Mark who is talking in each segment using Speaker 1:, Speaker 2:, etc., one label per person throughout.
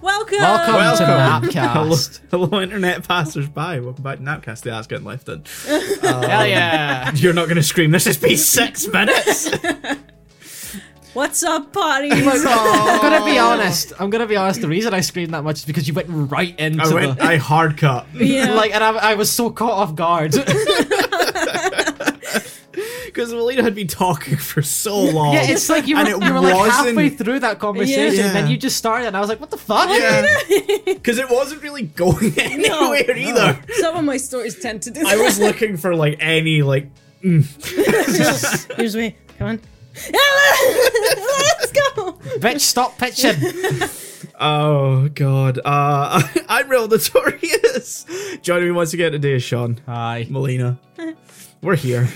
Speaker 1: Welcome.
Speaker 2: Welcome, to Napcast.
Speaker 3: Hello, hello, internet passersby. Welcome back to Napcast, the Ask It and Left In.
Speaker 2: Hell yeah!
Speaker 3: Um, You're not going to scream, this has been six minutes.
Speaker 1: What's up, party?
Speaker 2: I'm gonna be honest. I'm gonna be honest. The reason I screamed that much is because you went right into
Speaker 3: I went,
Speaker 2: the
Speaker 3: I hard cut.
Speaker 1: yeah.
Speaker 2: like, and I, I was so caught off guard. yeah,
Speaker 3: Because Melina had been talking for so long.
Speaker 2: it's like you were,
Speaker 3: Oh. And
Speaker 2: you
Speaker 3: it
Speaker 2: were like
Speaker 3: wasn't-
Speaker 2: halfway through that conversation,
Speaker 3: Yeah.
Speaker 2: and then you just started, and I was like, "What the fuck?"
Speaker 3: Because it wasn't really going anywhere either.
Speaker 1: Some of my stories tend to do
Speaker 3: I
Speaker 1: that.
Speaker 3: was looking for like any like mm.
Speaker 1: Here's me. Come on. Yeah, Let's go.
Speaker 2: Bitch, stop pitching.
Speaker 3: oh god uh I'm real notorious. Joining me once again today is Sean.
Speaker 2: Hi.
Speaker 3: Melina. We're here.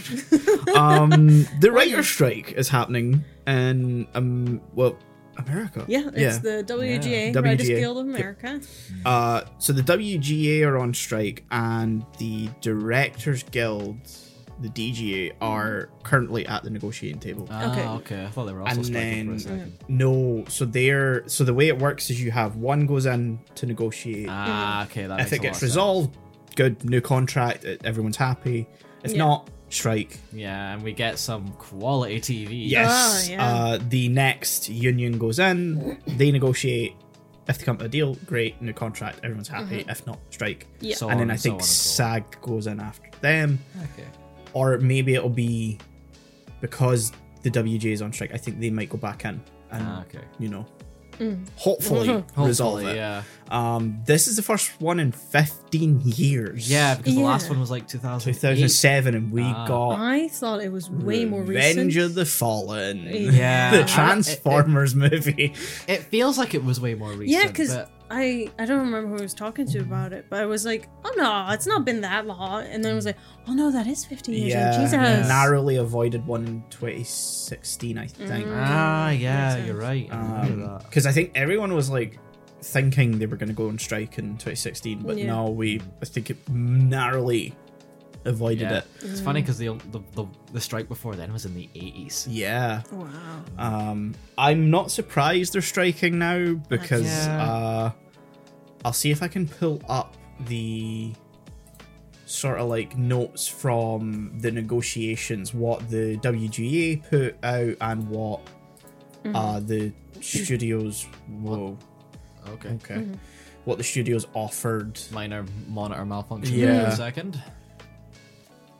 Speaker 3: um, the writer's strike is happening in, um, well, America.
Speaker 1: Yeah, it's the WGA,
Speaker 3: Yeah.
Speaker 1: Writers
Speaker 3: WGA.
Speaker 1: Guild of America.
Speaker 3: Uh, so the WGA are on strike, and the Directors Guild, the DGA, are currently at the negotiating table.
Speaker 2: Ah.
Speaker 1: Okay. Mm.
Speaker 2: okay. I thought they were also
Speaker 3: and
Speaker 2: striking for a
Speaker 3: then
Speaker 2: second.
Speaker 3: no, so they're so the way it works is you have one goes in to negotiate.
Speaker 2: Ah, okay. That
Speaker 3: if
Speaker 2: makes
Speaker 3: it
Speaker 2: a lot
Speaker 3: gets
Speaker 2: of sense.
Speaker 3: resolved, good new contract. e-, Everyone's happy. If
Speaker 1: Yeah.
Speaker 3: not, strike.
Speaker 2: Yeah, and we get some quality TV.
Speaker 3: Yes.
Speaker 1: Oh, yeah.
Speaker 3: uh, the next union goes in, they negotiate. If they come to a deal, great, new contract, everyone's happy. If not, strike.
Speaker 1: Mm-hmm. Yeah.
Speaker 2: So
Speaker 3: and
Speaker 2: on
Speaker 3: then I
Speaker 2: so
Speaker 3: think
Speaker 2: on Oh, and so on.
Speaker 3: SAG goes in after them,
Speaker 2: Okay.
Speaker 3: or maybe it'll be because the WJ is on strike. I think they might go back in and
Speaker 2: Ah, okay.
Speaker 3: you know,
Speaker 1: Mm.
Speaker 3: hopefully, resolve
Speaker 2: Hopefully,
Speaker 3: it.
Speaker 2: Yeah.
Speaker 3: Um, this is the first one in 15 years.
Speaker 2: Yeah, because the last
Speaker 1: Yeah.
Speaker 2: one was like 2000.
Speaker 3: 2007, and we
Speaker 2: Ah.
Speaker 3: got
Speaker 1: I thought it was way more
Speaker 3: Revenge
Speaker 1: recent.
Speaker 3: of the Fallen.
Speaker 1: Yeah.
Speaker 3: the
Speaker 2: I-
Speaker 3: Transformers movie.
Speaker 2: It, it feels like it was way more recent.
Speaker 1: Yeah, because
Speaker 2: but-
Speaker 1: I I don't remember who I was talking to about it, but I was like, oh no, it's not been that long. And then I was like, oh no, that is 15 years
Speaker 3: Yeah,
Speaker 1: old. Jesus.
Speaker 2: Yeah.
Speaker 3: narrowly avoided one in 2016, I think.
Speaker 2: ah,
Speaker 1: Mm.
Speaker 2: yeah,
Speaker 1: makes
Speaker 2: you're
Speaker 1: sense.
Speaker 2: right. I remember that.
Speaker 3: Because I think everyone was like thinking they were going to go on strike in 2016, but
Speaker 1: Yeah.
Speaker 3: no, we, I think it narrowly avoided
Speaker 2: Yeah.
Speaker 3: it.
Speaker 2: It's funny because the, the the the strike before then was in the 80s.
Speaker 3: Yeah.
Speaker 1: Wow.
Speaker 3: Um, I'm not surprised they're striking now because
Speaker 2: Yeah.
Speaker 3: uh, I'll see if I can pull up the sort of like notes from the negotiations, what the WGA put out and what uh, the studios. Whoa,
Speaker 2: Okay.
Speaker 3: okay. What the studios offered.
Speaker 2: Minor monitor malfunction. For
Speaker 3: Yeah.
Speaker 2: a second.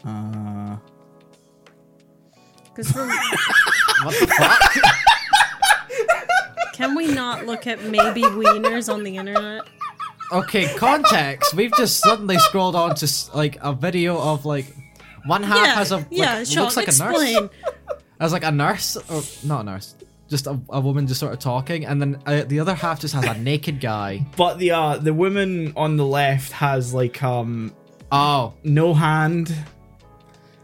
Speaker 3: Uh,
Speaker 1: Because
Speaker 2: What the fuck?
Speaker 1: can we not look at maybe wieners on the internet?
Speaker 2: okay, context. We've just suddenly scrolled on to s- like a video of like one half
Speaker 1: yeah,
Speaker 2: has a like,
Speaker 1: yeah, Sean,
Speaker 2: looks like a nurse.
Speaker 1: explain.
Speaker 2: as like a nurse or not a nurse just a, a woman just sort of talking and then uh, the other half just has a naked guy
Speaker 3: but the uh, the woman on the left has like um
Speaker 2: oh
Speaker 3: no hand,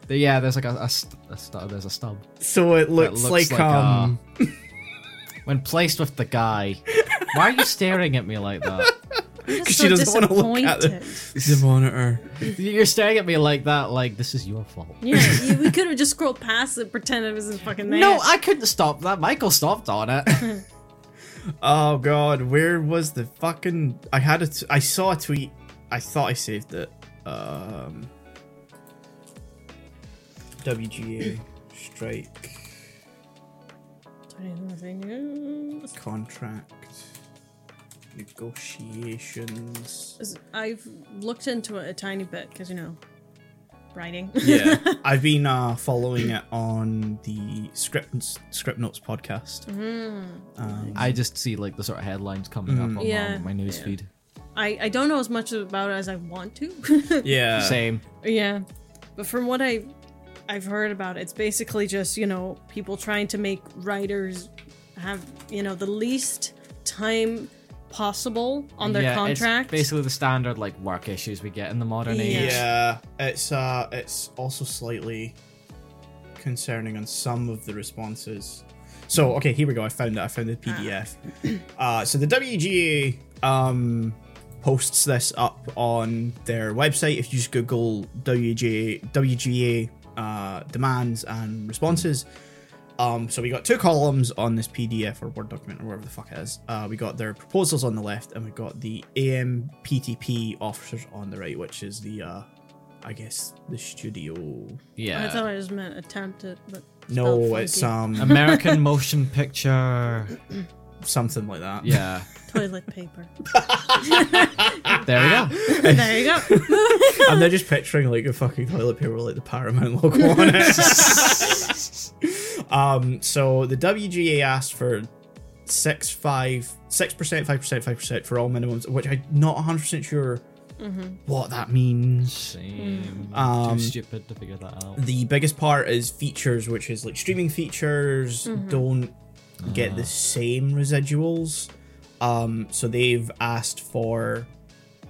Speaker 2: the, yeah there's like a, a, st- a st- there's a stub
Speaker 3: so it
Speaker 2: that
Speaker 3: looks, like, um.
Speaker 2: uh, when placed with the guy why are you staring at me like that
Speaker 1: Because
Speaker 3: she doesn't wanna look at it. The monitor.
Speaker 2: you're staring at me like that like this is your fault
Speaker 1: Yeah, you, we could have just scrolled past it, pretend it wasn't fucking there.
Speaker 2: no i couldn't stop that michael stopped on it
Speaker 3: Oh god, where was the fucking? I had a. T- I saw a tweet. I thought I saved it. Um. WGA strike contract negotiations.
Speaker 1: I've looked into it a tiny bit because you know, writing.
Speaker 3: Yeah, I've been uh, following it on the script script notes podcast. Um,
Speaker 2: i just see like the sort of headlines coming up on
Speaker 1: Yeah.
Speaker 2: my, my news feed
Speaker 1: I I don't know as much about it as I want to.
Speaker 3: yeah,
Speaker 2: same
Speaker 1: yeah, but from what I I've heard about it, it's basically just you know people trying to make writers have you know the least time possible on their
Speaker 2: yeah, it's
Speaker 1: contract.
Speaker 2: basically the standard like work issues we get in the modern
Speaker 1: Yeah.
Speaker 2: age
Speaker 3: Yeah, it's uh, it's also slightly concerning on some of the responses. So okay, here we go. I found it. I found the PDF. Uh, so the WGA um, posts this up on their website. If you just Google WGA WGA uh, demands and responses, Um, so we got two columns on this PDF or Word document or whatever the fuck it is. Uh, we got their proposals on the left, and we got the AMPTP officers on the right, which is the, uh, I guess, the studio.
Speaker 1: I thought
Speaker 2: Yeah.
Speaker 1: I just meant attempt it, but spelled
Speaker 3: No,
Speaker 1: funky.
Speaker 3: it's um
Speaker 2: American motion picture.
Speaker 3: something like that.
Speaker 2: Yeah.
Speaker 1: toilet paper.
Speaker 2: There we go.
Speaker 1: there you go.
Speaker 3: and they're just picturing like a fucking toilet paper with like the Paramount logo on it. um, so the WGA asked for six, five, six percent, five percent, five percent for all minimums, which I'm not 100 percent sure what that means.
Speaker 2: Same.
Speaker 3: Um,
Speaker 2: Too stupid to figure that out.
Speaker 3: The biggest part is features, which is like streaming features
Speaker 1: Mm-hmm.
Speaker 3: don't get the same residuals. Um, so they've asked for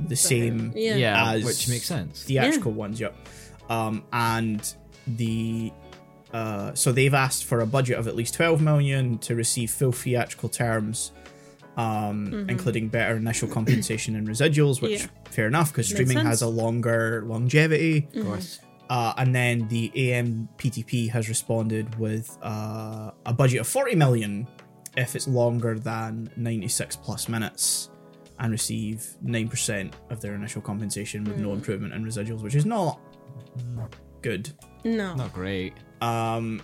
Speaker 3: the same
Speaker 1: Yeah.
Speaker 2: Yeah,
Speaker 3: As-
Speaker 2: which makes sense.
Speaker 3: theatrical ones yep um and the uh so they've asked for a budget of at least 12 million to receive full theatrical terms um including better initial compensation and residuals which
Speaker 1: Mm-hmm. Yeah.
Speaker 3: fair enough because streaming
Speaker 1: sense.
Speaker 3: has a longer longevity
Speaker 2: Of course.
Speaker 3: uh, and then the AMPTP has responded with uh, a budget of 40 million if it's longer than 96 plus minutes and receive 9% of their initial compensation with
Speaker 1: Hmm.
Speaker 3: no improvement in residuals, which is not good.
Speaker 1: No.
Speaker 2: Not great.
Speaker 3: Um,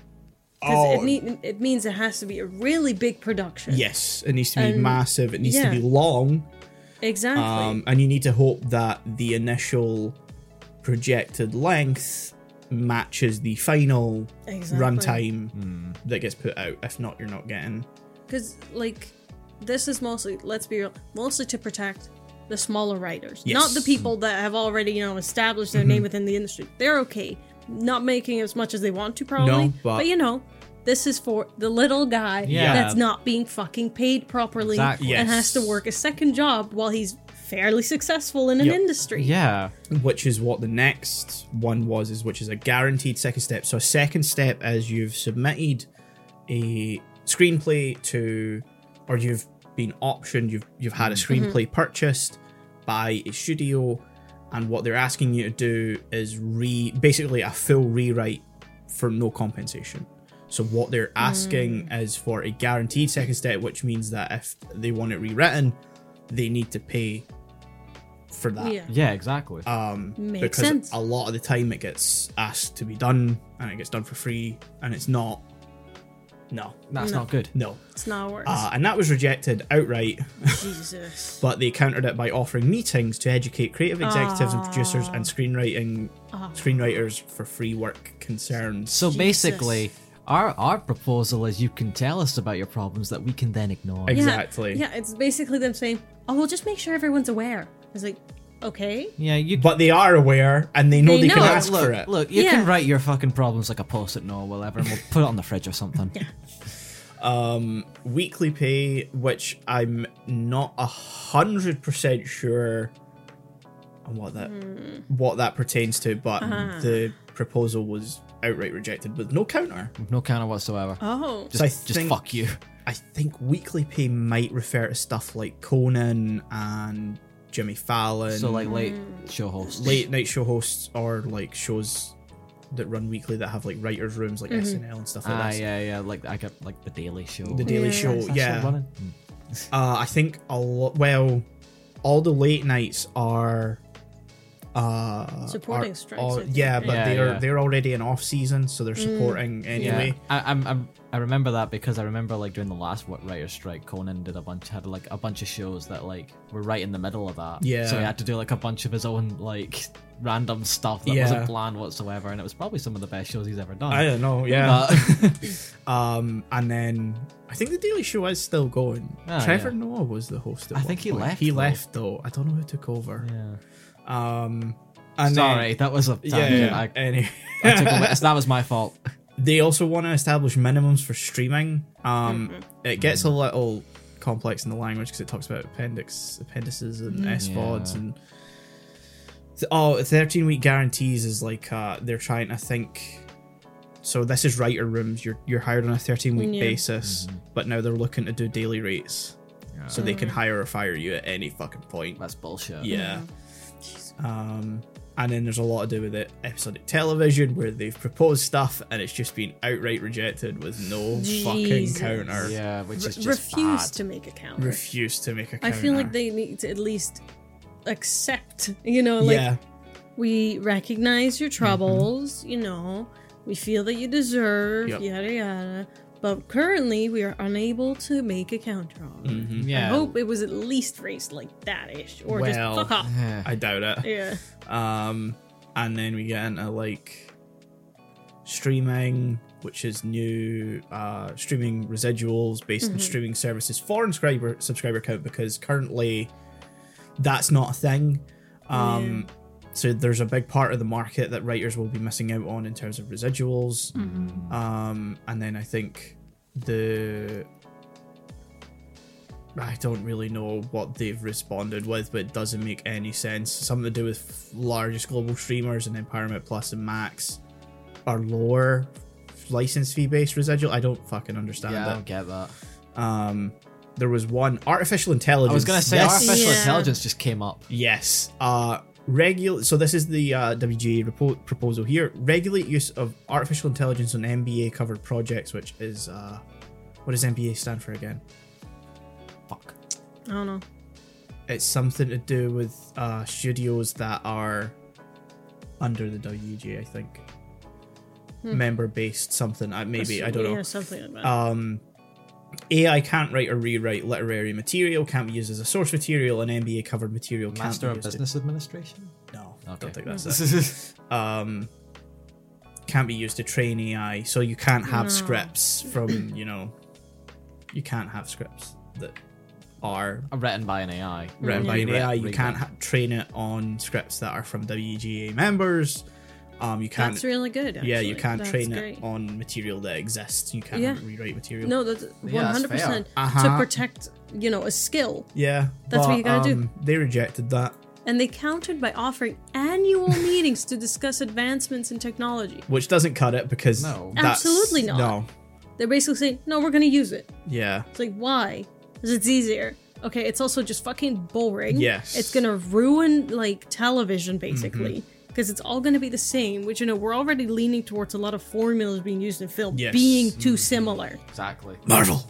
Speaker 1: 'Cause
Speaker 3: oh,
Speaker 1: It, need, it means it has to be a really big production.
Speaker 3: yes, it needs to be
Speaker 1: And-
Speaker 3: massive, it needs
Speaker 1: Um, yeah.
Speaker 3: to be long,
Speaker 1: Exactly.
Speaker 3: um, and you need to hope that the initial projected length matches the final
Speaker 1: exactly.
Speaker 3: runtime that gets put out. If not, you're not getting.
Speaker 1: Because, like, this is mostly, let's be real, mostly to protect the smaller writers. Not
Speaker 3: Yes. Mm-hmm.
Speaker 1: the people that have already, you know, established their name within the industry. They're okay. Not making as much as they want to, probably.
Speaker 3: but-
Speaker 1: you know, this is for the little guy
Speaker 2: Yeah.
Speaker 1: that's not being fucking paid properly
Speaker 2: Exactly.
Speaker 1: and has to
Speaker 3: Yes.
Speaker 1: work a second job while he's fairly successful in an
Speaker 3: Yep.
Speaker 1: industry.
Speaker 2: Yeah.
Speaker 3: Which is what the next one was, is which is a guaranteed second step. So a second step is you've submitted a screenplay to, or you've been optioned. You've you've had a screenplay purchased by a studio, and what they're asking you to do is re basically a full rewrite for no compensation. So what they're asking is for a guaranteed second step, which means that if they want it rewritten, they need to pay for that.
Speaker 1: Yeah.
Speaker 2: Yeah, exactly.
Speaker 3: Um,
Speaker 1: Makes
Speaker 3: because
Speaker 1: sense.
Speaker 3: a lot of the time it gets asked to be done and it gets done for free and it's not. No,
Speaker 2: That's
Speaker 1: no.
Speaker 2: not good.
Speaker 3: no.
Speaker 1: It's not worse.
Speaker 3: Uh, and that was rejected outright,
Speaker 1: Jesus.
Speaker 3: but they countered it by offering meetings to educate creative executives and producers and screenwriting screenwriters for free work concerns.
Speaker 2: So
Speaker 1: Jesus.
Speaker 2: basically, our our proposal is you can tell us about your problems that we can then ignore.
Speaker 3: Ex-
Speaker 1: Yeah,
Speaker 3: Exactly.
Speaker 1: Yeah, it's basically them saying, "Oh, we'll just make sure everyone's aware." It's like, okay,
Speaker 2: Yeah, you.
Speaker 3: But they are aware and they know
Speaker 1: They
Speaker 3: they, can
Speaker 1: know.
Speaker 3: ask
Speaker 2: look,
Speaker 3: for it.
Speaker 2: look, you can
Speaker 1: Yeah.
Speaker 2: write your fucking problems like a post-it note or whatever, and we'll put it on the fridge or something.
Speaker 3: um, weekly pay, which I'm not a hundred percent sure on what that what that pertains to, but the proposal was outright rejected with no counter.
Speaker 2: No counter whatsoever.
Speaker 1: oh,
Speaker 2: just,
Speaker 3: I
Speaker 2: just
Speaker 3: think-
Speaker 2: fuck you.
Speaker 3: I think weekly pay might refer to stuff like Conan and Jimmy Fallon,
Speaker 2: So like late
Speaker 1: Mm.
Speaker 2: show host.
Speaker 3: late night show hosts, or like shows that run weekly that have like writers' rooms, like SNL and stuff like
Speaker 2: Ah,
Speaker 3: that.
Speaker 2: yeah, yeah. Like I got like the Daily Show.
Speaker 3: The Daily
Speaker 1: Yeah.
Speaker 3: Show,
Speaker 2: Is that
Speaker 3: yeah.
Speaker 2: still running?
Speaker 3: Uh, I think a lot. Well, all the late nights are uh,
Speaker 1: Supporting
Speaker 3: are-
Speaker 1: strikes,
Speaker 3: are-
Speaker 1: I think. Mm.
Speaker 3: yeah, but
Speaker 2: Yeah,
Speaker 3: they're
Speaker 2: yeah.
Speaker 3: they're already in off season, so they're supporting
Speaker 2: Yeah,
Speaker 3: anyway.
Speaker 2: I, I'm, I'm, I remember that because I remember like during the last what writer strike, Conan did a bunch had like a bunch of shows that like were right in the middle of that. so
Speaker 3: Yeah.
Speaker 2: he had to do like a bunch of his own like random stuff that
Speaker 3: Yeah.
Speaker 2: wasn't planned whatsoever, and it was probably some of the best shows he's ever done.
Speaker 3: I don't know. Yeah.
Speaker 2: But-
Speaker 3: um, and then I think the Daily Show is still going.
Speaker 2: Ah,
Speaker 3: Trevor
Speaker 2: yeah.
Speaker 3: Noah was the host. At
Speaker 2: I
Speaker 3: one
Speaker 2: think he
Speaker 3: point.
Speaker 2: left,
Speaker 3: He
Speaker 2: though.
Speaker 3: left though. I don't know who took over.
Speaker 2: yeah.
Speaker 3: Um, and
Speaker 2: Sorry, that was a
Speaker 3: Then,
Speaker 2: tangent.
Speaker 3: yeah.
Speaker 2: I,
Speaker 3: anyway.
Speaker 2: I took away, that was my fault.
Speaker 3: they also want to establish minimums for streaming. Um, It gets a little complex in the language because it talks about appendix, appendices, and SVODs,
Speaker 2: Yeah.
Speaker 3: and th- oh, 13 week guarantees is like uh, they're trying to think. So this is writer rooms. You're you're hired on a 13 week
Speaker 1: Yeah.
Speaker 3: basis, but now they're looking to do daily rates, so they can hire or fire you at any fucking point.
Speaker 2: That's bullshit.
Speaker 3: Yeah.
Speaker 1: Jeez.
Speaker 3: Um, And then there's a lot to do with it episodic television where they've proposed stuff and it's just been outright rejected with no fucking
Speaker 1: Jesus.
Speaker 3: counter.
Speaker 2: Yeah, which is just
Speaker 1: refuse
Speaker 2: bad.
Speaker 1: to make a counter.
Speaker 3: Refuse to make a
Speaker 1: I
Speaker 3: counter.
Speaker 1: feel like they need to at least accept, you know, like
Speaker 3: yeah, Mm-hmm.
Speaker 1: we recognize your troubles, you know, we feel that you deserve,
Speaker 3: Yep.
Speaker 1: yada yada. But currently, we are unable to make a counter on. it.
Speaker 3: Mhm.
Speaker 1: I
Speaker 2: Yeah.
Speaker 1: hope it was at least raised like that ish, or
Speaker 3: Well.
Speaker 1: just fuck off.
Speaker 2: Yeah.
Speaker 3: I doubt it.
Speaker 1: Yeah.
Speaker 3: Um, and then we get into like streaming, which is new uh, streaming residuals based on
Speaker 1: Mhm.
Speaker 3: streaming services for subscriber subscriber count because currently that's not a thing. Um, So there's a big part of the market that writers will be missing out on in terms of residuals. Um, and then I think the I don't really know what they've responded with, but it doesn't make any sense. Something to do with largest global streamers and then Paramount Plus and Max are lower license fee based residual. I don't fucking understand
Speaker 2: Yeah, I don't
Speaker 3: it.
Speaker 2: get that.
Speaker 3: Um, there was one artificial intelligence.
Speaker 2: I was gonna say
Speaker 3: This-
Speaker 2: artificial
Speaker 1: Yeah.
Speaker 2: intelligence just came up.
Speaker 3: Yes. Uh, regul- so this is the uh, WGA repo- proposal here. Regulate use of artificial intelligence on MBA covered projects, which is uh, what does MBA stand for again?
Speaker 2: Fuck.
Speaker 1: I don't know.
Speaker 3: It's something to do with uh, studios that are under the WGA, I think. Member based something. Uh, maybe I don't know.
Speaker 1: Yeah, something like that.
Speaker 3: Um, AI can't write or rewrite literary material. Can't be used as a source material, and MBA covered material can't
Speaker 2: Master
Speaker 3: be
Speaker 2: of
Speaker 3: used
Speaker 2: Business Administration.
Speaker 3: To- no, I
Speaker 2: Okay. Hmm.
Speaker 3: don't think that's it. um, can't be used to train AI. So you can't have
Speaker 1: No.
Speaker 3: scripts from you know, you can't have scripts that are
Speaker 2: Written by an AI.
Speaker 3: written by an
Speaker 2: Re-
Speaker 3: AI. You
Speaker 2: rewritten.
Speaker 3: can't ha- train it on scripts that are from WGA members. Um, you can't.
Speaker 1: That's really good. Actually.
Speaker 3: yeah, you can't
Speaker 1: That's
Speaker 3: train
Speaker 1: great.
Speaker 3: it on material that exists. You can't
Speaker 1: Yeah.
Speaker 3: rewrite material.
Speaker 1: No, that's one
Speaker 2: that's
Speaker 1: hundred percent
Speaker 2: fair.
Speaker 1: to
Speaker 3: Uh-huh.
Speaker 1: protect, you know, a skill.
Speaker 3: Yeah, um,
Speaker 1: That's what you gotta do.
Speaker 3: They rejected that,
Speaker 1: And they countered by offering annual meetings to discuss advancements in technology.
Speaker 3: which doesn't cut it because
Speaker 2: No.
Speaker 3: that's-
Speaker 1: Absolutely not.
Speaker 3: No,
Speaker 1: They're basically saying, "No, we're gonna use it."
Speaker 3: yeah,
Speaker 1: It's like, why? Because it's easier. Okay, it's also just fucking boring.
Speaker 3: Yes.
Speaker 1: It's gonna ruin like television basically.
Speaker 3: Mm-hmm.
Speaker 1: Because it's all going to be the same, which, you know, we're already leaning towards a lot of formulas being used in film
Speaker 3: Yes. Mm-hmm.
Speaker 1: being too similar.
Speaker 2: Exactly.
Speaker 3: Marvel.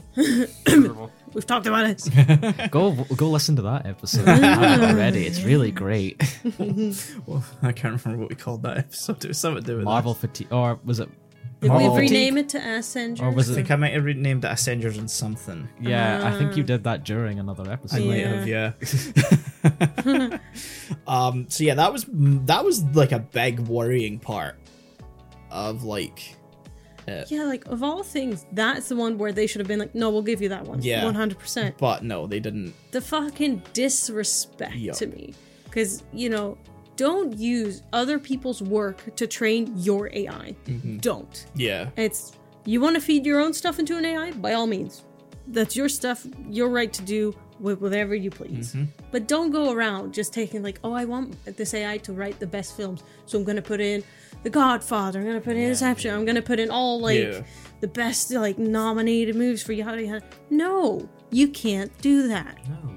Speaker 1: We've talked about it.
Speaker 2: go go listen to that episode I haven't already. It's really great.
Speaker 3: Well, I can't remember what we called that episode. It was something to do with
Speaker 2: Marvel fatigue, or was it?
Speaker 1: Did
Speaker 3: Marvel
Speaker 1: we
Speaker 3: fatigue.
Speaker 1: rename it to Ascenders?
Speaker 2: Or was
Speaker 3: I
Speaker 2: it-
Speaker 3: think I might have renamed it Ascenders and something.
Speaker 2: Yeah, I think you did that during another episode.
Speaker 3: I might
Speaker 1: Yeah.
Speaker 3: have, Uh, yeah. um. So yeah, that was that was like a big worrying part of like.
Speaker 1: Yeah, like of all things, that's the one where they should have been like, no, we'll give you that one.
Speaker 3: Yeah.
Speaker 1: 100%.
Speaker 3: But no, they didn't.
Speaker 1: The fucking disrespect
Speaker 3: Yup.
Speaker 1: to me. Because, you know, don't use other people's work to train your AI.
Speaker 3: Mm-hmm.
Speaker 1: Don't.
Speaker 3: Yeah.
Speaker 1: It's, you want to feed your own stuff into an AI? By all means. That's your stuff, your right to do with whatever you please.
Speaker 3: Mm-hmm.
Speaker 1: But don't go around just taking, like, oh, I want this AI to write the best films. So I'm going to put in The Godfather. I'm going to put in Inception. I'm going to put in all, like,
Speaker 3: Yeah.
Speaker 1: the best like nominated moves for yada yada. No, you can't do that.
Speaker 2: No.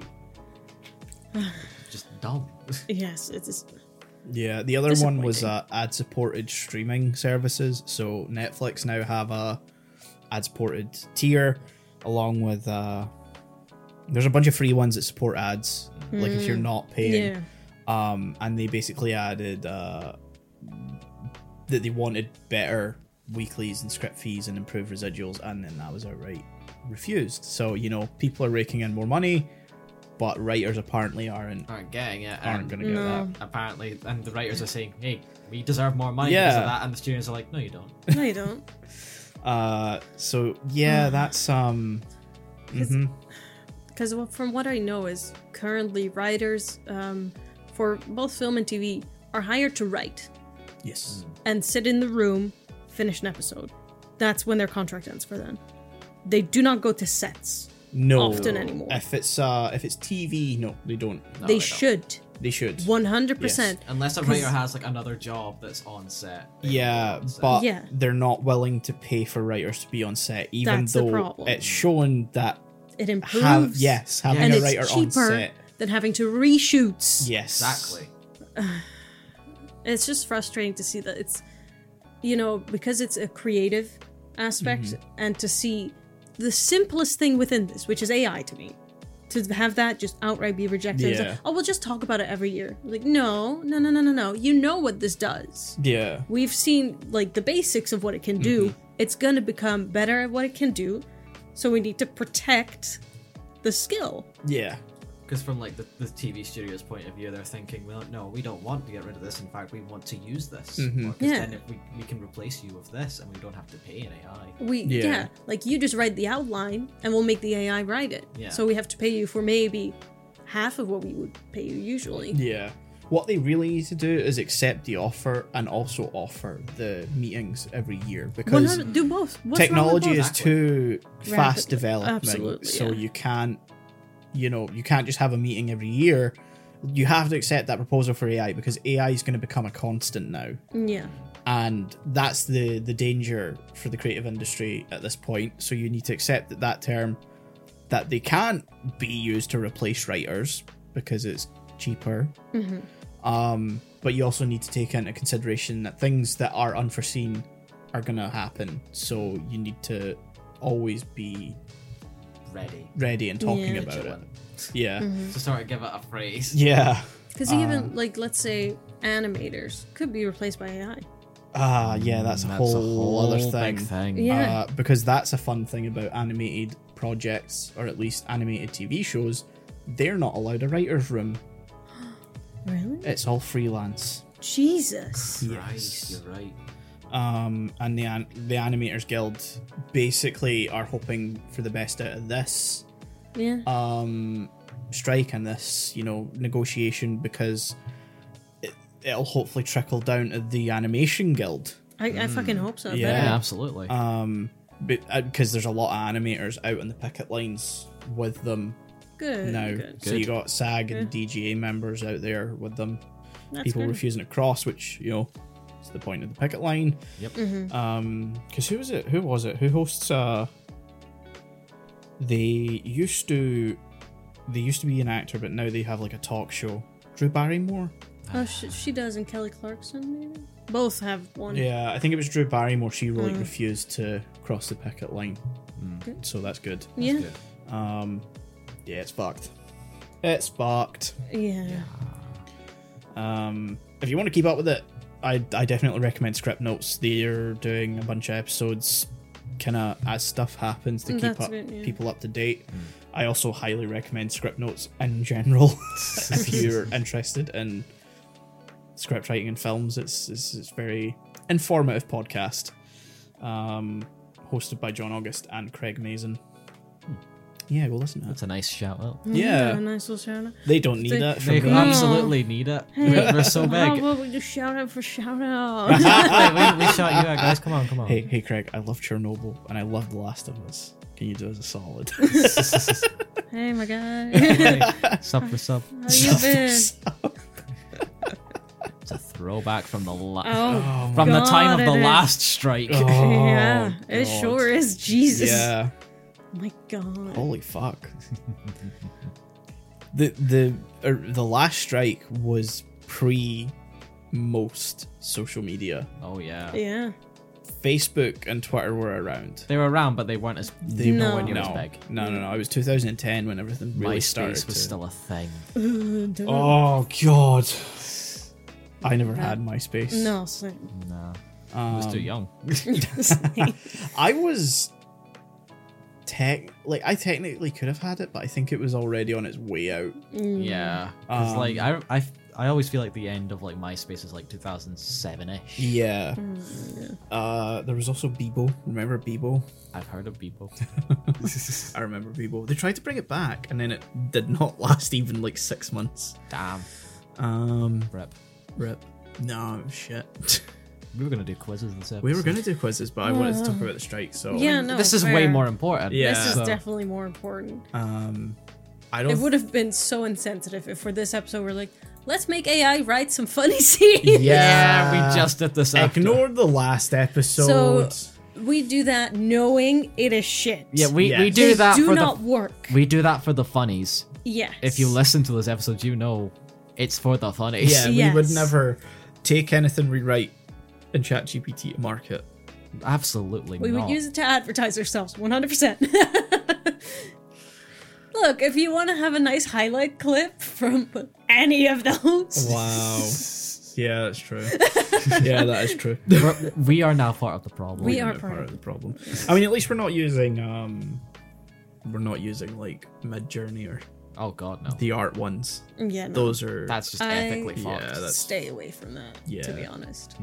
Speaker 2: Just dumb.
Speaker 1: Yes, it's just,
Speaker 3: Yeah. The other one was
Speaker 1: Disappointing.
Speaker 3: uh, ad-supported streaming services. So Netflix now have a ad-supported tier, along with uh, there's a bunch of free ones that support ads. Like if you're not paying.
Speaker 1: Mm. yeah.
Speaker 3: um, and they basically added uh, that they wanted better weeklies and script fees and improved residuals, and then that was outright refused. So you know, people are raking in more money, but writers apparently aren't
Speaker 2: Aren't getting it.
Speaker 3: aren't
Speaker 2: And
Speaker 3: going to get
Speaker 1: No.
Speaker 3: that.
Speaker 2: apparently, and the writers are saying, "Hey, we deserve more money because
Speaker 3: Yeah.
Speaker 2: of that," and the students are like, "No, you don't."
Speaker 1: No, you don't.
Speaker 3: Uh, so yeah, that's um, mhm.
Speaker 1: Because from what I know is currently writers um, for both film and TV are hired to write
Speaker 3: yes,
Speaker 1: and sit in the room, finish an episode. That's when their contract ends for them. They do not go to sets.
Speaker 3: no,
Speaker 1: Often anymore.
Speaker 3: If it's uh, if it's TV, no, they don't.
Speaker 2: No,
Speaker 1: they
Speaker 2: don't.
Speaker 1: should.
Speaker 3: They should.
Speaker 1: 100%.
Speaker 2: Unless a writer has like another job that's on set. they don't
Speaker 3: Yeah,
Speaker 2: go on set.
Speaker 3: but
Speaker 1: Yeah.
Speaker 3: they're not willing to pay for writers to be on set, even
Speaker 1: That's the
Speaker 3: though
Speaker 1: problem.
Speaker 3: it's shown that
Speaker 1: It improves.
Speaker 3: have yes having
Speaker 1: And
Speaker 3: a
Speaker 1: it's
Speaker 3: writer on
Speaker 1: cheaper
Speaker 3: set.
Speaker 1: than having to reshoots.
Speaker 3: Yes,
Speaker 2: exactly.
Speaker 1: It's just frustrating to see that it's, you know, because it's a creative aspect and to see the simplest thing within this, which is AI to me, to have that just outright be rejected. It's like,
Speaker 3: Yeah.
Speaker 1: oh, we'll just talk about it every year. Like, no, no, no, no, no, no. You know what this does.
Speaker 3: Yeah.
Speaker 1: We've seen like the basics of what it can do. It's going to become better at what it can do. So we need to protect the skill.
Speaker 3: Yeah.
Speaker 2: Because from like the, the TV studio's point of view, they're thinking, well, no, we don't want to get rid of this. In fact, we want to use this.
Speaker 3: Mhm.
Speaker 2: Because
Speaker 1: Yeah.
Speaker 2: then if we, we can replace you with this, and we don't have to pay an AI.
Speaker 1: We yeah.
Speaker 3: Yeah.
Speaker 1: like you just write the outline and we'll make the AI write it.
Speaker 2: Yeah.
Speaker 1: So we have to pay you for maybe half of what we would pay you usually.
Speaker 3: Yeah. What they really need to do is accept the offer and also offer the meetings every year
Speaker 1: Well,
Speaker 3: because
Speaker 1: no, do both. What's
Speaker 3: technology
Speaker 1: wrong with
Speaker 3: is
Speaker 1: both?
Speaker 2: Exactly.
Speaker 3: too fast
Speaker 1: Rapidly.
Speaker 3: developing
Speaker 1: Absolutely,
Speaker 3: so
Speaker 1: yeah.
Speaker 3: you can't you know you can't just have a meeting every year you have to accept that proposal for ai because ai is going to become a constant now
Speaker 1: yeah.
Speaker 3: and that's the the danger for the creative industry at this point so you need to accept that that term that they can't be used to replace writers because it's cheaper um but you also need to take into consideration that things that are unforeseen are gonna happen so you need to always be
Speaker 2: Ready.
Speaker 3: ready and talking
Speaker 1: Yeah.
Speaker 3: about it
Speaker 2: Chilling.
Speaker 3: yeah
Speaker 2: So sorry, give it a phrase.
Speaker 3: yeah
Speaker 1: Because
Speaker 3: um,
Speaker 1: even like let's say animators could be replaced by AI.
Speaker 3: ah yeah that's a, whole, other
Speaker 2: big
Speaker 1: Yeah.
Speaker 3: uh, because that's a fun thing about animated projects or at least animated TV shows. They're not allowed a writer's room.
Speaker 1: Really?
Speaker 3: It's all freelance.
Speaker 1: Jesus.
Speaker 2: Christ,
Speaker 3: Yes.
Speaker 2: you're right.
Speaker 3: Um, and the an- the animators guild basically are hoping for the best out of this
Speaker 1: Yeah.
Speaker 3: um strike and this you know negotiation because it, it'll hopefully trickle down to the animation guild
Speaker 1: I, I fucking hope so. I
Speaker 3: Mm. Yeah.
Speaker 2: Yeah, Uh,
Speaker 1: bet.
Speaker 2: absolutely.
Speaker 3: um because there's a lot of animators out on the picket lines with them
Speaker 1: Good.
Speaker 3: No,
Speaker 1: Good.
Speaker 3: So
Speaker 2: Good.
Speaker 3: you got SAG and DGA members out there with them.
Speaker 1: That's
Speaker 3: People
Speaker 1: good.
Speaker 3: refusing to cross, which you know, it's the point of the picket line.
Speaker 2: yep.
Speaker 1: Mm.
Speaker 3: Um, because who was it? Who was it? Who hosts? Uh, they used to, they used to be an actor, but now they have like a talk show. Drew Barrymore.
Speaker 1: Oh, she, she does, and Kelly Clarkson maybe. Both have one.
Speaker 3: Yeah, I think it was Drew Barrymore. She really refused to cross the picket line,
Speaker 1: Hmm. Good. Hmm.
Speaker 3: so that's good.
Speaker 1: Yeah.
Speaker 2: Good.
Speaker 3: Um, yeah, it's fucked. It's fucked.
Speaker 1: Yeah.
Speaker 3: Um, if you want to keep up with it, I, I definitely recommend Script Notes. They're doing a bunch of episodes, kind of as stuff happens to keep
Speaker 1: Mm, That's
Speaker 3: up
Speaker 1: good, yeah.
Speaker 3: people up to date. I also highly recommend Script Notes in general if you're interested in script writing and films. It's it's, it's very informative podcast, um, hosted by John August and Craig Mazin. Yeah, go listen to it.
Speaker 2: That's a nice shout out.
Speaker 1: Mm,
Speaker 3: Yeah,
Speaker 1: Nice little shout out.
Speaker 3: they don't need
Speaker 1: They-
Speaker 3: that from
Speaker 2: They
Speaker 3: me.
Speaker 2: absolutely need it. We're, we're so
Speaker 1: Oh,
Speaker 2: big.
Speaker 1: what would you shout out for shout out?
Speaker 2: Wait, we, we shot you out, guys. Come on, come on.
Speaker 3: Hey, hey, Craig, I love Chernobyl and I love The Last of Us. Can you do us a solid?
Speaker 1: hey, my guy.
Speaker 2: Hey, sub for sub.
Speaker 1: How you been?
Speaker 2: It's a throwback from the la-
Speaker 1: Oh.
Speaker 3: Oh,
Speaker 2: from the time of
Speaker 1: God,
Speaker 2: the
Speaker 1: it is.
Speaker 2: last strike.
Speaker 3: Oh,
Speaker 1: yeah, it
Speaker 3: God.
Speaker 1: sure is. Jesus. Oh,
Speaker 3: Yeah.
Speaker 1: My God.
Speaker 2: Oh.
Speaker 3: Holy fuck. the the er, the last strike was pre most social media.
Speaker 2: Oh yeah.
Speaker 1: Yeah.
Speaker 3: Facebook and Twitter were around.
Speaker 2: They were around, but they weren't as
Speaker 3: They
Speaker 1: No.
Speaker 2: nowhere near
Speaker 3: no,
Speaker 2: as big.
Speaker 3: no, no, no. It was 2010 when everything really started.
Speaker 2: MySpace
Speaker 3: to-
Speaker 2: was still a thing.
Speaker 3: oh god. I never had MySpace.
Speaker 1: No, same.
Speaker 2: No, I was
Speaker 3: um,
Speaker 2: too young.
Speaker 1: Same.
Speaker 3: I was tech like I technically could have had it, but I think it was already on its way out.
Speaker 2: Yeah, because
Speaker 3: Um,
Speaker 2: like I, I, I always feel like the end of like MySpace is like 2007 ish.
Speaker 3: Yeah. Uh, there was also Bebo. Remember Bebo?
Speaker 2: I've heard of people.
Speaker 3: I remember Bebo. They tried to bring it back, and then it did not last even like six months.
Speaker 2: Damn,
Speaker 3: Um,
Speaker 2: rip.
Speaker 3: rip. No shit.
Speaker 2: We were gonna do quizzes and stuff.
Speaker 3: we were gonna do quizzes, but I wanted to talk about the strike. So
Speaker 1: Yeah, no.
Speaker 2: This is way
Speaker 1: fair.
Speaker 2: more important.
Speaker 3: Yeah.
Speaker 1: This is
Speaker 2: So- Oh.
Speaker 1: definitely more important.
Speaker 3: Um, I
Speaker 1: It
Speaker 3: don't.
Speaker 1: would have been so insensitive if for this episode we're like, let's make AI write some funny scenes.
Speaker 2: Yeah, we just did this. after.
Speaker 3: ignored the last episode.
Speaker 1: We do that knowing it is shit.
Speaker 2: Yeah, we, we
Speaker 3: Yes.
Speaker 2: do
Speaker 1: They
Speaker 2: that
Speaker 1: do
Speaker 2: for
Speaker 1: not
Speaker 2: the
Speaker 1: work.
Speaker 2: we do that for the funnies.
Speaker 1: yes.
Speaker 2: If you listen to those episodes, you know it's for the funnies.
Speaker 3: Yeah, we would
Speaker 1: Yes.
Speaker 3: never. take anything we write in ChatGPT to market?
Speaker 2: Absolutely
Speaker 1: We
Speaker 2: not.
Speaker 1: would use it to advertise ourselves, 100%. Look, if you want to have a nice highlight clip from any of those,
Speaker 3: Wow. yeah, that's true. yeah, that is true.
Speaker 2: We're- we are now part of the problem.
Speaker 1: We are-
Speaker 3: We're
Speaker 1: part
Speaker 3: part
Speaker 1: of
Speaker 3: of the problem. I mean, at least we're not using um, we're not using like Midjourney or
Speaker 2: Oh god, no.
Speaker 3: the art ones.
Speaker 1: yeah, no,
Speaker 3: Those are
Speaker 2: That's just
Speaker 1: I-
Speaker 2: ethically
Speaker 3: Yeah,
Speaker 2: fucked.
Speaker 3: that's-
Speaker 1: stay away from that. to
Speaker 3: Yeah.
Speaker 1: be honest,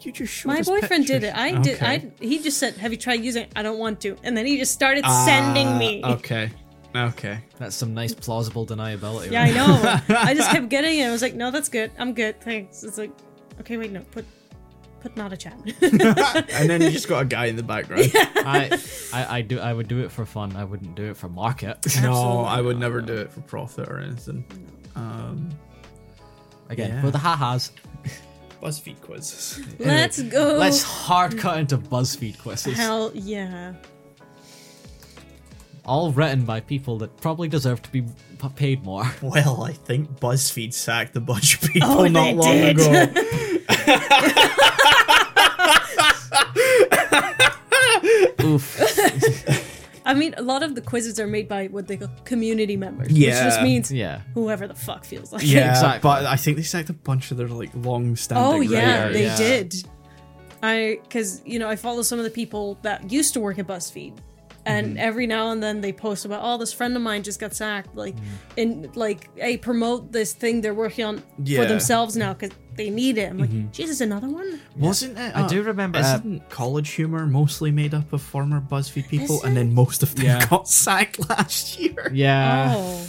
Speaker 3: you just showed
Speaker 1: my
Speaker 3: us
Speaker 1: boyfriend did
Speaker 3: pictures.
Speaker 1: it. I did.
Speaker 3: Okay.
Speaker 1: I he just said, "Have you tried using?" it?" I don't want to, and then he just started sending
Speaker 3: Ah,
Speaker 1: me.
Speaker 3: Okay. Okay.
Speaker 2: That's some nice plausible deniability.
Speaker 1: Yeah, I know. I just kept getting it. I was like, "No, that's good. I'm good. Thanks." It's like, okay, wait, no, put put not a chat.
Speaker 3: and then you just got a guy in the background.
Speaker 2: I, I, I do. I would do it for fun. I wouldn't do it for market.
Speaker 3: No, I would never do it for profit or anything. Um,
Speaker 2: Again,
Speaker 3: Yeah.
Speaker 2: for the ha-has.
Speaker 3: BuzzFeed quizzes.
Speaker 1: Let's go.
Speaker 2: Let's hard cut into BuzzFeed quizzes,
Speaker 1: Oh. Hell yeah.
Speaker 2: all written by people that probably deserve to be p- paid more.
Speaker 3: Well, I think BuzzFeed sacked a bunch of people
Speaker 1: Oh,
Speaker 3: not
Speaker 1: they
Speaker 3: long
Speaker 1: did.
Speaker 3: ago.
Speaker 2: Oof.
Speaker 1: I mean, a lot of the quizzes are made by what they call community members, which
Speaker 3: Yeah.
Speaker 1: just means
Speaker 2: Yeah.
Speaker 1: whoever the fuck feels like.
Speaker 3: Yeah,
Speaker 1: it.
Speaker 2: Exactly.
Speaker 3: but I think they sacked a bunch of their like long-standing.
Speaker 1: Oh yeah,
Speaker 3: writers.
Speaker 1: they
Speaker 2: yeah.
Speaker 1: did. I because you know I follow some of the people that used to work at BuzzFeed, and every now and then they post about, oh, this friend of mine just got sacked, like, and like, hey, promote this thing they're working on for
Speaker 3: Yeah.
Speaker 1: themselves now because they need it. I'm like, Jesus, another one.
Speaker 3: Wasn't it?
Speaker 2: I
Speaker 1: Oh,
Speaker 2: do remember, uh,
Speaker 3: Isn't college humor mostly made up of former BuzzFeed people,
Speaker 1: Is
Speaker 3: and then most of them
Speaker 2: Yeah.
Speaker 3: got sacked last year? Uh,
Speaker 2: Yeah.
Speaker 1: oh,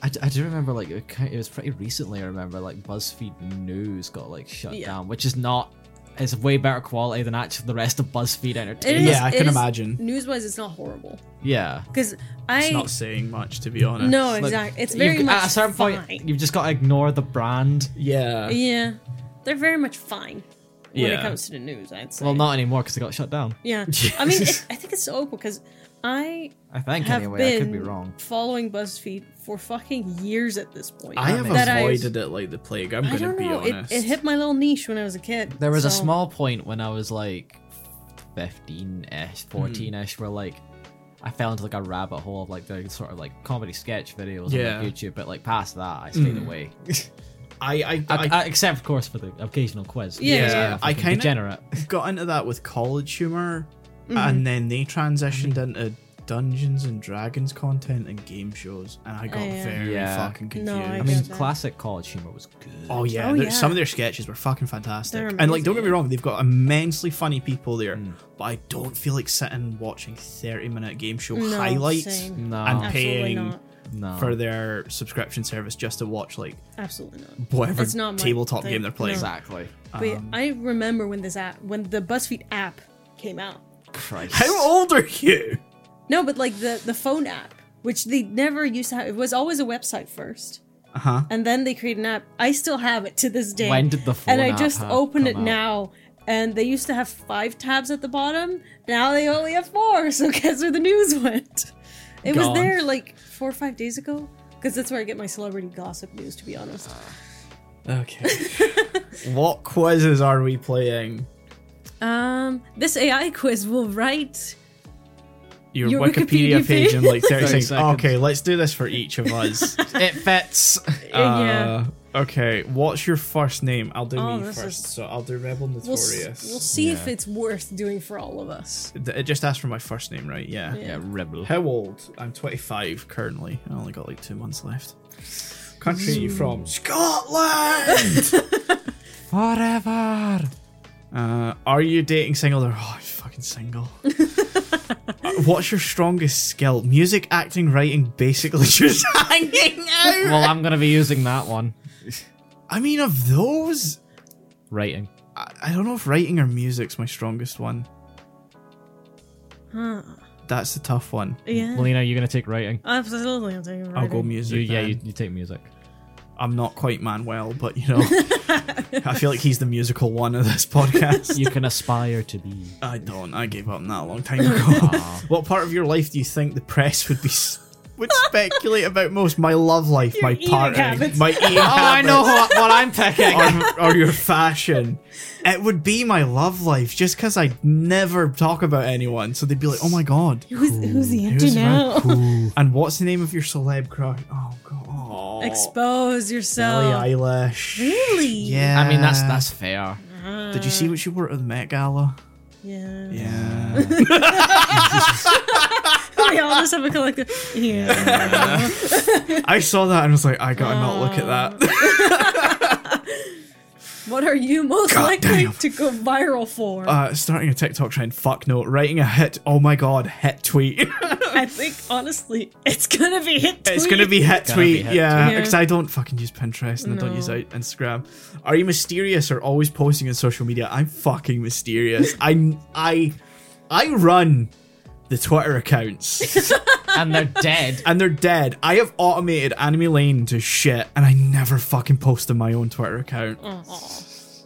Speaker 2: I, d- I do remember like it ki- it was pretty recently. I remember like BuzzFeed News got like shut
Speaker 1: Yeah.
Speaker 2: down, which is not. It's way better quality than actually the rest of BuzzFeed
Speaker 1: It
Speaker 2: Entertainment.
Speaker 1: is-
Speaker 3: Yeah, I
Speaker 1: it
Speaker 3: can
Speaker 1: is-
Speaker 3: imagine.
Speaker 1: News-wise, it's not horrible
Speaker 2: Yeah.
Speaker 1: because
Speaker 3: It's
Speaker 1: I
Speaker 3: not saying much, to be honest.
Speaker 1: no
Speaker 2: Like,
Speaker 1: exactly. It's
Speaker 2: you've-
Speaker 1: very much
Speaker 2: at a certain
Speaker 1: fine.
Speaker 2: point. You've just got to ignore the brand.
Speaker 3: Yeah.
Speaker 1: Yeah, they're very much fine when it
Speaker 3: Yeah.
Speaker 1: comes to the news. I'd say.
Speaker 2: Well, not anymore because it got shut down.
Speaker 1: Yeah, I mean, it, I think it's so because I
Speaker 2: I think
Speaker 1: have
Speaker 2: anyway.
Speaker 1: been
Speaker 2: I could be wrong.
Speaker 1: following BuzzFeed for fucking years at this point.
Speaker 3: I have
Speaker 1: That I've-
Speaker 3: avoided it like the plague. I'm
Speaker 1: I
Speaker 3: gonna
Speaker 1: don't
Speaker 3: be
Speaker 1: know. It,
Speaker 3: honest.
Speaker 1: it hit my little niche when I was a kid.
Speaker 2: There was a
Speaker 1: so-
Speaker 2: small point when I was like
Speaker 1: Hmm.
Speaker 2: 15-ish, 14-ish, where like I fell into like a rabbit hole of like the sort of like comedy sketch videos
Speaker 3: Yeah.
Speaker 2: on like, YouTube. But like past that, I stayed away.
Speaker 3: I I,
Speaker 2: I,
Speaker 3: I,
Speaker 2: I, except of course for the occasional quiz.
Speaker 1: Yeah,
Speaker 2: because
Speaker 1: yeah.
Speaker 2: I'm a
Speaker 3: I
Speaker 2: fucking
Speaker 3: kinda-
Speaker 2: degenerate.
Speaker 3: got into that with college humor,
Speaker 1: Mm-hmm.
Speaker 3: and then they transitioned into Dungeons and Dragons content and game shows, and I got
Speaker 1: Oh, yeah.
Speaker 3: very
Speaker 2: Yeah.
Speaker 3: fucking confused.
Speaker 1: No, I
Speaker 2: I mean,
Speaker 1: get that.
Speaker 2: classic college humor was good.
Speaker 3: Oh yeah,
Speaker 1: Oh,
Speaker 3: there-
Speaker 1: yeah.
Speaker 3: some of their sketches were fucking fantastic.
Speaker 1: They're
Speaker 3: And like, don't get me
Speaker 1: amazing.
Speaker 3: wrong, they've got immensely funny people there,
Speaker 2: Mm.
Speaker 3: but I don't feel like sitting and watching thirty-minute game show
Speaker 1: No,
Speaker 3: highlights
Speaker 1: same.
Speaker 2: no,
Speaker 3: and
Speaker 1: Absolutely
Speaker 3: paying
Speaker 1: not.
Speaker 2: no.
Speaker 3: for their subscription service just to watch like
Speaker 1: Absolutely not.
Speaker 3: whatever
Speaker 1: It's not my
Speaker 3: tabletop
Speaker 1: thing,
Speaker 3: game they're playing.
Speaker 1: no.
Speaker 2: exactly.
Speaker 1: But
Speaker 3: Um,
Speaker 1: I remember when this app, when the BuzzFeed app came out.
Speaker 2: Christ.
Speaker 3: How old are you?
Speaker 1: No, but like the the phone app, which they never used to have. It was always a website first.
Speaker 3: Uh huh.
Speaker 1: and then they create an app. I still have it to this day.
Speaker 2: Uh-huh. When did the phone
Speaker 1: And I
Speaker 2: app
Speaker 1: just
Speaker 2: have
Speaker 1: open
Speaker 2: come
Speaker 1: it
Speaker 2: out?
Speaker 1: now, and they used to have five tabs at the bottom. Now they only have four. So guess where the news went? It
Speaker 3: Gone.
Speaker 1: was there like four or five days ago, because that's where I get my celebrity gossip news. To be honest,
Speaker 3: Okay. what quizzes are we playing?
Speaker 1: um, this AI quiz will write.
Speaker 3: Your,
Speaker 1: Your
Speaker 3: Wikipedia,
Speaker 1: Wikipedia
Speaker 3: page in like 30
Speaker 2: 30
Speaker 3: seconds.
Speaker 2: seconds.
Speaker 3: Okay, let's do this for each of us.
Speaker 2: it fits.
Speaker 1: yeah.
Speaker 3: Uh, Okay, what's your first name? I'll do
Speaker 1: Oh,
Speaker 3: me
Speaker 1: this
Speaker 3: first.
Speaker 1: is-
Speaker 3: So I'll do Rebel
Speaker 1: We'll, s-
Speaker 3: Notorious.
Speaker 1: we'll see if
Speaker 2: Yeah.
Speaker 1: it's worth doing for all of us.
Speaker 3: Th- It just asked for my first name, right? Yeah.
Speaker 1: Yeah.
Speaker 2: yeah, rebel.
Speaker 3: How old? I'm 25 currently. I only got like two months left. Country you from? Scotland!
Speaker 2: Forever.
Speaker 3: uh, are you dating single? Or, oh, I'm fucking single. Uh, what's your strongest skill? Music, acting, writing, basically just hanging out.
Speaker 2: Well, I'm gonna be using that one.
Speaker 3: I mean, of those,
Speaker 2: Writing.
Speaker 3: I, I don't know if writing or music's my strongest one.
Speaker 1: Huh.
Speaker 3: That's the tough one.
Speaker 1: Yeah.
Speaker 2: Melina, are you gonna take writing?
Speaker 1: Absolutely, I'm taking
Speaker 3: I'll go
Speaker 1: writing.
Speaker 3: music.
Speaker 2: You, yeah,
Speaker 3: then.
Speaker 2: you, you take music.
Speaker 3: I'm not quite Manuel, but you know, I feel like he's the musical one of this podcast.
Speaker 2: You can aspire to be.
Speaker 3: I don't. I gave up on that a long time ago. what part of your life do you think the press would be s- would speculate about most my love life, my
Speaker 1: Your eating
Speaker 3: partner,
Speaker 1: habits.
Speaker 3: my eating
Speaker 2: Oh, I know
Speaker 3: habits,
Speaker 2: what, what I'm picking.
Speaker 3: Or, or your fashion. It would be my love life just because I never talk about anyone. So they'd be like, oh my god.
Speaker 1: Who's, who's the
Speaker 3: Who's
Speaker 1: into now?
Speaker 3: around? Cool. And what's the name of your celeb crush? Oh god. Oh,
Speaker 1: Expose
Speaker 3: Billie
Speaker 1: yourself.
Speaker 3: Eilish.
Speaker 1: Really?
Speaker 3: Yeah.
Speaker 2: I mean, that's that's fair.
Speaker 3: Did you see what she wore at the Met Gala?
Speaker 1: Yeah.
Speaker 3: Yeah.
Speaker 1: they all just have a collective. Yeah.
Speaker 3: I saw that and was like, I gotta not look at that.
Speaker 1: what are you most
Speaker 3: God
Speaker 1: likely
Speaker 3: damn.
Speaker 1: to go viral for?
Speaker 3: Uh, starting a TikTok trend, fuck no. Writing a hit, oh my god, hit tweet.
Speaker 1: I think honestly, it's gonna be hit.
Speaker 3: It's
Speaker 1: tweet.
Speaker 3: gonna be hit
Speaker 2: Gonna be
Speaker 3: tweet,
Speaker 2: hit
Speaker 3: yeah.
Speaker 1: tweet. Yeah.
Speaker 3: Because I don't fucking use Pinterest and I don't use
Speaker 1: No.
Speaker 3: I- Instagram. Are you mysterious or always posting on social media? I'm fucking mysterious. I I I run the Twitter accounts
Speaker 2: And they're dead.
Speaker 3: and they're dead. I have automated Anime Lane to shit, and I never fucking posted my own Twitter account.
Speaker 1: Aw.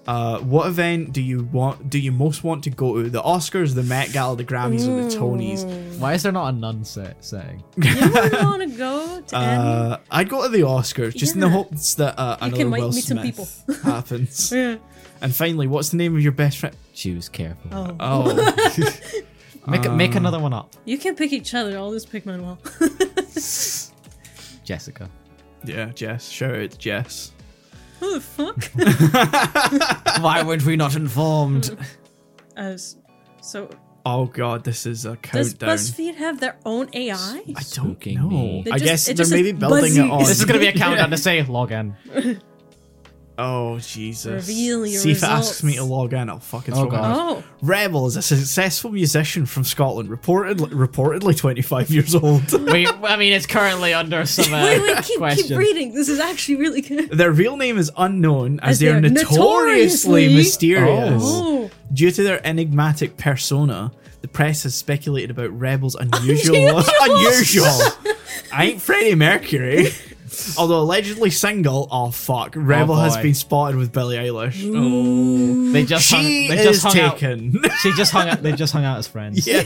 Speaker 3: Uh, what event do you want? Do you most want to go to? The Oscars, the Met Gala, the Grammys, or the Tonys?
Speaker 2: Why is there not a nun set setting?
Speaker 1: You wouldn't want to go to any?
Speaker 3: Uh, I'd go to the Oscars just in the
Speaker 1: Um, Yeah.
Speaker 3: hopes that uh,
Speaker 1: You can
Speaker 3: another
Speaker 1: might
Speaker 3: Will
Speaker 1: meet some
Speaker 3: Smith happens.
Speaker 1: Yeah.
Speaker 3: And finally, what's the name of your best friend?
Speaker 2: She was careful.
Speaker 1: Oh.
Speaker 3: Oh,
Speaker 2: Make a- make another one up,
Speaker 1: You can pick each other. I'll just pick Manuel.
Speaker 2: Jessica.
Speaker 3: yeah, Jess. Shout out to Jess.
Speaker 1: Who the fuck?
Speaker 2: Why weren't we not informed?
Speaker 1: Uh, s- so
Speaker 3: Oh God, this is a
Speaker 1: does
Speaker 3: countdown.
Speaker 1: BuzzFeed have their own AI?
Speaker 3: I don't
Speaker 2: Spooking
Speaker 3: know.
Speaker 2: me.
Speaker 1: They
Speaker 3: I
Speaker 1: just-
Speaker 3: guess
Speaker 1: it
Speaker 3: they're
Speaker 1: just
Speaker 3: maybe
Speaker 1: says
Speaker 3: building
Speaker 1: Buzzy.
Speaker 3: it on.
Speaker 2: this is gonna be a countdown
Speaker 3: Yeah.
Speaker 2: to say log in.
Speaker 3: Oh Jesus!
Speaker 1: Reveal your
Speaker 3: See if it asks me to
Speaker 1: results.
Speaker 3: log in, I'll fucking.
Speaker 2: Oh,
Speaker 3: throw it
Speaker 2: God.
Speaker 1: Oh,
Speaker 3: out. Rebel is a successful musician from Scotland, reportedly reportedly 25 years old.
Speaker 2: We, I mean, it's currently under some uh,
Speaker 1: wait, wait, keep,
Speaker 2: question.
Speaker 1: keep reading. This is actually really good.
Speaker 3: Their real name is unknown, as,
Speaker 1: As
Speaker 3: they are
Speaker 1: they're
Speaker 3: notoriously,
Speaker 1: notoriously-
Speaker 3: mysterious.
Speaker 1: Oh,
Speaker 3: Due to their enigmatic persona, the press has speculated about Rebel's unusual.
Speaker 1: Unusual.
Speaker 3: Unusual! I ain't Freddie Mercury. Although allegedly single, oh fuck, Rebel has
Speaker 2: boy.
Speaker 3: been spotted with Billie Eilish.
Speaker 2: They just
Speaker 3: She
Speaker 2: hung, they just
Speaker 3: is
Speaker 2: hung out.
Speaker 3: taken.
Speaker 2: She just hung out. They just hung out as friends.
Speaker 3: Yeah.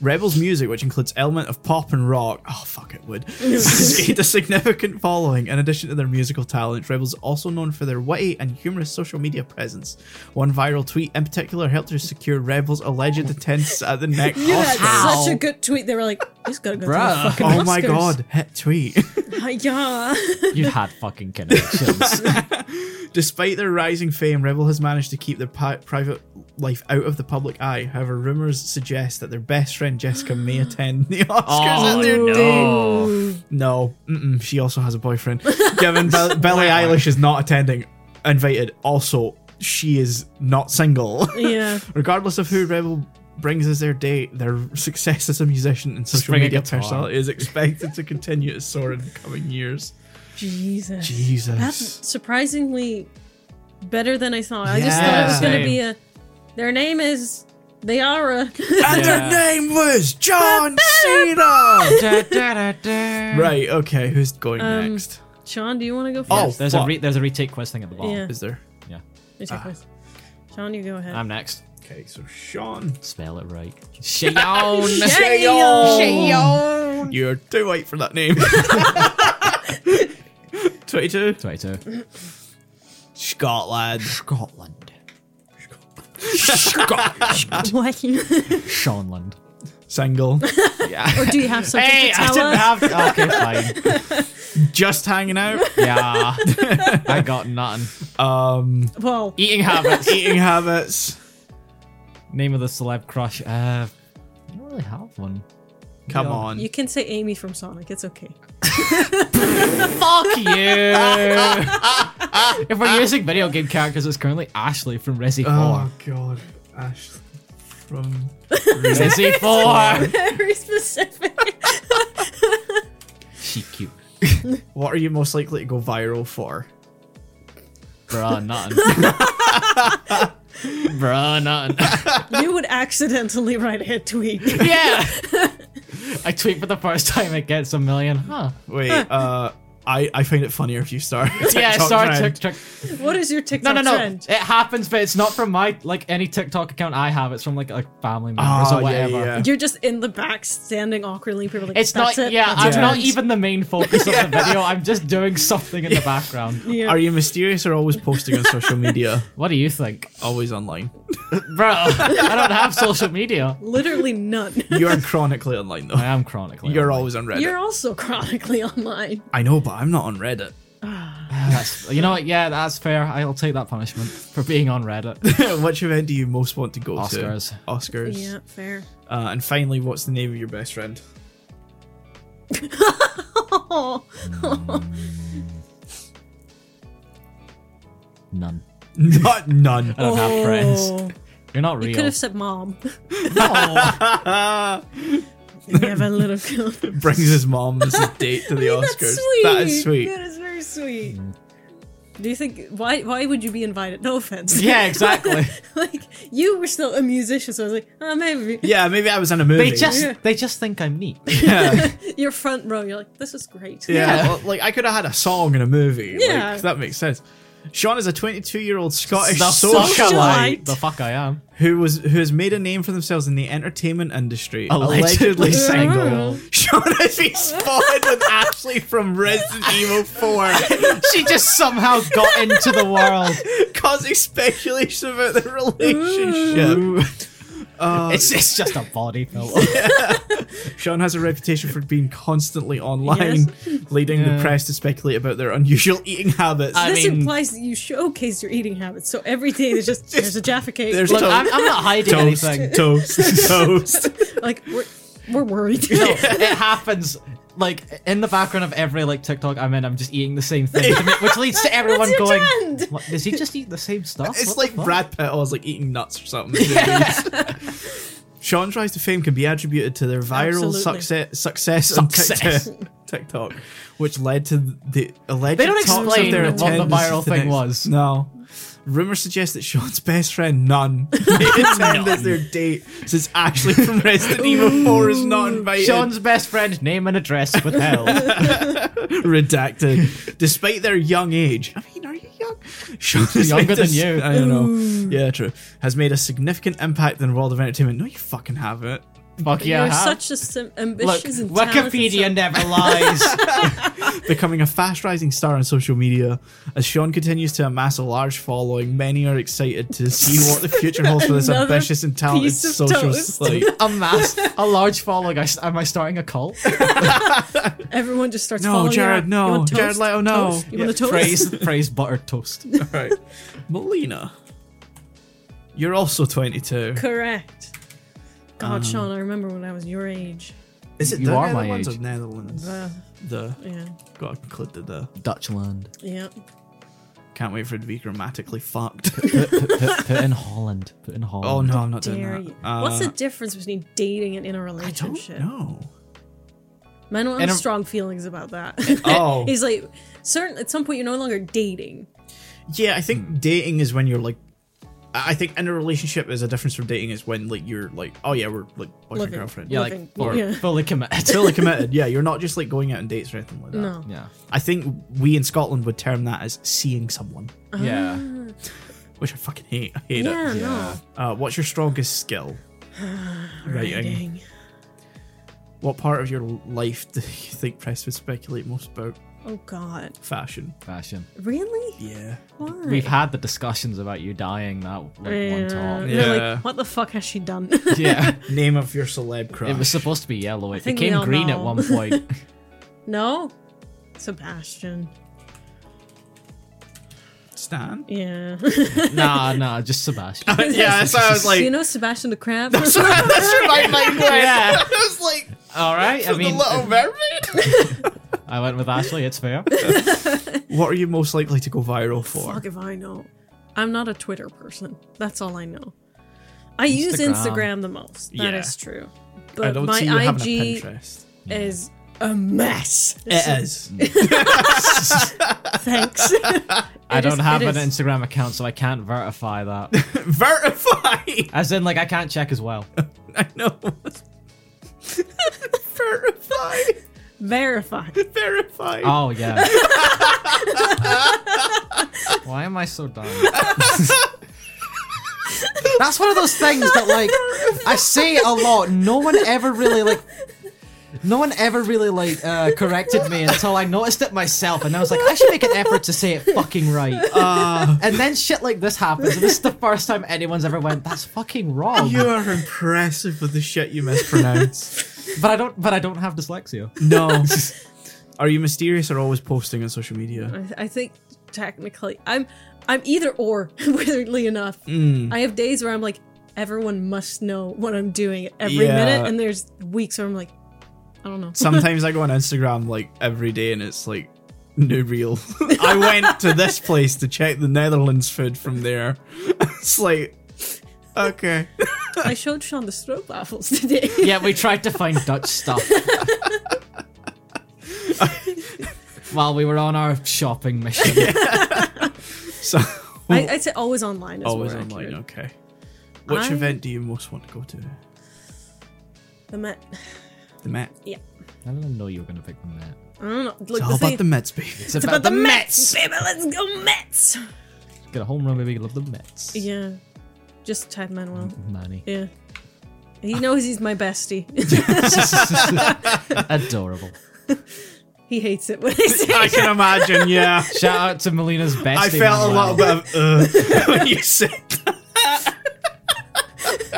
Speaker 3: Rebel's music, which includes element of pop and rock, oh fuck it would, has gained a significant following. In addition to their musical talent, Rebel's are also known for their witty and humorous social media presence. One viral tweet in particular helped her secure Rebel's alleged attendance at the next
Speaker 1: you had
Speaker 3: Oscars.
Speaker 2: How?
Speaker 1: such a good tweet. They were like, "He's gotta go
Speaker 2: Bruh.
Speaker 1: to the fucking
Speaker 3: Oh my
Speaker 1: Oscars."
Speaker 3: god, hit tweet.
Speaker 1: yeah.
Speaker 2: You had fucking connections.
Speaker 3: Despite their rising fame, Rebel has managed to keep their pi- private life out of the public eye. However, rumors suggest that their best friend Jessica may attend the Oscars
Speaker 2: Oh,
Speaker 3: at their
Speaker 2: no.
Speaker 3: date. No, mm-mm, she also has a boyfriend. Given Be- Billie Eilish is not attending, invited. Also, she is not single.
Speaker 1: yeah.
Speaker 3: Regardless of who Rebel brings as their date, their success as a musician and social
Speaker 2: String a
Speaker 3: media
Speaker 2: guitar.
Speaker 3: personality is expected to continue to soar in the coming years.
Speaker 1: Jesus.
Speaker 3: Jesus.
Speaker 1: That's surprisingly better than I thought. I just thought it was
Speaker 3: Yeah.
Speaker 1: going to be a. Their name is. They are a.
Speaker 3: And
Speaker 2: Yeah.
Speaker 3: her name was John Cena.
Speaker 2: Da, da, da, da.
Speaker 3: right. Okay. Who's going
Speaker 1: Um,
Speaker 3: next?
Speaker 1: Sean, do you want to go first?
Speaker 3: Oh,
Speaker 2: Yes, there's a
Speaker 3: fuck.
Speaker 2: re- there's a retake quest thing at the bottom.
Speaker 1: Yeah.
Speaker 3: Is there?
Speaker 1: You take
Speaker 3: Ah.
Speaker 1: first. Sean, you go ahead.
Speaker 2: I'm next.
Speaker 3: Okay. So Sean,
Speaker 2: Spell it right. Shayon.
Speaker 3: you're too white for that name. Twenty-two.
Speaker 2: Twenty-two.
Speaker 3: Scotland.
Speaker 2: Scotland.
Speaker 3: Scotland.
Speaker 1: What? or
Speaker 2: Seanland.
Speaker 3: Single.
Speaker 2: Yeah.
Speaker 1: do you have something
Speaker 2: Hey,
Speaker 1: to
Speaker 2: I
Speaker 1: tell
Speaker 2: didn't
Speaker 1: us?
Speaker 2: have. oh, Okay, fine.
Speaker 3: Just hanging out.
Speaker 2: Yeah. I got nothing.
Speaker 3: Um,
Speaker 1: Well,
Speaker 2: Eating habits.
Speaker 3: eating habits.
Speaker 2: Name of the celeb crush. Uh, I don't really have one.
Speaker 3: Come
Speaker 2: Yeah.
Speaker 3: on.
Speaker 1: you can say Amy from Sonic. It's okay.
Speaker 2: Fuck you. if we're using video game characters, it's currently Ashley from Resi
Speaker 3: oh
Speaker 2: Four.
Speaker 3: God, Ash. From
Speaker 2: Resi Four.
Speaker 1: Very specific.
Speaker 2: she cute.
Speaker 3: what are you most likely to go viral for?
Speaker 2: Bruh, nothing. Bruh, nothing.
Speaker 1: you would accidentally write a hit tweet.
Speaker 2: yeah. I tweet for the first time. It gets a million. Huh.
Speaker 3: Wait, uh, I, I find it funnier if you start. a
Speaker 2: yeah,
Speaker 3: TikTok
Speaker 2: sorry,
Speaker 3: trend.
Speaker 2: TikTok.
Speaker 1: What is your
Speaker 2: No,
Speaker 1: TikTok
Speaker 2: no, no.
Speaker 1: trend?
Speaker 2: It happens, but it's not from my like any TikTok account I have. It's from like a family
Speaker 1: Oh,
Speaker 2: members
Speaker 3: Ah,
Speaker 2: or
Speaker 3: yeah,
Speaker 2: whatever.
Speaker 3: yeah.
Speaker 1: You're just in the back, standing awkwardly. People are like,
Speaker 2: It's
Speaker 1: That's
Speaker 2: not.
Speaker 1: It.
Speaker 2: Yeah,
Speaker 1: that's
Speaker 2: I'm
Speaker 1: it."
Speaker 2: not even the main focus of the video. I'm just doing something in the background.
Speaker 1: Yeah.
Speaker 3: Are you mysterious or always posting on social media?
Speaker 2: What do you think,
Speaker 3: Always online.
Speaker 2: bro? I don't have social media.
Speaker 1: Literally none.
Speaker 3: You're chronically online
Speaker 2: I
Speaker 3: though.
Speaker 2: am chronically.
Speaker 3: You're
Speaker 2: online.
Speaker 3: always on Reddit.
Speaker 1: You're also chronically online.
Speaker 3: I know, but I'm not on Reddit.
Speaker 2: That's, you know what? Yeah, that's fair. I'll take that punishment for being on Reddit.
Speaker 3: Which event do you most want to go
Speaker 2: Oscars.
Speaker 3: to? Oscars.
Speaker 1: Yeah, fair.
Speaker 3: Uh, and finally, what's the name of your best friend?
Speaker 1: Oh,
Speaker 2: None.
Speaker 3: Not none.
Speaker 2: I don't have friends. You're not
Speaker 1: Oh. You
Speaker 2: real.
Speaker 1: could have said mom.
Speaker 2: No.
Speaker 1: We have a little girl.
Speaker 3: Brings his mom as a date to the Oscars.
Speaker 1: That's sweet.
Speaker 3: That is sweet. Mm.
Speaker 1: That is very sweet. Do you think why why would you be invited? No offense.
Speaker 2: yeah, exactly.
Speaker 1: like you were still a musician, so I was like, oh, maybe
Speaker 3: Yeah, maybe I was in a movie.
Speaker 2: They just they just think I'm neat.
Speaker 3: yeah,
Speaker 1: your front row. You're like, this is great.
Speaker 3: yeah. Well, like I could have had a song in a movie.
Speaker 1: Yeah.
Speaker 3: like, that makes sense. Sean is a 22-year-old Scottish
Speaker 2: The fuck
Speaker 1: social-
Speaker 3: socialite
Speaker 2: I-
Speaker 1: socialite.
Speaker 2: The fuck I am.
Speaker 3: who was who has made a name for themselves in the entertainment industry,
Speaker 2: Allegedly.
Speaker 3: allegedly, single.
Speaker 1: Yeah.
Speaker 3: Sean has been spotted with Ashley from Resident Evil 4,
Speaker 2: She just somehow got into the world.
Speaker 3: causing speculation about their relationship. Uh,
Speaker 2: It's, it's just a body pillow.
Speaker 3: Sean has a reputation for being constantly online, leading
Speaker 2: Yeah.
Speaker 3: the press to speculate about their unusual eating habits.
Speaker 2: I
Speaker 1: this
Speaker 2: mean-
Speaker 1: implies that you showcase your eating habits. So every day there's just there's a Jaffa cake.
Speaker 3: there's
Speaker 2: Look,
Speaker 3: toast,
Speaker 2: I'm, I'm not hiding
Speaker 3: toast,
Speaker 2: anything.
Speaker 3: toast, toast.
Speaker 1: like we're we're worried.
Speaker 2: No, it happens. Like in the background of every like TikTok I'm in, I'm just eating the same thing, to me, which leads to everyone
Speaker 1: your
Speaker 2: going,
Speaker 1: trend.
Speaker 2: "What, "Does he just eat the same stuff?"
Speaker 3: It's
Speaker 2: What the
Speaker 3: like
Speaker 2: fuck?"
Speaker 3: Brad Pitt always like eating nuts or something. Sean's rise to fame can be attributed to their viral
Speaker 1: Absolutely.
Speaker 3: success, success,
Speaker 2: Success.
Speaker 3: on TikTok, TikTok, which led to the alleged
Speaker 2: They don't
Speaker 3: talks of
Speaker 2: explain
Speaker 3: their
Speaker 2: what the
Speaker 3: attendance at
Speaker 2: viral thing
Speaker 3: next-
Speaker 2: was.
Speaker 3: No. Rumors suggest that Sean's best friend, None, attended as their date since Ashley from Resident Evil 4 is not invited.
Speaker 2: Sean's best friend, name and address withheld.
Speaker 3: redacted. Despite their young age, I mean, are you young? Sean has
Speaker 2: Younger than
Speaker 3: made a-
Speaker 2: you.
Speaker 3: I don't know. Yeah, true. Has made a significant impact in the world of entertainment. No, you fucking haven't.
Speaker 2: Fuck yeah! I
Speaker 1: You're
Speaker 2: have.
Speaker 1: such a sim-
Speaker 2: Look,
Speaker 1: ambitious and talented
Speaker 2: Wikipedia
Speaker 1: son.
Speaker 2: never lies.
Speaker 3: Becoming a fast rising star on social media, as Sean continues to amass a large following, many are excited to see what the future holds for this
Speaker 1: Another
Speaker 3: ambitious and talented
Speaker 1: piece of
Speaker 3: social
Speaker 1: toast.
Speaker 3: slate.
Speaker 2: a mass, a large following. I, am I starting a cult?
Speaker 1: Everyone just starts
Speaker 3: No,
Speaker 1: following you
Speaker 3: Jared,
Speaker 1: around.
Speaker 3: no.
Speaker 1: You want toast?
Speaker 3: Jared Leto, no.
Speaker 1: Toast? You
Speaker 3: Yeah,
Speaker 1: want a toast?
Speaker 2: praise, praise buttered toast.
Speaker 3: Right. Melina, you're also 22.
Speaker 1: Correct. God,
Speaker 3: Um,
Speaker 1: Sean, I remember when I was your age.
Speaker 3: Is it
Speaker 2: You
Speaker 3: the
Speaker 2: are my
Speaker 3: Netherlands
Speaker 2: age.
Speaker 3: or Netherlands?
Speaker 1: Uh,
Speaker 3: the
Speaker 1: yeah,
Speaker 3: got included the
Speaker 2: Dutchland.
Speaker 1: yeah.
Speaker 3: Can't wait for it to be grammatically fucked.
Speaker 2: Put, put, put, put in Holland. Put in Holland.
Speaker 3: oh no, I'm not doing
Speaker 1: Dare
Speaker 3: that.
Speaker 1: you?
Speaker 3: Uh,
Speaker 1: What's the difference between dating and in a
Speaker 3: I don't
Speaker 1: relationship?
Speaker 3: know.
Speaker 1: Manuel has
Speaker 2: In a-
Speaker 1: strong feelings about that.
Speaker 3: Oh.
Speaker 1: he's like, certain at some point you're no longer dating.
Speaker 3: Yeah, I think dating is when you're like. I I think in a relationship is a difference from dating is when like you're like oh yeah we're like boyfriend
Speaker 1: Living.
Speaker 3: girlfriend
Speaker 2: Yeah,
Speaker 3: yeah.
Speaker 2: like
Speaker 1: Living.
Speaker 2: fully,
Speaker 1: Yeah.
Speaker 2: fully committed.
Speaker 3: fully committed yeah you're not just like going out on dates or anything like that.
Speaker 1: No.
Speaker 2: yeah.
Speaker 3: I think we in Scotland would term that as seeing someone,
Speaker 2: Yeah.
Speaker 1: Ah.
Speaker 3: which I fucking hate. I hate
Speaker 1: Yeah,
Speaker 3: it.
Speaker 1: no.
Speaker 3: Uh, what's your strongest skill? Writing.
Speaker 1: Dating.
Speaker 3: What part of your life do you think press would speculate most about?
Speaker 1: Oh God.
Speaker 3: Fashion.
Speaker 2: Fashion.
Speaker 1: Really?
Speaker 3: Yeah.
Speaker 1: Why?
Speaker 2: We've had the discussions about you dying that like, one time.
Speaker 1: And they're
Speaker 3: Yeah.
Speaker 1: Like, what the fuck has she done?
Speaker 2: Yeah.
Speaker 3: Name of your celeb crush.
Speaker 2: It was supposed to be yellow. It
Speaker 1: think we
Speaker 2: became
Speaker 1: all
Speaker 2: green at
Speaker 1: know.
Speaker 2: one point.
Speaker 1: no. Sebastian.
Speaker 3: Stan.
Speaker 1: Yeah.
Speaker 2: nah, nah, just Sebastian.
Speaker 3: yeah, so I was like,
Speaker 1: you know Sebastian the Crab?
Speaker 3: that's where my mind went.
Speaker 2: Yeah.
Speaker 3: I was like,
Speaker 2: All right. I mean,
Speaker 3: Mermaid.
Speaker 2: I went with Ashley. It's fair.
Speaker 3: What are you most likely to go viral for?
Speaker 1: Fuck if I know. I'm not a Twitter person. That's all I know. I use
Speaker 2: Instagram.
Speaker 1: Instagram the most. That is
Speaker 3: Yeah.
Speaker 1: true.
Speaker 3: I
Speaker 1: But
Speaker 3: don't
Speaker 1: my
Speaker 3: see you having a
Speaker 1: IG
Speaker 3: Pinterest.
Speaker 1: is a mess.
Speaker 3: It is.
Speaker 1: Thanks.
Speaker 2: I
Speaker 1: It is-
Speaker 2: don't have
Speaker 1: it
Speaker 2: an
Speaker 1: is.
Speaker 2: Instagram account, so I can't verify that.
Speaker 3: Verify.
Speaker 2: As in, like, I can't check as well.
Speaker 3: I know. Verify.
Speaker 1: Verify.
Speaker 3: Verified.
Speaker 2: Oh yeah. Why am I so dumb? That's one of those things that like I say it a lot. No one ever really like no one ever really like uh, corrected me until I noticed it myself and I was like, I should make an effort to say it fucking right.
Speaker 3: Ah,
Speaker 2: And then shit like this happens, and this is the first time anyone's ever went, That's fucking wrong.
Speaker 3: you are impressive with the shit you mispronounce.
Speaker 2: But I don't but I don't have dyslexia.
Speaker 3: no. Are you mysterious or always posting on social media?
Speaker 1: I, I think technically I'm I'm either or, weirdly enough.
Speaker 3: Mm.
Speaker 1: I have days where I'm like, everyone must know what I'm doing every
Speaker 3: Yeah.
Speaker 1: minute, and there's weeks where I'm like, I don't know.
Speaker 3: Sometimes I go on Instagram like every day and it's like no real. I went to this place to check the Netherlands food from there. it's like okay.
Speaker 1: I showed Sean the stroke waffles today.
Speaker 2: Yeah, we tried to find Dutch stuff. While we were on our shopping mission.
Speaker 3: So oh,
Speaker 1: I, I'd say always online. Is
Speaker 3: always
Speaker 1: more
Speaker 3: online,
Speaker 1: accurate.
Speaker 3: okay. Which
Speaker 1: I-
Speaker 3: event do you most want to go to?
Speaker 1: The Met.
Speaker 3: The Met.
Speaker 2: I didn't know you were gonna pick that.
Speaker 1: I don't know. Look,
Speaker 3: It's
Speaker 1: the
Speaker 3: all
Speaker 1: thing,
Speaker 3: about the Mets, baby.
Speaker 2: It's about,
Speaker 1: it's about the, Mets,
Speaker 2: Mets.
Speaker 1: baby. Let's go Mets.
Speaker 2: Get a home run, baby. Love the Mets.
Speaker 1: Yeah, just type Manuel.
Speaker 3: Hmm.
Speaker 2: Manny.
Speaker 1: Yeah, he knows he's my bestie.
Speaker 2: Adorable.
Speaker 1: he hates it when I say.
Speaker 3: I
Speaker 1: it.
Speaker 3: can imagine, yeah.
Speaker 2: Shout out to Melina's bestie.
Speaker 3: I felt a
Speaker 2: Manuel.
Speaker 3: little bit of uh, when you said that.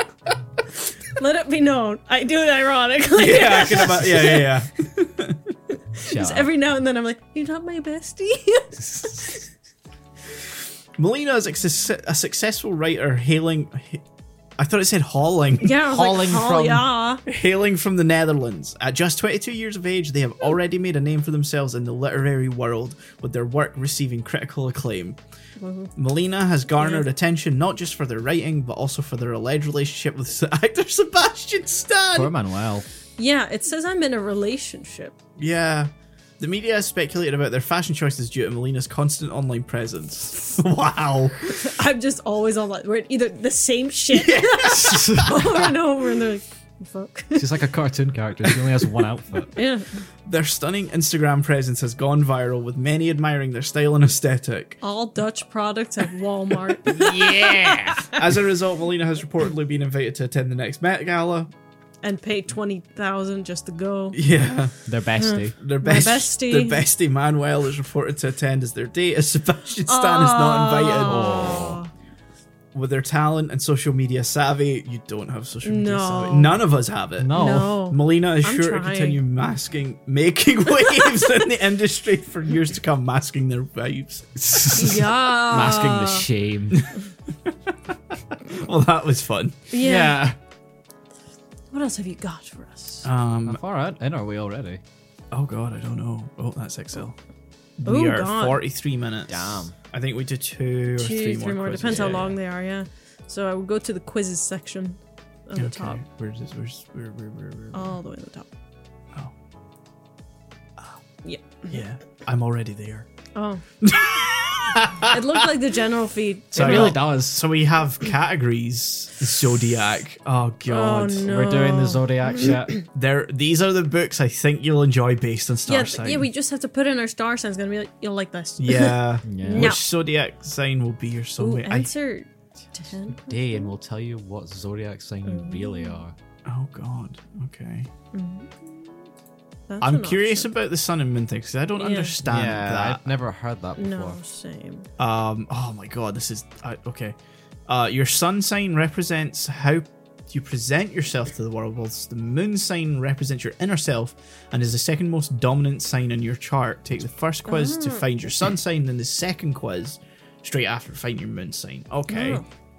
Speaker 1: Let it be known, I do it ironically.
Speaker 3: Yeah, I can imagine. Yeah, yeah, yeah.
Speaker 2: Shout out.
Speaker 1: Every now and then, I'm like, "You're not my bestie."
Speaker 3: Melina is a, suc- a successful writer hailing. ha- I thought it said hauling.
Speaker 1: yeah, I was
Speaker 2: Hauling
Speaker 1: like, "Hall,
Speaker 2: from-
Speaker 1: yeah."
Speaker 3: Hailing from the Netherlands, at just 22 years of age, they have already made a name for themselves in the literary world, with their work receiving critical acclaim. Melina has garnered attention not just for their writing, but also for their alleged relationship with s- actor Sebastian Stan.
Speaker 2: Poor Manuel.
Speaker 1: Yeah, it says I'm in a relationship.
Speaker 3: Yeah. The media has speculated about their fashion choices due to Melina's constant online presence. wow.
Speaker 1: I'm just always on like we're either the same shit over and over, and they're like, "Fuck."
Speaker 2: She's like a cartoon character. She only has one outfit.
Speaker 1: yeah,
Speaker 3: Their stunning Instagram presence has gone viral, with many admiring their style and aesthetic.
Speaker 1: all Dutch products at Walmart.
Speaker 2: Yeah.
Speaker 3: As a result, Melina has reportedly been invited to attend the next Met Gala.
Speaker 1: and pay twenty thousand just to go.
Speaker 3: Yeah.
Speaker 2: Their bestie.
Speaker 1: Hmm.
Speaker 3: Their, best,
Speaker 1: bestie.
Speaker 3: Their bestie Manuel is reported to attend as their date, as Sebastian Stan is not invited.
Speaker 1: Oh.
Speaker 3: With their talent and social media savvy, you don't have social media
Speaker 1: No.
Speaker 3: savvy. None of us have it.
Speaker 2: No.
Speaker 1: No.
Speaker 3: Melina is
Speaker 1: I'm
Speaker 3: sure
Speaker 1: trying.
Speaker 3: to continue masking, making waves in the industry for years to come, masking their vibes.
Speaker 1: Yeah.
Speaker 2: Masking the
Speaker 1: Ah.
Speaker 2: shame.
Speaker 3: Well, that was fun.
Speaker 1: Yeah. What else have you got for us?
Speaker 3: Um,
Speaker 2: All right. In are we already?
Speaker 3: oh god, I don't know. Oh, that's Excel.
Speaker 1: Ooh,
Speaker 3: we are
Speaker 1: God.
Speaker 3: 43 minutes.
Speaker 2: Damn.
Speaker 3: I think we do two or
Speaker 1: Two,
Speaker 3: three, more. quizzes.
Speaker 1: Depends
Speaker 3: Yeah.
Speaker 1: how long they are. Yeah. So I would go to the quizzes section at the top,
Speaker 3: Okay, Where's this? Where's where? Where? Where? where-
Speaker 1: all the way to the top.
Speaker 3: Oh.
Speaker 1: Yeah.
Speaker 3: Yeah, I'm already there.
Speaker 1: Oh. it looked like the general feed.
Speaker 2: it
Speaker 3: Sorry.
Speaker 2: really does.
Speaker 3: So we have categories. Zodiac. Oh
Speaker 1: Oh
Speaker 3: god.
Speaker 1: no.
Speaker 2: We're doing the zodiac shit.
Speaker 3: There. These are the books I think you'll enjoy based on star
Speaker 1: Yeah, th-
Speaker 3: sign.
Speaker 1: yeah, we just have to put in our star signs. Gonna be like, you'll like this.
Speaker 3: Yeah.
Speaker 2: Yeah.
Speaker 1: No.
Speaker 3: Which zodiac sign will be your
Speaker 1: Ooh,
Speaker 3: soulmate? I,
Speaker 1: answer ten.
Speaker 2: Day and we'll tell you what zodiac sign you really are.
Speaker 3: oh god. Okay.
Speaker 1: That's
Speaker 3: I'm
Speaker 1: an
Speaker 3: curious
Speaker 1: option.
Speaker 3: about the sun and moon thing because I don't
Speaker 1: Yeah.
Speaker 3: understand
Speaker 2: I've never heard that before.
Speaker 1: No, same.
Speaker 3: that. Um. Oh my god. This is I, okay. Uh, your sun sign represents how you present yourself to the world, whilst the moon sign represents your inner self and is the second most dominant sign in your chart. Take the first quiz to find your sun sign, then the second quiz straight after to find your moon sign. Okay.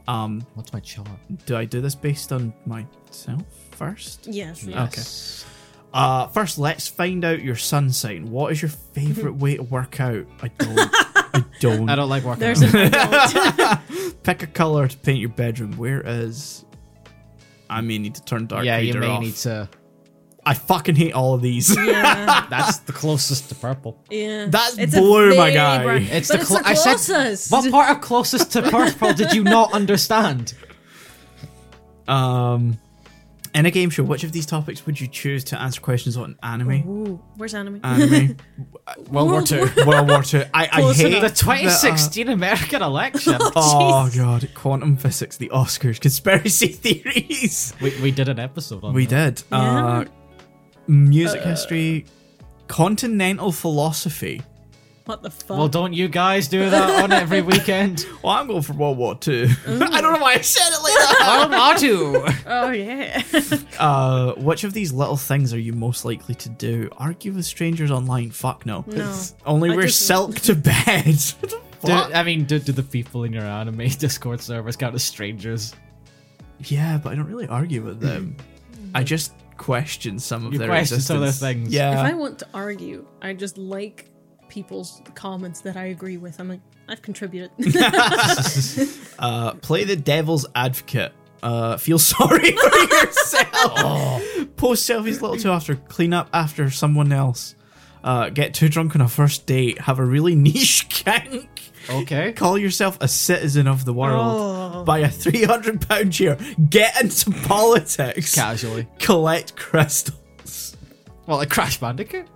Speaker 3: Um.
Speaker 2: What's my chart?
Speaker 3: Do I do this based on myself first?
Speaker 1: Yeah, sure.
Speaker 2: Yes.
Speaker 3: Uh, first, let's find out your sun sign. What is your favorite way to work out? I don't. I don't.
Speaker 2: I don't like working
Speaker 1: There's
Speaker 2: out.
Speaker 1: an adult.
Speaker 3: Pick a color to paint your bedroom. Where is? I may need to turn dark.
Speaker 2: yeah, you
Speaker 3: Vader
Speaker 2: may
Speaker 3: off.
Speaker 2: need to.
Speaker 3: I fucking hate all of these.
Speaker 1: yeah,
Speaker 2: That's the closest to purple.
Speaker 1: yeah.
Speaker 3: That's
Speaker 1: It's a
Speaker 3: blue, my
Speaker 1: big
Speaker 3: guy.
Speaker 1: bright-
Speaker 2: It's
Speaker 1: but
Speaker 2: the,
Speaker 1: it's
Speaker 2: clo-
Speaker 1: the
Speaker 2: I said-
Speaker 1: closest.
Speaker 2: what part of closest to purple did you not understand?
Speaker 3: Um, In a game show, which of these topics would you choose to answer questions on anime?
Speaker 1: Ooh, where's anime?
Speaker 3: Anime, uh, World War
Speaker 1: World
Speaker 3: Two, World War Two. I, I
Speaker 1: Close
Speaker 3: hate
Speaker 1: enough.
Speaker 2: The
Speaker 3: that, uh,
Speaker 2: 2016 American election.
Speaker 3: Oh god, quantum physics, the Oscars, conspiracy theories.
Speaker 2: we, we did an episode on
Speaker 3: We
Speaker 2: that.
Speaker 3: did. Uh, music
Speaker 2: Uh,
Speaker 3: history, continental philosophy.
Speaker 1: what the fuck?
Speaker 2: Well, don't you guys do that on every weekend?
Speaker 3: Well, I'm going for World War Two. I don't know why I said it like that.
Speaker 2: World War Two.
Speaker 1: oh yeah.
Speaker 3: Uh, which of these little things are you most likely to do? Argue with strangers online? Fuck no.
Speaker 1: No.
Speaker 3: Only
Speaker 1: I
Speaker 3: wear
Speaker 1: just-
Speaker 3: silk to bed. What the
Speaker 2: Do,
Speaker 3: fuck?
Speaker 2: I mean, do, do the people in your anime Discord servers count as strangers?
Speaker 3: yeah, but I don't really argue with them. I just question some of
Speaker 2: You
Speaker 3: their
Speaker 2: question some of their
Speaker 3: existence.
Speaker 2: things.
Speaker 1: if
Speaker 3: Yeah.
Speaker 1: I want to argue, I just like people's comments that I agree with. I'm like, I've contributed.
Speaker 3: Uh, play the devil's advocate. Uh, feel sorry for yourself.
Speaker 2: Oh.
Speaker 3: Post selfies a little too after. Clean up after someone else. Uh, get too drunk on a first date. Have a really niche kink.
Speaker 2: Okay.
Speaker 3: Call yourself a citizen of the world.
Speaker 1: Oh.
Speaker 3: Buy a three hundred pound chair. Get into politics.
Speaker 2: Casually.
Speaker 3: Collect crystals.
Speaker 2: Well, like Crash Bandicoot.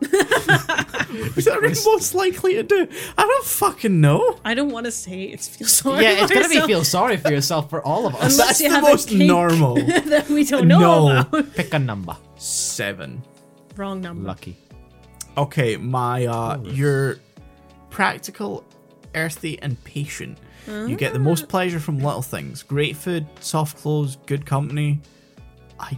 Speaker 3: Is that what you're most likely to do? I don't fucking know.
Speaker 1: I don't want to say it's feel sorry.
Speaker 2: yeah, it's
Speaker 1: for
Speaker 2: gonna be
Speaker 1: yourself
Speaker 2: feel sorry for yourself for all of us.
Speaker 1: Unless
Speaker 3: That's
Speaker 1: you
Speaker 3: the
Speaker 1: have a
Speaker 3: most
Speaker 1: kink.
Speaker 3: normal.
Speaker 1: that we don't know
Speaker 3: No.
Speaker 1: about.
Speaker 2: Pick a number.
Speaker 3: Seven.
Speaker 1: Wrong number.
Speaker 2: Lucky.
Speaker 3: Okay, my uh you're practical, earthy, and patient. You get the
Speaker 1: Ah.
Speaker 3: most pleasure from little things. Great food, soft clothes, good company. I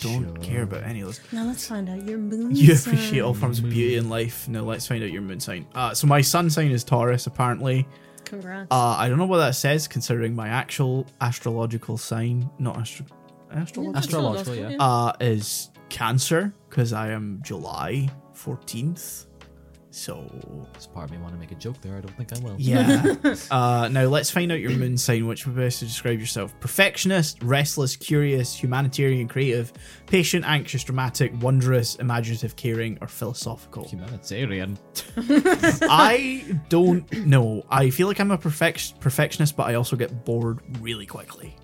Speaker 3: don't
Speaker 2: Sure.
Speaker 3: care about any of those.
Speaker 1: Now let's find out your moon.
Speaker 3: You
Speaker 1: sign.
Speaker 3: appreciate all forms of beauty and life. Now let's find out your moon sign. Uh, so my sun sign is Taurus, apparently.
Speaker 1: Congrats.
Speaker 3: Uh, I don't know what that says, considering my actual astrological sign, not astro- astrological,
Speaker 2: astrological, yeah.
Speaker 3: uh, is Cancer because I am July fourteenth. So
Speaker 2: This part of me want to make a joke there. I don't think I will.
Speaker 3: Yeah. uh, now let's find out your moon sign, which would best to describe yourself: perfectionist, restless, curious, humanitarian, creative, patient, anxious, dramatic, wondrous, imaginative, caring, or philosophical.
Speaker 2: Humanitarian.
Speaker 3: I don't know. I feel like I'm a perfect- perfectionist, but I also get bored really quickly.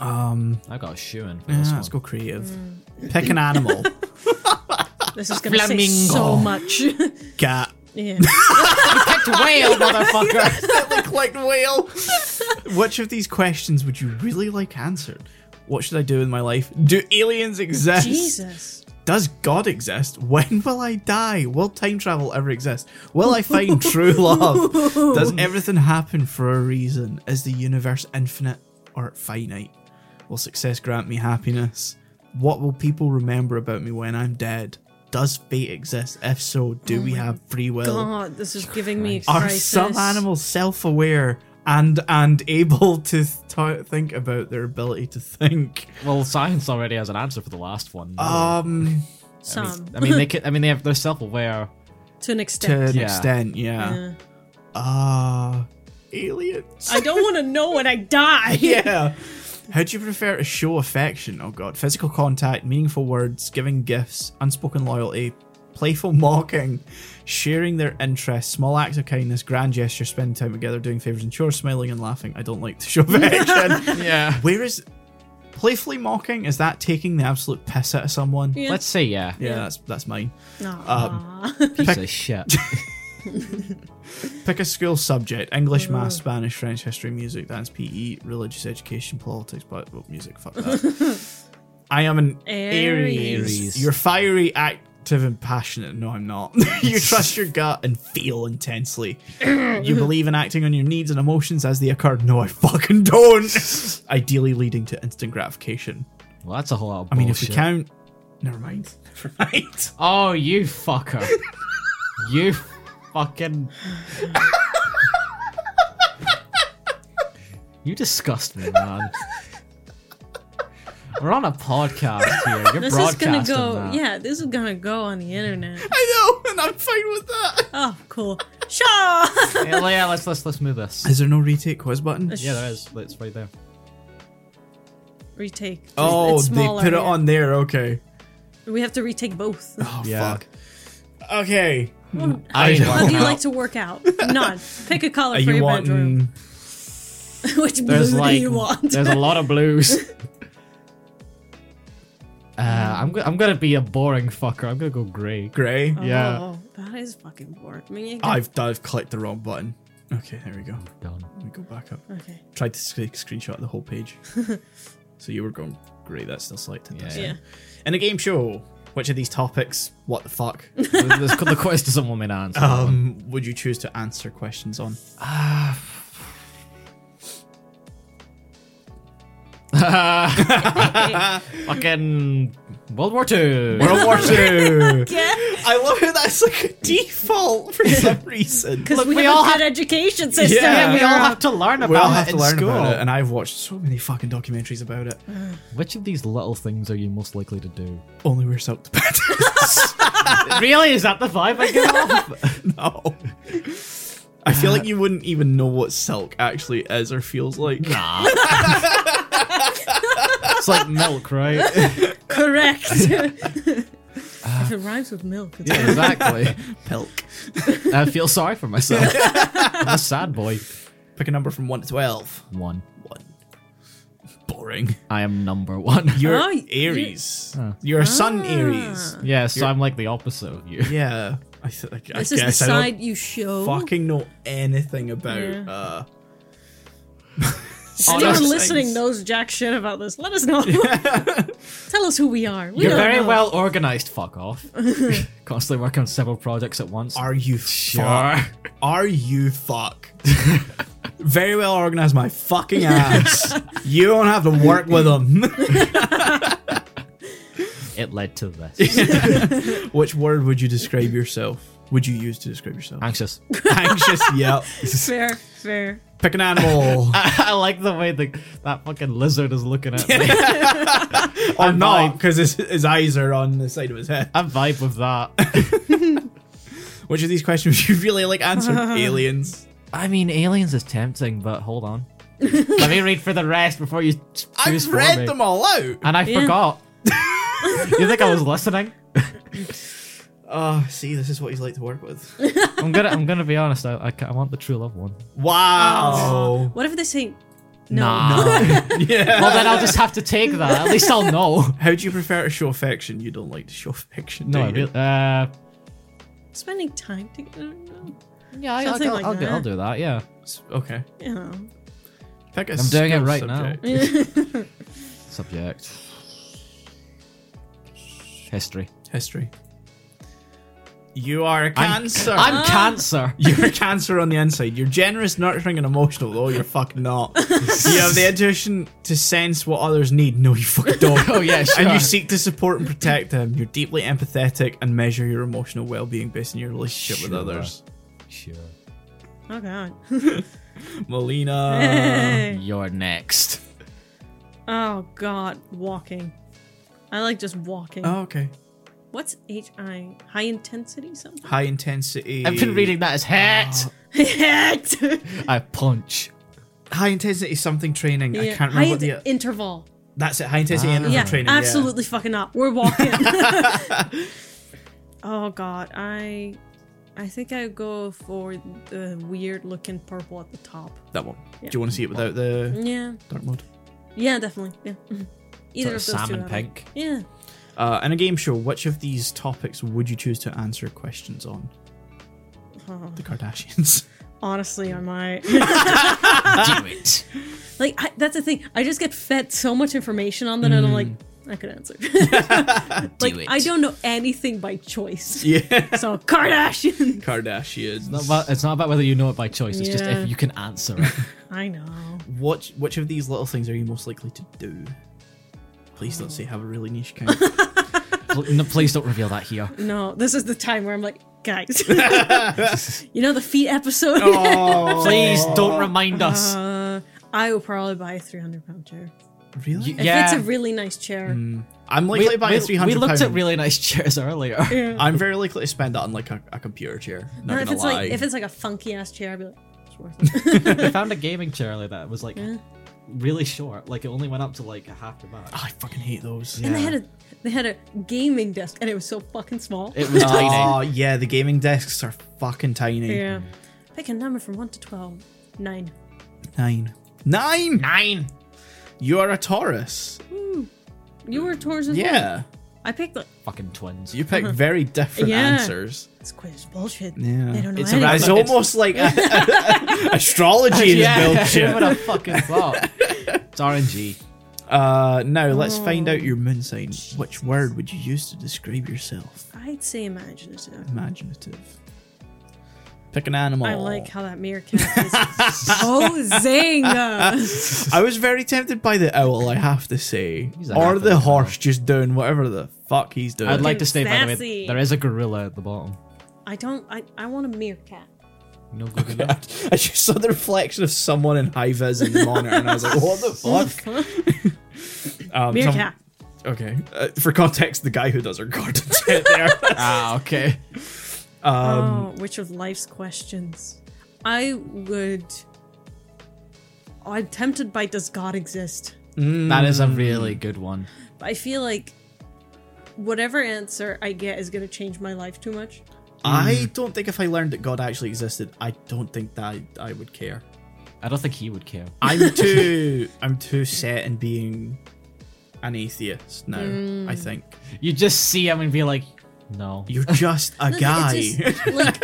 Speaker 3: Um.
Speaker 2: I got a shoe in for
Speaker 3: yeah,
Speaker 2: this one.
Speaker 3: let's go creative. Pick an animal.
Speaker 1: This is gonna say
Speaker 2: Flamingo.
Speaker 1: so much.
Speaker 3: Cat.
Speaker 1: yeah.
Speaker 2: Picked whale, motherfucker.
Speaker 3: Look like whale. Which of these questions would you really like answered? What should I do in my life? Do aliens exist?
Speaker 1: Jesus.
Speaker 3: Does God exist? When will I die? Will time travel ever exist? Will I find true love? Does everything happen for a reason? Is the universe infinite or finite? Will success grant me happiness? What will people remember about me when I'm dead? Does fate exist? If so, do we have free will?
Speaker 1: God, this is giving me a
Speaker 3: Are
Speaker 1: crisis.
Speaker 3: some animals self-aware and and able to th- to think about their ability to think?
Speaker 2: well, science already has an answer for the last one.
Speaker 3: Um,
Speaker 2: I
Speaker 1: Some.
Speaker 2: mean, I mean, they can, I mean, they have, they're self-aware.
Speaker 1: to an
Speaker 3: to
Speaker 1: extent.
Speaker 3: an
Speaker 2: Yeah.
Speaker 3: extent, yeah.
Speaker 1: Yeah.
Speaker 3: Ah, aliens.
Speaker 1: I don't want to know when I die.
Speaker 3: yeah. How do you prefer to show affection? Oh god, physical contact, meaningful words, giving gifts, unspoken loyalty, playful mocking, sharing their interests, small acts of kindness, grand gestures, spending time together, doing favors and chores, smiling and laughing. I don't like to show affection.
Speaker 2: Yeah.
Speaker 3: Where is playfully mocking? Is that taking the absolute piss out of someone? Yeah,
Speaker 1: Yeah.
Speaker 2: Let's say yeah.
Speaker 3: that's that's mine.
Speaker 2: Uh,
Speaker 3: Uh,
Speaker 1: Aw.
Speaker 2: Piece of shit.
Speaker 3: Pick a school subject: English, math, Spanish, French, history, music, dance, PE, religious education, politics, but well, music. Fuck that. I am an Aries.
Speaker 1: Aries.
Speaker 2: Aries.
Speaker 3: You're fiery, active, and passionate. No, I'm not. you trust your gut and feel intensely. you believe in acting on your needs and emotions as they occur. No, I fucking don't. Ideally, leading to instant gratification.
Speaker 2: Well, that's a whole lot of
Speaker 3: I mean, if
Speaker 2: bullshit.
Speaker 3: we count. Never mind. Never mind.
Speaker 2: Oh, you fucker. you fucking. you disgust me, man. We're on a podcast here. You're
Speaker 1: This is
Speaker 2: broadcasting
Speaker 1: gonna go.
Speaker 2: that.
Speaker 1: Yeah, this is gonna go on the internet.
Speaker 3: I know, and I'm fine with that.
Speaker 1: Oh, cool. Shaw.
Speaker 2: Yeah, well, yeah, let's let's let's move this.
Speaker 3: Is there no retake quiz button?
Speaker 2: Yeah, there is. It's right there.
Speaker 1: Retake.
Speaker 3: Oh,
Speaker 1: It's
Speaker 3: they
Speaker 1: smaller,
Speaker 3: put it
Speaker 1: yeah.
Speaker 3: on there. Okay.
Speaker 1: We have to retake both.
Speaker 3: Oh
Speaker 2: Yeah.
Speaker 3: fuck. Okay.
Speaker 2: I
Speaker 3: I
Speaker 2: ain't
Speaker 3: know.
Speaker 1: How
Speaker 2: working
Speaker 1: do you
Speaker 2: out.
Speaker 1: like to work out? None. Pick a color
Speaker 3: Oh, Are
Speaker 1: for
Speaker 3: you
Speaker 1: your bedroom.
Speaker 3: wanting?
Speaker 1: Which blue
Speaker 2: There's
Speaker 1: do
Speaker 2: like
Speaker 1: you want?
Speaker 2: there's a lot of blues. Uh, I'm go- I'm gonna be a boring fucker. I'm gonna go grey.
Speaker 3: Gray.
Speaker 2: Yeah.
Speaker 1: Oh, that is fucking boring. I mean, you can-
Speaker 3: I've I've clicked the wrong button. Okay, there we go.
Speaker 2: Done.
Speaker 3: Let me go back up.
Speaker 1: okay.
Speaker 3: Tried to sc- screenshot the whole page. so you were going great. That's still selected. That's
Speaker 2: Yeah.
Speaker 1: Yeah.
Speaker 3: it. In a game show, which of these topics? What the fuck?
Speaker 2: This- the quest doesn't want me to answer. that one.
Speaker 3: um, would you choose to answer questions on?
Speaker 2: Fucking World War Two.
Speaker 3: World War Two.
Speaker 1: Yeah.
Speaker 3: I love how that's like a default for some reason.
Speaker 1: Because we,
Speaker 2: all
Speaker 1: all had education system.
Speaker 3: Yeah,
Speaker 2: yeah, we
Speaker 1: here.
Speaker 2: all have to learn about
Speaker 3: uh, We all have
Speaker 2: it
Speaker 3: to
Speaker 2: in
Speaker 3: learn
Speaker 2: school.
Speaker 3: about it, and I've watched so many fucking documentaries about it.
Speaker 2: Which of these little things are you most likely to do?
Speaker 3: Only we're self dependent.
Speaker 2: really? Is that the vibe I get off?
Speaker 3: no. I feel like you wouldn't even know what silk actually is or feels like.
Speaker 2: Nah. it's like milk, right?
Speaker 1: Correct. if it rhymes with milk, it's
Speaker 2: Yeah, exactly.
Speaker 3: Pilk.
Speaker 2: I feel sorry for myself. I'm a sad boy.
Speaker 3: Pick a number from 1 to 12.
Speaker 2: One.
Speaker 3: 1. Boring.
Speaker 2: I am number one.
Speaker 3: You're
Speaker 1: Oh, Ah. y-
Speaker 3: Aries.
Speaker 2: Oh.
Speaker 3: You're a sun Aries.
Speaker 2: yeah, so I'm like the opposite of you.
Speaker 3: Yeah. I, th- I, I
Speaker 1: This is the
Speaker 3: guess I
Speaker 1: side
Speaker 3: don't
Speaker 1: you show.
Speaker 3: fucking know anything about.
Speaker 1: Yeah.
Speaker 3: Uh,
Speaker 1: Anyone
Speaker 2: honest
Speaker 1: listening
Speaker 3: things.
Speaker 1: knows jack shit about this. Let us know. Tell us who we are. We
Speaker 2: You're
Speaker 1: don't
Speaker 2: very
Speaker 1: know.
Speaker 2: well organized. Fuck off. Constantly working on several projects at once.
Speaker 3: Are you
Speaker 2: sure?
Speaker 3: fuck? Are you fuck? Very well organized, my fucking ass. you don't have to work with them.
Speaker 2: It led to this.
Speaker 3: Which word would you describe yourself? Would you use to describe yourself?
Speaker 2: Anxious.
Speaker 3: Anxious. Yep.
Speaker 1: Fair, fair.
Speaker 3: Pick an animal.
Speaker 2: I like the way the, that fucking lizard is looking at me.
Speaker 3: or not,
Speaker 2: vibe.
Speaker 3: because his, his eyes are on the side of his head.
Speaker 2: I vibe with that.
Speaker 3: Which of these questions would you really like answered? Aliens.
Speaker 2: I mean, aliens is tempting, but hold on. Let me read for the rest before you choose
Speaker 3: I've
Speaker 2: for me.
Speaker 3: read them all out.
Speaker 2: and I
Speaker 1: Yeah.
Speaker 2: forgot.
Speaker 3: Ah.
Speaker 2: you think I was listening?
Speaker 3: Oh, see, this is what he's like to work with.
Speaker 2: I'm gonna, I'm gonna be honest. I, I, ca- I want the true love one.
Speaker 3: Wow.
Speaker 1: What if they say no?
Speaker 3: yeah.
Speaker 2: well, then I'll just have to take that. At least I'll know.
Speaker 3: How do you prefer to show affection? You don't like to show affection.
Speaker 2: No,
Speaker 3: do
Speaker 2: I
Speaker 3: you?
Speaker 2: really, uh,
Speaker 1: Spending time together. no.
Speaker 2: yeah, I, I'll,
Speaker 1: Something
Speaker 2: I'll,
Speaker 1: like
Speaker 2: I'll, do-
Speaker 1: that.
Speaker 2: I'll do that. Yeah,
Speaker 3: S- Okay.
Speaker 1: Yeah.
Speaker 3: Pick a
Speaker 2: I'm doing it
Speaker 3: skill
Speaker 2: right
Speaker 3: subject.
Speaker 2: now. Subject. History.
Speaker 3: History. You are a
Speaker 2: I'm-
Speaker 3: cancer.
Speaker 1: Ah.
Speaker 2: I'm cancer.
Speaker 3: You're a cancer on the inside. You're generous, nurturing, and emotional. though you're fucking not. you have the intuition to sense what others need. No, you fucking don't.
Speaker 2: Oh yeah, sure.
Speaker 3: And you seek to support and protect them. You're deeply empathetic and measure your emotional well-being based on your relationship with
Speaker 2: Sure.
Speaker 3: others.
Speaker 2: Sure.
Speaker 1: Oh god.
Speaker 3: Melina.
Speaker 2: You're next.
Speaker 1: oh god. Walking. I like just walking.
Speaker 3: oh, okay.
Speaker 1: What's HI? High intensity something?
Speaker 3: High intensity.
Speaker 2: I've been reading that as het.
Speaker 1: Heck.
Speaker 2: I punch.
Speaker 3: high intensity something training. I
Speaker 1: Yeah.
Speaker 3: can't
Speaker 1: High
Speaker 3: remember what the
Speaker 1: int- interval.
Speaker 3: that's it. High
Speaker 2: Ah.
Speaker 3: intensity interval
Speaker 1: Yeah,
Speaker 3: training.
Speaker 1: absolutely fucking not. We're walking. oh god, I, I think I go for the weird looking purple at the top.
Speaker 3: That one.
Speaker 1: Yeah. Mm.
Speaker 3: Do you want to see it without the
Speaker 1: Yeah,
Speaker 3: dark mode?
Speaker 1: yeah, definitely. Yeah, Mhm. either of
Speaker 2: Sort
Speaker 1: those
Speaker 2: of
Speaker 1: two.
Speaker 2: salmon
Speaker 1: I like.
Speaker 2: pink.
Speaker 1: Yeah.
Speaker 3: Uh, in a game show, which of these topics would you choose to answer questions on?
Speaker 1: Oh,
Speaker 3: The Kardashians.
Speaker 1: honestly, I might.
Speaker 2: Do it.
Speaker 1: like I, that's the thing. I just get fed so much information on that, and I'm like,
Speaker 3: Mm.
Speaker 1: I could answer. like
Speaker 2: it.
Speaker 1: I don't know anything by choice.
Speaker 3: yeah.
Speaker 1: So Kardashian.
Speaker 3: Kardashians.
Speaker 2: Not about, it's not about whether you know it by choice. It's just
Speaker 1: Yeah.
Speaker 2: if you can answer it.
Speaker 1: I know.
Speaker 3: What? Which of these little things are you most likely to do? Please don't say have a really niche kind.
Speaker 2: Pl- no, please don't reveal that here.
Speaker 1: No, this is the time where I'm like, guys, you know the feet episode.
Speaker 3: oh,
Speaker 2: Please don't remind us.
Speaker 1: Uh, I will probably buy a 300 pound chair.
Speaker 3: really?
Speaker 2: You-
Speaker 1: If
Speaker 2: yeah.
Speaker 1: it's a really nice chair.
Speaker 3: Mm, I'm likely to buy a
Speaker 2: we
Speaker 3: 300
Speaker 2: looked at
Speaker 3: pound-
Speaker 2: really nice chairs earlier.
Speaker 1: Yeah.
Speaker 3: I'm very likely to spend that on like a, a computer chair.
Speaker 1: Not
Speaker 3: Not gonna
Speaker 1: if it's
Speaker 3: lie.
Speaker 1: like if it's like a funky ass chair, I'd be like, it's worth it.
Speaker 2: I found a gaming chair earlier that was like really short. Like it only went up to like a half the back.
Speaker 3: oh, I fucking hate those.
Speaker 1: And they had a they had a gaming desk and it was so fucking small.
Speaker 2: It was tiny.
Speaker 3: Oh yeah, the gaming desks are fucking tiny.
Speaker 1: yeah. Pick a number from one to twelve. Nine.
Speaker 3: Nine. Nine.
Speaker 2: Nine.
Speaker 3: You are a Taurus.
Speaker 1: You were towards as well.
Speaker 3: Yeah,
Speaker 1: I picked the.
Speaker 4: Fucking twins.
Speaker 3: you pick very different
Speaker 1: Uh-huh. Yeah.
Speaker 3: answers.
Speaker 1: This quiz is bullshit.
Speaker 3: Yeah,
Speaker 1: They don't know
Speaker 3: it's,
Speaker 1: anything.
Speaker 3: it's
Speaker 1: about-
Speaker 3: almost like a- a- astrology in
Speaker 4: yeah,
Speaker 3: this
Speaker 4: who would
Speaker 3: bullshit.
Speaker 4: have fucking thought? It's RNG.
Speaker 3: Uh, now let's find out your moon sign. Which word would you use to describe yourself?
Speaker 1: I'd say imaginative.
Speaker 3: Imaginative. Pick an animal.
Speaker 1: I like how that meerkat is. oh, zing!
Speaker 3: I was very tempted by the owl, I have to say,
Speaker 4: He's a
Speaker 3: or
Speaker 4: happy
Speaker 3: the
Speaker 4: fellow.
Speaker 3: horse just doing whatever the fuck he's doing.
Speaker 4: I'd like to
Speaker 1: Fucking
Speaker 4: state, by the
Speaker 1: sassy.
Speaker 4: way, there is a gorilla at the bottom.
Speaker 1: I don't. I, I want a meerkat.
Speaker 4: No good enough.
Speaker 3: I just saw the reflection of someone in high vis in the monitor, and I was like, "What the fuck?" Um,
Speaker 1: Meerkat.
Speaker 3: some- okay. Uh, for context, the guy who does our garden's head there.
Speaker 4: ah, okay.
Speaker 3: um,
Speaker 1: oh, which of life's questions? I would. I'm tempted by does God exist?
Speaker 4: That is a really good one.
Speaker 1: But I feel like whatever answer I get is going to change my life too much.
Speaker 3: I don't think if I learned that God actually existed, I don't think that I, I would care.
Speaker 4: I don't think he would care.
Speaker 3: I'm too I'm too set in being an atheist now. I think
Speaker 4: You just see him and be like, no.
Speaker 3: you're just a
Speaker 1: Look,
Speaker 3: guy.
Speaker 1: It's just, like,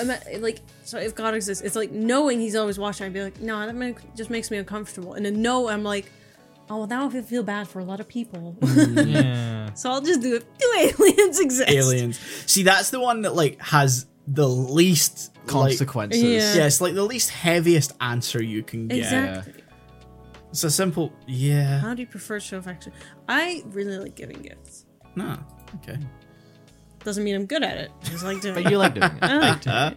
Speaker 1: ima- like, so if God exists, it's like knowing He's always watching. I'd be like, no, that make, just makes me uncomfortable. And a no, I'm like, oh, well, that would feel bad for a lot of people.
Speaker 4: yeah.
Speaker 1: so I'll just do it. Do aliens exist?
Speaker 3: Mm. aliens. See, that's the one that like has the least like-
Speaker 4: Consequences.
Speaker 1: Yeah.
Speaker 3: yes, like the least heaviest answer you can get.
Speaker 1: Exactly.
Speaker 3: It's a simple yeah.
Speaker 1: How do you prefer show of action? I really like giving gifts.
Speaker 3: No. Okay.
Speaker 1: Doesn't mean I'm good at it. I Just like doing.
Speaker 4: But you like doing it.
Speaker 1: I like doing
Speaker 3: Uh,
Speaker 1: it.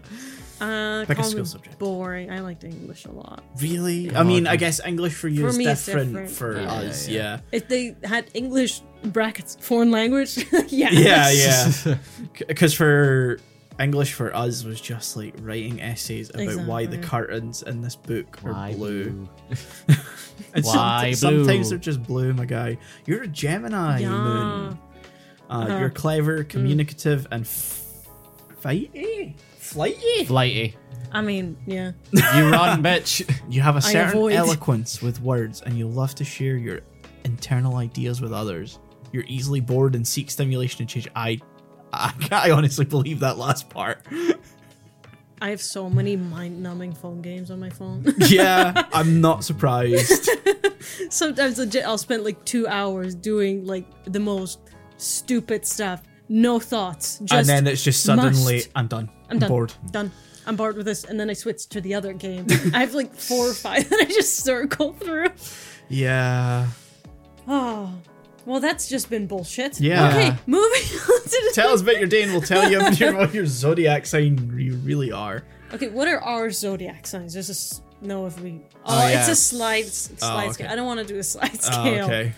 Speaker 1: Uh,
Speaker 3: Pick a
Speaker 1: call me
Speaker 3: skill subject.
Speaker 1: Boring. I liked English a lot.
Speaker 3: really? I mean, I
Speaker 4: Okay.
Speaker 3: guess English for you
Speaker 1: For
Speaker 3: is
Speaker 1: me, it's
Speaker 3: different,
Speaker 1: different.
Speaker 3: for
Speaker 4: Yeah,
Speaker 3: us.
Speaker 4: yeah,
Speaker 3: Yeah.
Speaker 1: If they had English brackets, foreign language, yeah,
Speaker 3: Yeah, yeah. Because for English for us was just like writing essays about why the
Speaker 1: Exactly.
Speaker 3: curtains in this book are
Speaker 4: Why
Speaker 3: blue.
Speaker 4: blue?
Speaker 3: And
Speaker 4: Why
Speaker 3: somet- sometimes
Speaker 4: blue?
Speaker 3: they're just blue, my guy. You're a Gemini,
Speaker 1: Yeah. Uh-huh. Mm.
Speaker 3: Moon. Uh, You're clever, communicative, and f- fighty, flighty.
Speaker 4: Flighty.
Speaker 1: I mean, yeah.
Speaker 4: You run, bitch.
Speaker 3: You have a certain
Speaker 1: avoid.
Speaker 3: eloquence with words, and you love to share your internal ideas with others. You're easily bored and seek stimulation and change. I, I, I honestly believe that last part.
Speaker 1: I have so many mind-numbing phone games on my phone.
Speaker 3: yeah, I'm not surprised.
Speaker 1: Sometimes legit, I'll spend like two hours doing like the most stupid stuff, no thoughts, just
Speaker 3: and then it's just suddenly,
Speaker 1: must.
Speaker 3: I'm done.
Speaker 1: I'm done.
Speaker 3: bored.
Speaker 1: Done. I'm bored with this, and then I switch to the other game. I have like four or five that I just circle through.
Speaker 3: Yeah.
Speaker 1: Oh, well, that's just been bullshit.
Speaker 3: Yeah.
Speaker 1: Okay, moving on to the
Speaker 3: Tell us about your day, and we'll tell you about your- what your zodiac sign you really are.
Speaker 1: Okay, what are our zodiac signs? There's just know if we. Oh, it's
Speaker 3: yeah. Oh,
Speaker 1: a slide s- slide
Speaker 3: okay.
Speaker 1: scale. I don't want to do a slide
Speaker 3: Oh,
Speaker 1: scale.
Speaker 3: okay.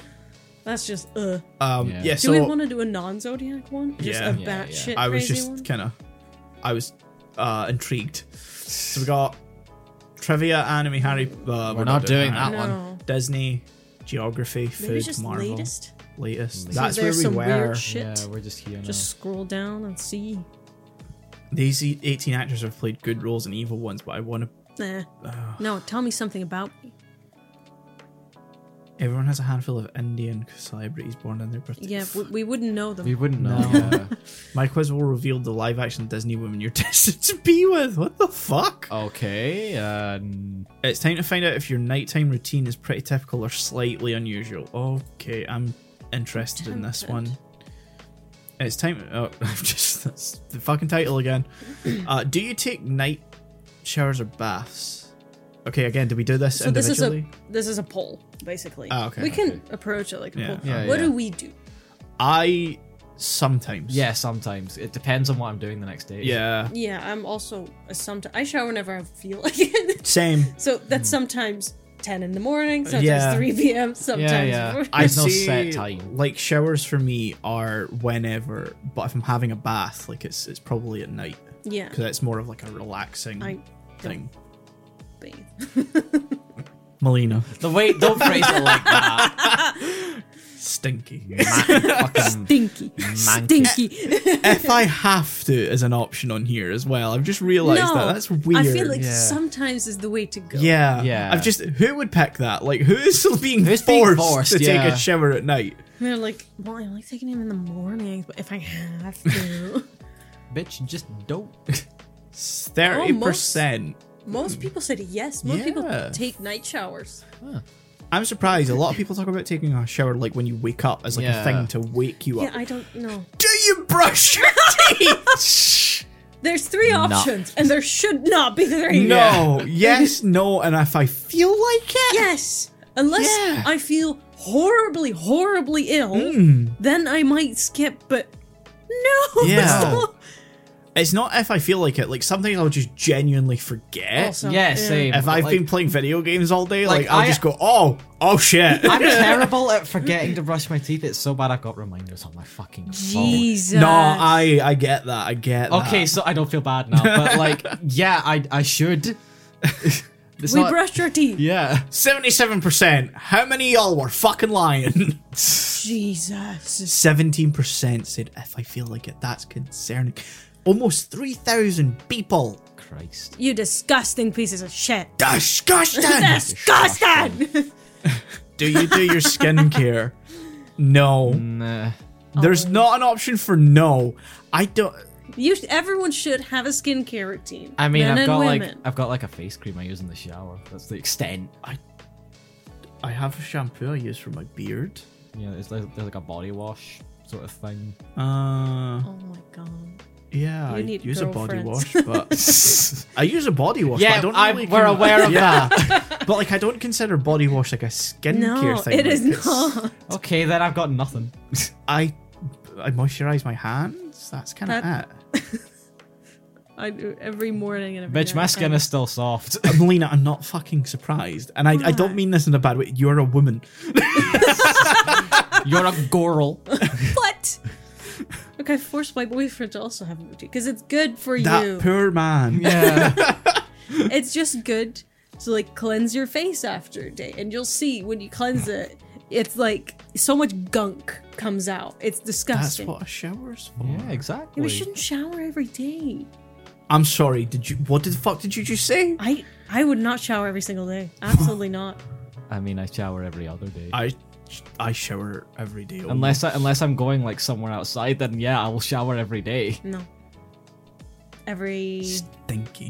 Speaker 1: That's just uh.
Speaker 3: Um, yeah.
Speaker 4: Yeah.
Speaker 1: Do
Speaker 3: so
Speaker 1: we want to do a non-zodiac one? Just
Speaker 3: Yeah.
Speaker 1: a
Speaker 4: Yeah,
Speaker 1: batshit
Speaker 4: yeah.
Speaker 1: shit
Speaker 3: I was
Speaker 1: crazy
Speaker 3: just
Speaker 1: one.
Speaker 3: kind of, I was uh, intrigued. So we got trivia, anime, Harry. Uh, we're,
Speaker 4: not doing
Speaker 3: Harry.
Speaker 4: that one.
Speaker 1: no.
Speaker 3: Disney, geography, food,
Speaker 1: Maybe just
Speaker 3: Marvel, latest.
Speaker 1: latest.
Speaker 3: That's where
Speaker 1: there's
Speaker 3: we
Speaker 1: some
Speaker 3: were.
Speaker 1: weird shit.
Speaker 4: Yeah, we're just here now.
Speaker 1: just scroll down and see.
Speaker 3: These e- eighteen actors have played good roles and evil ones, but I want to.
Speaker 1: Nah. no, tell me something about me.
Speaker 3: Everyone has a handful of Indian celebrities born on their birthday.
Speaker 1: Yeah, we, we wouldn't know them.
Speaker 4: we wouldn't know.
Speaker 3: No.
Speaker 4: yeah.
Speaker 3: My quiz will reveal the live-action Disney woman you're destined to be with. What the fuck?
Speaker 4: Okay. Uh, n-
Speaker 3: It's time to find out if your nighttime routine is pretty typical or slightly unusual. Okay, I'm interested in this one. It's time. Oh, I've just that's the fucking title again. Uh, do you take night showers or baths? Okay, again, did we do this
Speaker 1: so this is
Speaker 3: individually?
Speaker 1: a this is a poll basically.
Speaker 3: Ah, okay,
Speaker 1: We can approach it like a
Speaker 3: Yeah.
Speaker 1: poll.
Speaker 4: Yeah,
Speaker 1: what
Speaker 4: yeah.
Speaker 1: do we do?
Speaker 3: I sometimes.
Speaker 4: yeah, sometimes. It depends on what I'm doing the next day.
Speaker 3: Yeah.
Speaker 1: Yeah, I'm also a sometimes I shower whenever I feel like it.
Speaker 3: Same.
Speaker 1: So that's sometimes 10 in the morning, sometimes
Speaker 3: Hmm. Yeah.
Speaker 1: 3 p.m., sometimes.
Speaker 4: yeah.
Speaker 1: four-
Speaker 3: I
Speaker 4: There's no
Speaker 3: see,
Speaker 4: set time.
Speaker 3: Like showers for me are whenever, but if I'm having a bath, like it's it's probably at night
Speaker 1: yeah.
Speaker 3: because it's more of like a relaxing
Speaker 1: I
Speaker 3: thing.
Speaker 1: bathe.
Speaker 3: Hmm. Melina.
Speaker 4: The way don't phrase it like that.
Speaker 3: Stinky.
Speaker 4: Fucking
Speaker 1: Stinky.
Speaker 4: Manky.
Speaker 1: Stinky.
Speaker 3: if I have to is an option on here as well. I've just realised
Speaker 1: no.
Speaker 3: that. That's weird.
Speaker 1: I feel like
Speaker 4: Yeah.
Speaker 1: sometimes is the way to go.
Speaker 3: yeah.
Speaker 4: Yeah.
Speaker 3: I've just who would pick that? Like who's being
Speaker 4: Who's being
Speaker 3: forced
Speaker 4: forced,
Speaker 3: to take
Speaker 4: yeah.
Speaker 3: a shower at night?
Speaker 1: They're like, well, I like taking him in the morning, but if I have to.
Speaker 2: Bitch, just don't.
Speaker 3: Thirty percent.
Speaker 1: Most people said yes. Most
Speaker 3: Yeah.
Speaker 1: people take night showers.
Speaker 3: I'm surprised. A lot of people talk about taking a shower like when you wake up as like a
Speaker 2: Yeah.
Speaker 3: thing to wake you
Speaker 1: Yeah,
Speaker 3: up.
Speaker 1: I don't know.
Speaker 3: Do you brush your teeth?
Speaker 1: There's three options, and there should not be three.
Speaker 3: no. Yes. No. And if I feel like it,
Speaker 1: Yes. Unless
Speaker 3: Yeah.
Speaker 1: I feel horribly, horribly ill,
Speaker 3: Hmm.
Speaker 1: then I might skip, but no.
Speaker 3: Yeah.
Speaker 1: it's not-
Speaker 3: it's not if I feel like it. Like sometimes I'll just genuinely forget.
Speaker 1: Also,
Speaker 2: yeah,
Speaker 1: yeah.
Speaker 2: same.
Speaker 3: if I've
Speaker 2: Like,
Speaker 3: been playing video games all day, like,
Speaker 2: like,
Speaker 3: I'll
Speaker 2: I-
Speaker 3: just go, oh, oh shit.
Speaker 2: I'm terrible at forgetting to brush my teeth. It's so bad I've got reminders on my fucking phone.
Speaker 1: Jesus.
Speaker 3: no, I I get that. I get that.
Speaker 4: Okay, so I don't feel bad now, but like, yeah, I I should. It's
Speaker 1: we
Speaker 4: not-
Speaker 1: brushed our teeth.
Speaker 4: Yeah.
Speaker 3: Seventy-seven percent. How many of y'all were fucking lying?
Speaker 1: Jesus.
Speaker 3: Seventeen percent said if I feel like it. That's concerning. Almost three thousand people.
Speaker 4: Christ.
Speaker 1: You disgusting pieces of shit.
Speaker 3: Disgusting.
Speaker 1: Disgusting!
Speaker 3: do you do your skincare? No.
Speaker 4: Nah.
Speaker 1: Oh.
Speaker 3: There's not an option for no. I don't.
Speaker 1: you, sh- everyone should have a skincare routine.
Speaker 4: I mean,
Speaker 1: Men
Speaker 4: I've
Speaker 1: and
Speaker 4: got like
Speaker 1: women.
Speaker 4: I've got like a face cream I use in the shower. That's the extent.
Speaker 3: I have a shampoo I use for my beard.
Speaker 4: Yeah, it's like, there's like a body wash sort of thing.
Speaker 3: Uh,
Speaker 1: Oh my god.
Speaker 3: yeah,
Speaker 1: You
Speaker 3: I
Speaker 1: need
Speaker 3: use a body wash,
Speaker 1: girlfriends.
Speaker 3: but I use a body wash. but I don't really con-
Speaker 4: of
Speaker 3: yeah, but like I don't consider body wash like a skincare
Speaker 1: No,
Speaker 3: thing.
Speaker 1: it
Speaker 3: like,
Speaker 1: is
Speaker 3: it's-
Speaker 1: not.
Speaker 4: Okay, then I've got nothing.
Speaker 3: I I moisturize my hands. That's kind of
Speaker 1: That-
Speaker 3: it.
Speaker 1: I do every morning and every
Speaker 4: Bitch, my skin is still soft.
Speaker 3: I'm Um, Lena, I'm not fucking surprised, and I, I don't
Speaker 1: Why?
Speaker 3: mean this in a bad way. You're a woman.
Speaker 4: You're a girl.
Speaker 1: What? Look, I forced my boyfriend to also have a routine because it's good for
Speaker 3: That
Speaker 1: you.
Speaker 3: poor man.
Speaker 4: Yeah.
Speaker 1: it's just good to like cleanse your face after a day, and you'll see when you cleanse it, it's like so much gunk comes out. It's
Speaker 3: That's
Speaker 1: disgusting.
Speaker 3: what a shower's for.
Speaker 4: yeah,
Speaker 1: Yeah,
Speaker 4: exactly.
Speaker 1: we shouldn't shower every day.
Speaker 3: I'm sorry. Did you? What the fuck did you just say?
Speaker 1: I I would not shower every single day. Absolutely not.
Speaker 4: I mean, I shower every other day.
Speaker 3: I I shower every day.
Speaker 4: unless I, unless I'm going like somewhere outside, then yeah, I will shower every day.
Speaker 1: No. Every
Speaker 3: stinky.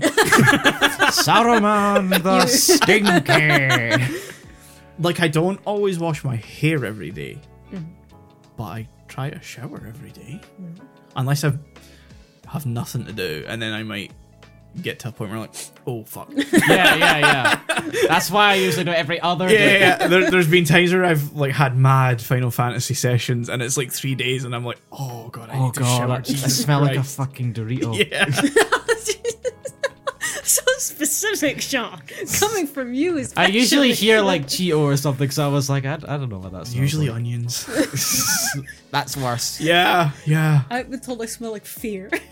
Speaker 4: Saruman the stinky.
Speaker 3: like I don't always wash my hair every day,
Speaker 4: Mm.
Speaker 3: but I try to shower every day. Unless I have nothing to do, and then I might get to a point where I'm like, oh fuck. yeah,
Speaker 4: yeah, yeah, yeah. That's why I usually do it every other
Speaker 3: yeah,
Speaker 4: day.
Speaker 3: yeah. There, there's been times where I've like had mad Final Fantasy sessions, and it's like three days, and I'm like, oh god, I
Speaker 4: Oh
Speaker 3: need to shower.
Speaker 4: god, I, I
Speaker 3: Jesus
Speaker 4: smell like a
Speaker 3: Christ."
Speaker 4: fucking Dorito.
Speaker 3: yeah.
Speaker 1: so specific, Sean, coming from you is.
Speaker 4: I usually hear like Cheeto or something, so I was like, I, I don't know what that's
Speaker 3: Usually onions.
Speaker 2: That's worse.
Speaker 3: yeah, yeah.
Speaker 1: I've been told I smell like fear.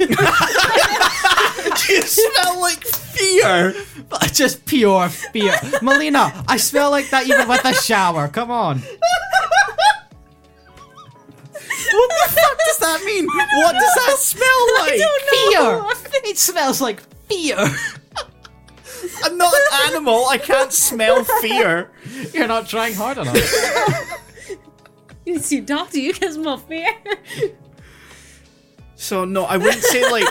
Speaker 3: you smell like fear.
Speaker 2: Just pure fear. Melina, I smell like that even with a shower. Come on.
Speaker 3: What the fuck does that mean? What does that smell like?
Speaker 2: Fear. It smells like fear.
Speaker 3: I'm not an animal. I can't smell fear.
Speaker 4: You're not trying hard enough.
Speaker 1: you need to see a doctor. You can smell fear.
Speaker 3: So no, I wouldn't say like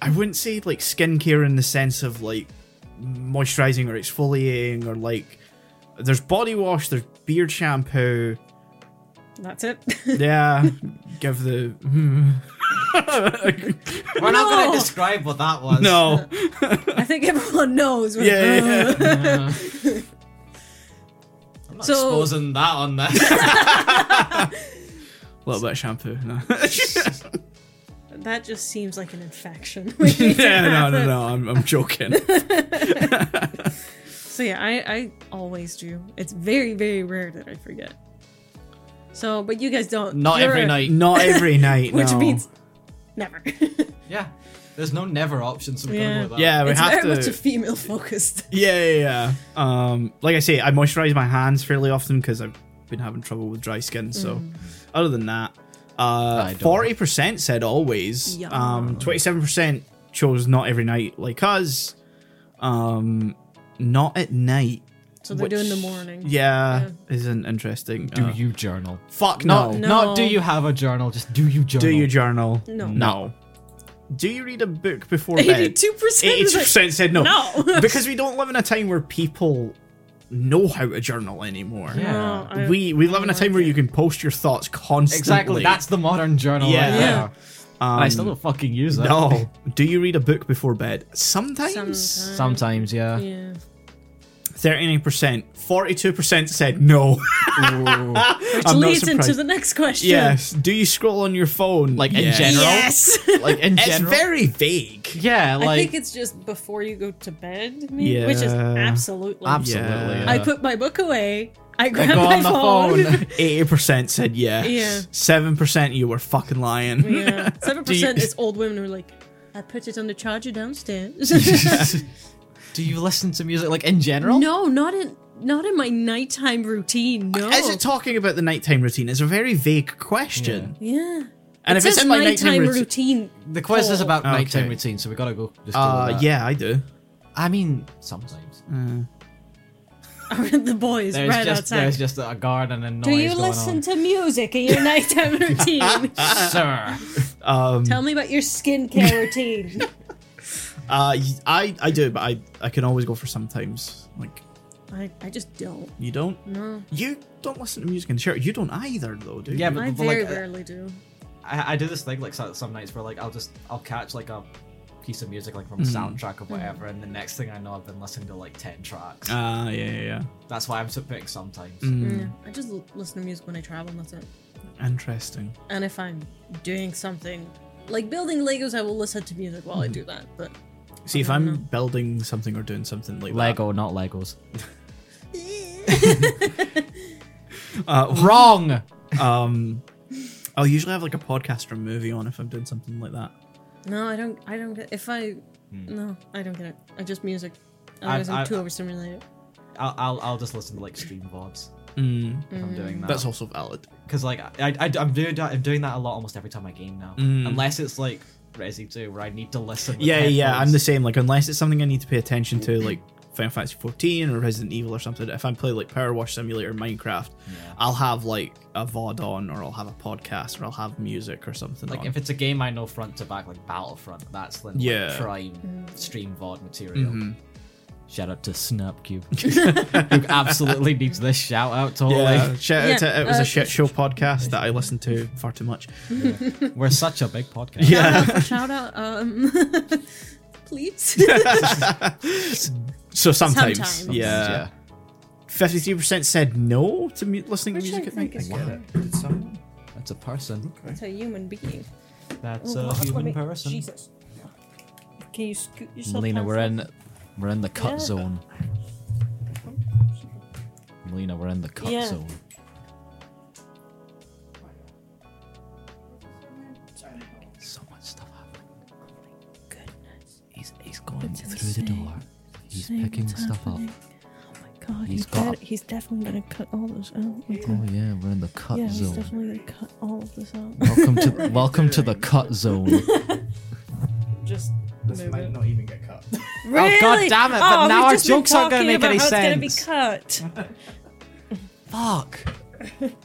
Speaker 3: I wouldn't say like skincare in the sense of like moisturizing or exfoliating or like there's body wash, there's beard shampoo.
Speaker 1: That's it.
Speaker 3: Yeah, give the hmm.
Speaker 2: We're not
Speaker 1: No.
Speaker 2: going to describe what that was.
Speaker 3: no.
Speaker 1: I think everyone knows. When
Speaker 3: Yeah, yeah, yeah.
Speaker 4: Uh, I'm not
Speaker 1: So-
Speaker 4: exposing that on this.
Speaker 3: A little bit of shampoo. No.
Speaker 1: That just seems like an infection.
Speaker 3: yeah, no, no, no. I'm, I'm joking.
Speaker 1: So yeah, I, I always do. It's very, very rare that I forget. So, but you guys don't.
Speaker 4: not
Speaker 1: You're
Speaker 4: every
Speaker 1: a-
Speaker 4: night.
Speaker 3: Not every night.
Speaker 1: Which
Speaker 3: no.
Speaker 1: means never.
Speaker 4: Yeah. There's no never option, so we're
Speaker 1: Yeah.
Speaker 4: gonna go with that.
Speaker 3: yeah, we
Speaker 1: it's
Speaker 3: have
Speaker 1: very
Speaker 3: to.
Speaker 1: much a female focused.
Speaker 3: Yeah, yeah, yeah. Um, like I say, I moisturize my hands fairly often because I've been having trouble with dry skin. So,
Speaker 1: Mm.
Speaker 3: other than that,
Speaker 4: I
Speaker 3: uh,
Speaker 4: don't.
Speaker 3: forty percent said always.
Speaker 1: Yeah.
Speaker 3: Um, twenty-seven percent chose not every night like us. Um, not at night.
Speaker 1: So they're
Speaker 3: Which-
Speaker 1: doing the morning.
Speaker 3: Yeah, isn't interesting.
Speaker 2: Do
Speaker 3: Uh,
Speaker 2: you journal?
Speaker 3: Fuck
Speaker 5: No.
Speaker 3: no.
Speaker 1: No.
Speaker 2: Not do you have a journal? Just do you journal?
Speaker 3: Do you journal?
Speaker 1: No.
Speaker 3: No. Do you read a book before bed?
Speaker 1: Eighty-two percent.
Speaker 3: Eighty-two percent said no.
Speaker 1: No.
Speaker 3: because we don't live in a time where people know how to journal anymore.
Speaker 2: Yeah.
Speaker 3: We we live in a time where you can post your thoughts constantly.
Speaker 2: Exactly. That's the modern journal.
Speaker 3: Yeah.
Speaker 1: Yeah.
Speaker 2: Right there.
Speaker 3: Um,
Speaker 2: And I still don't fucking use that.
Speaker 3: No. Do you read a book before bed? Sometimes.
Speaker 1: Sometimes.
Speaker 5: Sometimes, yeah.
Speaker 1: Yeah.
Speaker 3: 39%. 42% said no.
Speaker 1: Which
Speaker 3: I'm not
Speaker 1: leads into
Speaker 3: surprised.
Speaker 1: the next question.
Speaker 3: yes. Do you scroll on your phone?
Speaker 2: Like in
Speaker 3: Yes.
Speaker 2: general.
Speaker 1: Yes.
Speaker 2: Like in
Speaker 3: It's
Speaker 2: general.
Speaker 3: very vague.
Speaker 2: yeah. Like
Speaker 1: I think it's just before you go to bed, maybe, which is
Speaker 3: Yeah.
Speaker 1: absolutely.
Speaker 5: Absolutely.
Speaker 3: Yeah.
Speaker 1: I put my book away. I grabbed
Speaker 5: go
Speaker 1: my,
Speaker 5: on my
Speaker 1: phone.
Speaker 5: phone.
Speaker 3: 80% said yes.
Speaker 1: Yeah.
Speaker 3: 7% you were fucking lying.
Speaker 1: yeah, seven
Speaker 3: Do you-
Speaker 1: percent is old women who are like, I put it on the charger downstairs.
Speaker 5: Do you listen to music like in general?
Speaker 1: no, not in not in my nighttime routine. No.
Speaker 3: Is it talking about the nighttime routine? It's a very vague question.
Speaker 1: yeah.
Speaker 3: And
Speaker 1: it
Speaker 3: if it's
Speaker 1: says
Speaker 3: in my
Speaker 1: nighttime
Speaker 3: nighttime routine.
Speaker 1: routine.
Speaker 5: The quiz is
Speaker 1: Paul.
Speaker 5: about
Speaker 3: Okay.
Speaker 5: nighttime routine, so we gotta go. Just go with
Speaker 3: Uh,
Speaker 5: that.
Speaker 3: yeah, I do.
Speaker 5: I mean, sometimes
Speaker 1: the boys
Speaker 2: there's
Speaker 1: right
Speaker 2: just
Speaker 1: outside.
Speaker 2: there's just a garden and noise
Speaker 1: Do you
Speaker 2: going
Speaker 1: listen
Speaker 2: on.
Speaker 1: to music in your nighttime routine?
Speaker 2: Sir,
Speaker 3: Um,
Speaker 1: Tell me about your skincare routine.
Speaker 3: uh, y- I, I do, but I, I can always go for sometimes. Like,
Speaker 1: I, I just don't.
Speaker 3: you don't?
Speaker 1: No.
Speaker 3: You don't listen to music in the shower. You don't either, though, do you?
Speaker 2: Yeah, but-
Speaker 1: I very
Speaker 2: like, uh,
Speaker 1: rarely do.
Speaker 2: I, I do this thing like so- some nights where like I'll just I'll catch like a piece of music like from a
Speaker 3: Mm-hmm.
Speaker 2: soundtrack or
Speaker 5: Mm.
Speaker 2: whatever, and the next thing I know I've been listening to like ten tracks.
Speaker 3: Ah, Mm. yeah, yeah, yeah.
Speaker 2: That's why I'm so big sometimes.
Speaker 1: Yeah. I just l- listen to music when I travel, and that's it.
Speaker 3: Interesting.
Speaker 1: And if I'm doing something like building Legos, I will listen to music while I do that. But
Speaker 3: See, if I'm building something or doing something like
Speaker 5: Lego, not Legos.
Speaker 3: that, uh,
Speaker 5: Wrong.
Speaker 3: um, I'll usually have like a podcast or a movie on if I'm doing something like that.
Speaker 1: no, I don't. I don't get. If I no, I don't get it. I just music.
Speaker 2: I-
Speaker 1: Otherwise, I,
Speaker 2: I-
Speaker 1: am too overstimulated.
Speaker 2: I'll, I'll I'll just listen to like stream vods
Speaker 3: Mm,
Speaker 2: if I'm doing that.
Speaker 3: That's also valid.
Speaker 2: because like I, I am doing that, I'm doing that a lot almost every time I game now,
Speaker 3: Mm.
Speaker 2: unless it's like Resi 2 where I need to listen. With
Speaker 3: Yeah, yeah, I'm
Speaker 2: headphones.
Speaker 3: the same. Like, unless it's something I need to pay attention to, like Final Fantasy 14 or Resident Evil or something. If I'm playing like Power Wash Simulator, Minecraft,
Speaker 2: Yeah.
Speaker 3: I'll have like a VOD on, or I'll have a podcast, or I'll have music or something.
Speaker 2: Like
Speaker 3: on.
Speaker 2: if it's a game I know front to back, like Battlefront, that's then
Speaker 3: Yeah. Mm-hmm.
Speaker 2: like prime stream VOD material. Shout out to Snapcube, who absolutely needs this shout out. Totally,
Speaker 3: yeah, shout out
Speaker 1: Yeah,
Speaker 3: to- it was
Speaker 1: uh,
Speaker 3: a shit show podcast that I listened to far too much.
Speaker 2: we're such a big podcast.
Speaker 3: Yeah.
Speaker 1: Shout out, shout out um, please.
Speaker 3: So sometimes,
Speaker 1: Sometimes.
Speaker 3: yeah, fifty-three percent said no to mu- listening
Speaker 1: Which
Speaker 3: to
Speaker 1: I
Speaker 3: music at
Speaker 1: think
Speaker 3: night.
Speaker 1: is
Speaker 3: get it. Did someone?
Speaker 2: that's a person.
Speaker 1: it's a human being.
Speaker 2: That's
Speaker 1: Oh,
Speaker 2: a
Speaker 1: God,
Speaker 2: human
Speaker 1: wait,
Speaker 2: person.
Speaker 1: Jesus. Can you scoot yourself?
Speaker 5: Melina,
Speaker 1: past
Speaker 5: we're
Speaker 1: that?
Speaker 5: in we're in the cut
Speaker 1: Yeah.
Speaker 5: zone. Melina, we're in the cut
Speaker 1: Yeah.
Speaker 5: zone. So much stuff happening.
Speaker 1: Goodness.
Speaker 5: He's he's going
Speaker 1: That's
Speaker 5: through the door. He's
Speaker 1: Insane
Speaker 5: picking
Speaker 1: what's
Speaker 5: stuff
Speaker 1: happening.
Speaker 5: up.
Speaker 1: Oh my
Speaker 5: He's
Speaker 1: god, he's,
Speaker 5: got
Speaker 1: dead-
Speaker 5: a-
Speaker 1: he's definitely gonna cut all this out. Like,
Speaker 5: Oh yeah, we're in the cut
Speaker 1: yeah, he's
Speaker 5: zone.
Speaker 1: definitely gonna cut all of this out.
Speaker 5: Welcome to welcome to the cut zone.
Speaker 1: Just
Speaker 3: This might not even get cut.
Speaker 1: Really?
Speaker 5: oh,
Speaker 1: Oh,
Speaker 5: God damn it, but
Speaker 1: we've
Speaker 5: now our
Speaker 1: just been
Speaker 5: jokes aren't gonna
Speaker 1: talking
Speaker 5: make
Speaker 1: about
Speaker 5: any
Speaker 1: how
Speaker 5: sense.
Speaker 1: It's gonna be cut.
Speaker 5: Fuck.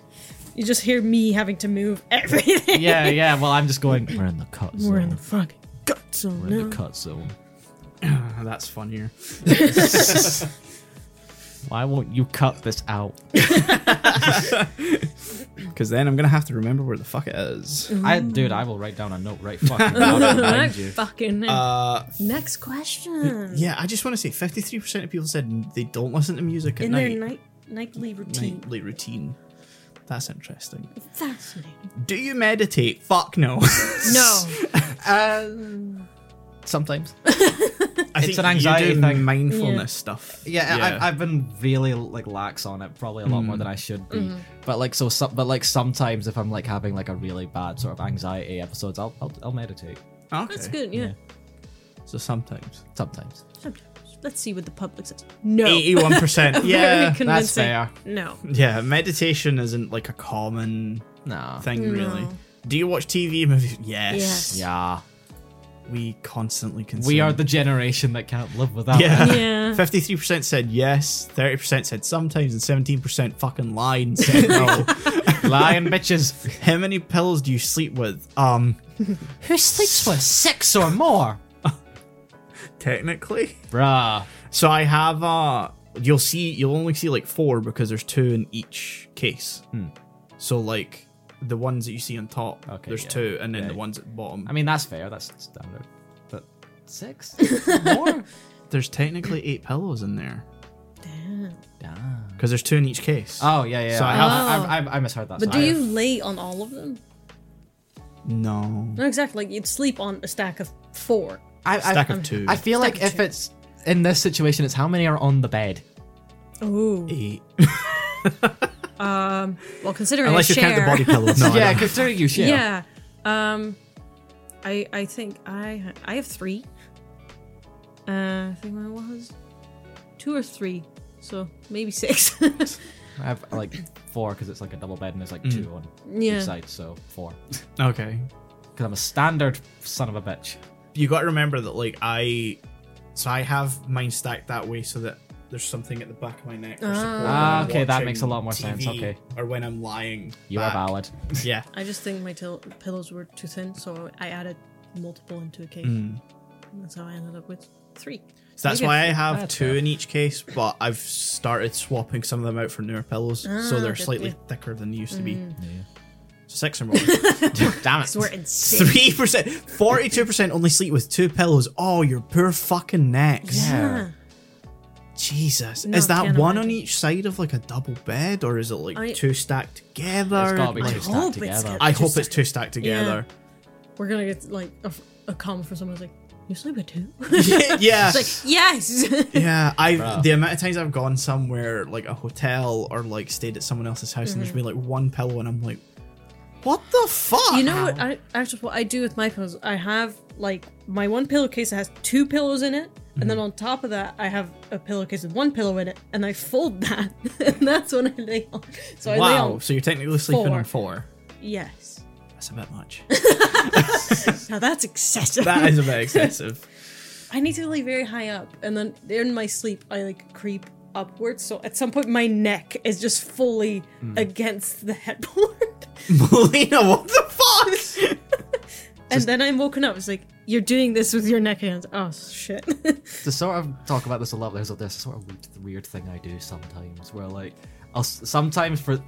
Speaker 1: You just hear me having to move everything.
Speaker 2: Yeah, yeah. Well, I'm just going.
Speaker 5: We're in the cut zone.
Speaker 1: We're in the fucking gut zone
Speaker 5: We're in
Speaker 1: now.
Speaker 5: the cut zone.
Speaker 3: That's funnier.
Speaker 2: Why won't you cut this out?
Speaker 3: Because then I'm gonna have to remember where the fuck it is.
Speaker 1: Mm.
Speaker 2: I, dude, I will write down a note right fucking now to remind you.
Speaker 1: fucking
Speaker 3: Uh,
Speaker 1: next question.
Speaker 3: yeah, I just want to say, fifty-three percent of people said they don't listen to music at
Speaker 1: in
Speaker 3: night.
Speaker 1: their night nightly routine.
Speaker 3: Nightly routine. That's interesting.
Speaker 1: Fascinating.
Speaker 3: Do you meditate? Fuck no.
Speaker 1: No.
Speaker 5: Sometimes.
Speaker 3: I
Speaker 2: It's an anxiety
Speaker 3: you do
Speaker 2: thing.
Speaker 3: mindfulness
Speaker 1: Yeah.
Speaker 3: stuff.
Speaker 2: Yeah, I, I've been really like lax on it, probably a lot more than I should be. But like so, some but like sometimes if I'm like having like a really bad sort of anxiety episodes, I'll I'll, I'll meditate
Speaker 3: okay.
Speaker 1: That's good, yeah.
Speaker 3: So sometimes.
Speaker 2: sometimes.
Speaker 1: Sometimes. Let's see what the public says. No.
Speaker 5: E
Speaker 3: Eighty-one percent. Yeah,
Speaker 1: Very convincing.
Speaker 2: That's fair.
Speaker 1: No.
Speaker 3: yeah. Meditation isn't like a common
Speaker 2: Nah.
Speaker 3: thing, really.
Speaker 1: No.
Speaker 3: Do you watch TV movies? Yes.
Speaker 1: Yes.
Speaker 2: Yeah.
Speaker 3: we constantly consume.
Speaker 2: We are the generation that can't live without
Speaker 3: yeah.
Speaker 2: it.
Speaker 1: Yeah.
Speaker 3: Fifty-three percent said yes, thirty percent said sometimes, and seventeen percent fucking lied and said no.
Speaker 2: Lying bitches.
Speaker 3: How many pills do you sleep with? Um,
Speaker 2: Who sleeps with six or more?
Speaker 3: technically.
Speaker 2: Bruh.
Speaker 3: So I have uh you'll see you'll only see like four because there's two in each case. So like the ones that you see on top,
Speaker 2: Okay,
Speaker 3: there's
Speaker 2: yeah.
Speaker 3: two, and then
Speaker 2: Yeah.
Speaker 3: the ones at the bottom.
Speaker 2: I mean, that's fair. That's standard. But six more?
Speaker 3: there's technically eight pillows in there
Speaker 1: Damn.
Speaker 2: Damn.
Speaker 3: because there's two in each case.
Speaker 2: Oh yeah, yeah.
Speaker 3: So I
Speaker 2: I,
Speaker 1: have-
Speaker 2: I, I, I misheard that.
Speaker 1: But do
Speaker 2: so I-
Speaker 1: you lay on all of them?
Speaker 3: no,
Speaker 1: No, exactly. Like, you'd sleep on a stack of four.
Speaker 2: I, I,
Speaker 3: stack of two.
Speaker 2: I feel like if it's in this situation, it's how many are on the bed.
Speaker 1: Ooh.
Speaker 3: eight.
Speaker 1: Um. Well, considering I
Speaker 3: Unless you
Speaker 1: share,
Speaker 3: count the body pillows. No, I
Speaker 2: yeah,
Speaker 3: don't.
Speaker 2: considering you share.
Speaker 1: Yeah. Um, I I think I ha- I have three. Uh, I think mine was two or three, so maybe six.
Speaker 2: I have like four because it's like a double bed and there's
Speaker 3: Mm.
Speaker 2: like two on
Speaker 1: Yeah.
Speaker 2: each side, so four.
Speaker 3: Okay,
Speaker 2: Because I'm a standard son of a bitch.
Speaker 3: you got to remember that like I, so I have mine stacked that way so that there's something at the back of my neck. For support when
Speaker 2: Ah,
Speaker 3: I'm
Speaker 2: okay, that
Speaker 3: watching
Speaker 2: makes a lot more sense,
Speaker 3: TV
Speaker 2: okay.
Speaker 3: or when I'm lying.
Speaker 2: You
Speaker 3: back.
Speaker 2: are valid.
Speaker 3: Yeah.
Speaker 1: I just think my til- pillows were too thin, so I added multiple into a case.
Speaker 3: Mm.
Speaker 1: That's how I ended up with three.
Speaker 3: So that's
Speaker 1: Maybe
Speaker 3: why
Speaker 1: I
Speaker 3: I have
Speaker 2: that's
Speaker 3: two
Speaker 2: fair.
Speaker 3: in each case, but I've started swapping some of them out for newer pillows, so
Speaker 1: Ah,
Speaker 3: they're
Speaker 1: good,
Speaker 3: slightly
Speaker 1: yeah.
Speaker 3: thicker than they used to be.
Speaker 2: Yeah.
Speaker 3: Six or more. Damn it.
Speaker 1: 'Cause we're insane.
Speaker 3: Three percent, forty-two percent only sleep with two pillows. Oh, your poor fucking necks.
Speaker 1: Yeah.
Speaker 3: Jesus,
Speaker 1: No,
Speaker 3: is that
Speaker 1: can't
Speaker 3: one on
Speaker 1: imagine.
Speaker 3: each side of like a double bed, or is it like
Speaker 1: I-
Speaker 3: two stacked together?
Speaker 2: It's gotta be
Speaker 3: Like,
Speaker 2: two
Speaker 1: I
Speaker 2: stacked
Speaker 1: hope it's
Speaker 2: together.
Speaker 1: got-
Speaker 3: I hope it's two stacked together.
Speaker 1: We're gonna get like a, f- a comment from someone who's like, "You sleep with two?
Speaker 3: Yeah, yeah.
Speaker 1: it's like, "Yes."
Speaker 3: yeah. I the amount of times I've gone somewhere like a hotel or like stayed at someone else's house and there's been like one pillow and I'm like, what the fuck?
Speaker 1: Mm-hmm. You know what? I actually what I do with my pillows. I have like my one pillowcase that has two pillows in it, and
Speaker 3: Mm-hmm.
Speaker 1: then on top of that, I have a pillowcase with one pillow in it, and I fold that, and that's when I lay on. So I lay
Speaker 3: wow.
Speaker 1: on.
Speaker 3: So you're technically sleeping on four.
Speaker 1: Yes.
Speaker 3: That's a bit much.
Speaker 1: Now that's excessive.
Speaker 3: that is a bit excessive.
Speaker 1: I need to lay very high up, and then in my sleep, I like creep upwards. So at some point, my neck is just fully
Speaker 3: Mm.
Speaker 1: against the headboard,
Speaker 3: Melina, what the fuck?
Speaker 1: and then I'm woken up. It's like you're doing this with your neck hands. Oh shit.
Speaker 2: to sort of talk about this a lot, there's a, there's a sort of weird, weird thing I do sometimes where like I'll s- sometimes for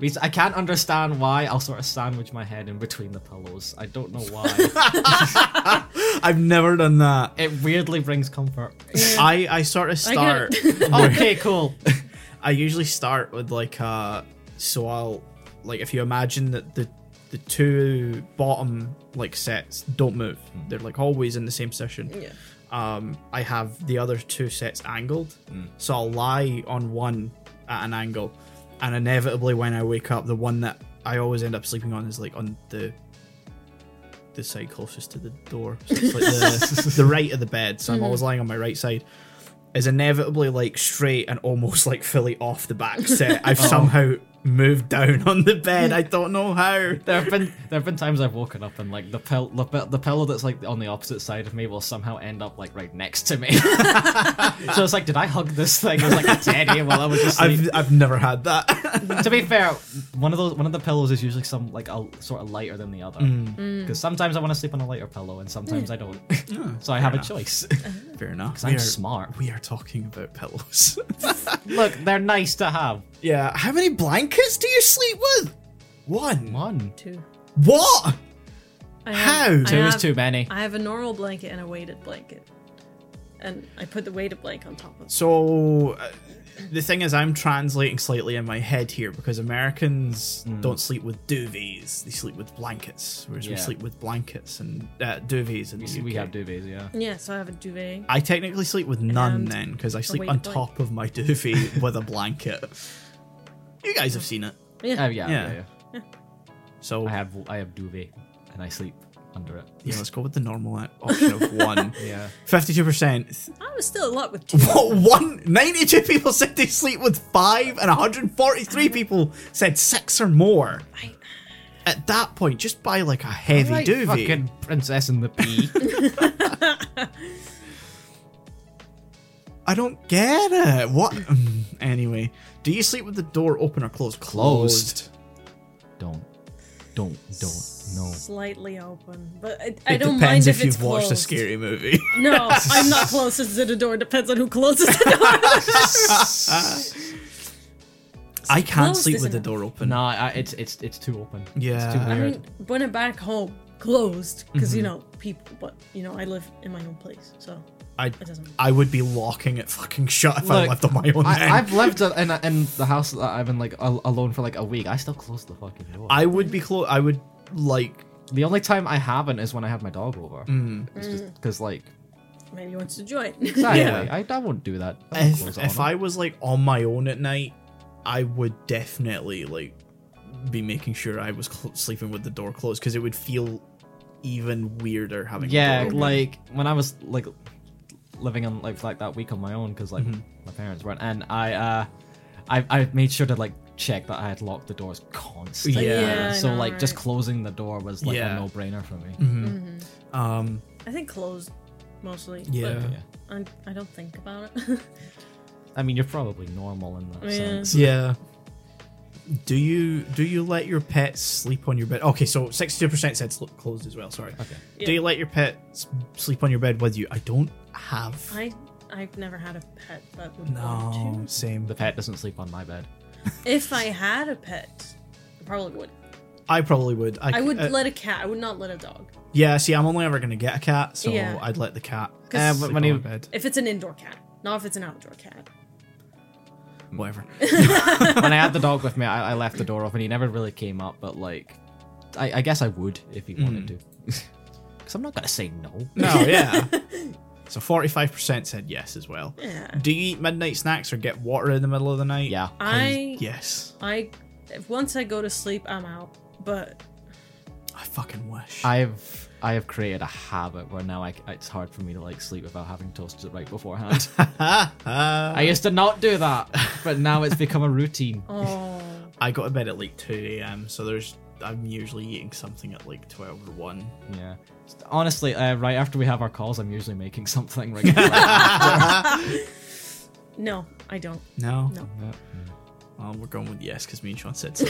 Speaker 2: reason I can't understand why I'll sort of sandwich my head in between the pillows. I don't know why.
Speaker 3: I've never done that.
Speaker 2: it weirdly brings comfort.
Speaker 3: I I sort of start. Oh,
Speaker 2: okay, cool.
Speaker 3: I usually start with like uh so I'll like if you imagine that the the two bottom like sets don't move. They're like always in the same position.
Speaker 1: yeah.
Speaker 3: Um I have the other two sets angled. So I'll lie on one at an angle and inevitably when I wake up the one that I always end up sleeping on is like on the the side closest to the door. So it's like the, the right of the bed. So I'm always lying on my right side is inevitably like straight and almost like fully off the back set. I've somehow moved down on the bed. I don't know how.
Speaker 2: There have been there have been times I've woken up and like the pill the, pi- the pillow that's like on the opposite side of me will somehow end up like right next to me. so it's like, did I hug this thing as like a teddy while I was just
Speaker 3: I've I've never had that.
Speaker 2: to be fair, one of those one of the pillows is usually some like a sort of lighter than the other.
Speaker 3: Mm.
Speaker 2: Because sometimes I want to sleep on a lighter pillow and sometimes I don't.
Speaker 3: Ah,
Speaker 2: so I have a choice.
Speaker 3: Fair enough.
Speaker 2: I'm smart.
Speaker 3: We are talking about pillows.
Speaker 2: Look, they're nice to have.
Speaker 3: yeah. How many blankets do you sleep with? One.
Speaker 2: One.
Speaker 1: Two.
Speaker 3: What?
Speaker 1: I
Speaker 3: How?
Speaker 1: I
Speaker 2: Two is
Speaker 1: have-
Speaker 2: too many.
Speaker 1: I have a normal blanket and a weighted blanket. And I put the weighted blanket on top of it.
Speaker 3: So uh, the thing is, I'm translating slightly in my head here because Americans don't sleep with duvets; they sleep with blankets. Whereas we
Speaker 2: Hmm. Yeah.
Speaker 3: sleep with blankets and uh, duvets. And
Speaker 2: We have duvets, yeah.
Speaker 1: Yeah, so I have a duvet.
Speaker 3: I technically sleep with none
Speaker 1: And
Speaker 3: then, because I sleep
Speaker 1: weight
Speaker 3: on
Speaker 1: blanket.
Speaker 3: top of my doofy with a blanket. You guys have seen it.
Speaker 1: Yeah.
Speaker 2: Oh yeah, yeah.
Speaker 3: Yeah.
Speaker 2: yeah.
Speaker 3: So
Speaker 2: I have I have duvet and I sleep under it.
Speaker 3: yeah, let's go with the normal o- option of one.
Speaker 2: Yeah.
Speaker 3: Fifty-two percent.
Speaker 1: I was still a lot with two.
Speaker 3: What one? Ninety-two people said they sleep with five, and one hundred forty-three people said six or more.
Speaker 1: I,
Speaker 3: at that point, just buy like a heavy
Speaker 2: Right,
Speaker 3: duvet.
Speaker 2: fucking Princess and the Pea.
Speaker 3: I don't get it. What? Mm, anyway, do you sleep with the door open or closed?
Speaker 2: Closed. don't, don't, don't. No.
Speaker 1: Slightly open, but I, I
Speaker 3: It
Speaker 1: don't mind
Speaker 3: depends
Speaker 1: if,
Speaker 3: if you've
Speaker 1: it's
Speaker 3: watched a
Speaker 1: closed.
Speaker 3: scary movie.
Speaker 1: No, I'm not closest to the door. Depends on who closes the door.
Speaker 3: I can't
Speaker 1: closed,
Speaker 3: sleep with
Speaker 1: isn't
Speaker 3: the
Speaker 1: it?
Speaker 3: door open.
Speaker 2: Nah, I, it's it's it's too open.
Speaker 3: Yeah.
Speaker 2: it's too
Speaker 3: I
Speaker 1: I
Speaker 2: weird.
Speaker 1: mean, when I'm back home, closed because you
Speaker 3: Mm-hmm.
Speaker 1: know people. But you know, I live in my own place, so
Speaker 3: I
Speaker 1: it doesn't.
Speaker 3: I would be locking it fucking shut if I
Speaker 2: Look,
Speaker 3: lived on my own. then.
Speaker 2: I, I've lived in, in the house that I've been like al- alone for like a week. I still close the fucking door.
Speaker 3: I would be close. I would like.
Speaker 2: the only time I haven't is when I have my dog over. It's just
Speaker 1: Mm.
Speaker 2: because like
Speaker 1: Maybe he wants to join.
Speaker 2: exactly,
Speaker 3: Mm. Yeah.
Speaker 2: I, I won't do that. I won't
Speaker 3: If,
Speaker 2: close
Speaker 3: if
Speaker 2: on
Speaker 3: I
Speaker 2: him.
Speaker 3: was like on my own at night, I would definitely like be making sure I was cl- sleeping with the door closed because it would feel even weirder having. the door
Speaker 2: yeah,
Speaker 3: open.
Speaker 2: like when I was like living on like like that week on my own because like
Speaker 3: Mm-hmm.
Speaker 2: my parents weren't, and I uh, I I made sure to like check that I had locked the doors constantly.
Speaker 3: Yeah.
Speaker 1: Yeah, I
Speaker 2: so
Speaker 1: know,
Speaker 2: like just
Speaker 1: right?
Speaker 2: closing the door was like
Speaker 3: Yeah. Mm.
Speaker 2: a no brainer for me.
Speaker 3: Um.
Speaker 1: I think closed mostly.
Speaker 3: Yeah.
Speaker 2: Yeah.
Speaker 1: but I, I don't think about it.
Speaker 2: I mean, you're probably normal in that
Speaker 1: Yeah.
Speaker 2: sense.
Speaker 3: Yeah. Do you do you let your pets sleep on your bed? Okay, so sixty-two percent said sl- closed as well. Sorry.
Speaker 2: Okay.
Speaker 3: Do you let your pets sleep on your bed with you? I don't have.
Speaker 1: I I've never had a pet that would
Speaker 3: no,
Speaker 1: want
Speaker 3: same.
Speaker 2: The pet doesn't sleep on my bed.
Speaker 1: to. If I had a pet, I probably would.
Speaker 3: I probably would. I,
Speaker 1: I
Speaker 3: c-
Speaker 1: would
Speaker 3: uh,
Speaker 1: let a cat. I would not let a dog.
Speaker 3: Yeah, see, I'm only ever gonna get a cat, so
Speaker 1: Yeah.
Speaker 3: I'd let the cat
Speaker 1: 'Cause-
Speaker 2: Uh,
Speaker 3: sleep
Speaker 2: but
Speaker 3: on
Speaker 2: when
Speaker 3: my
Speaker 2: you-
Speaker 3: bed.
Speaker 1: If it's an indoor cat, not if it's an outdoor cat.
Speaker 3: Whatever.
Speaker 2: when I had the dog with me, I, I left the door open. He never really came up, but like, I, I guess I would if he wanted to. Because I'm not gonna say no.
Speaker 3: No, yeah. so 45% said yes as well.
Speaker 1: Yeah.
Speaker 3: Do you eat midnight snacks or get water in the middle of the night?
Speaker 2: Yeah.
Speaker 1: I
Speaker 3: Yes.
Speaker 1: I if once I go to sleep, I'm out. But
Speaker 3: I fucking wish.
Speaker 2: I've I have created a habit where now I, c- it's hard for me to like sleep without having toasted it right beforehand. I used to not do that, but now it's become a routine.
Speaker 1: oh,
Speaker 3: I got to bed at like 2 a.m., so there's. I'm usually eating something at like 12 or 1.
Speaker 2: Yeah. Honestly, uh, right after we have our calls, I'm usually making something right. now.
Speaker 1: no, I don't.
Speaker 3: No?
Speaker 1: No.
Speaker 3: Oh, we're going with yes because me and Sean said so.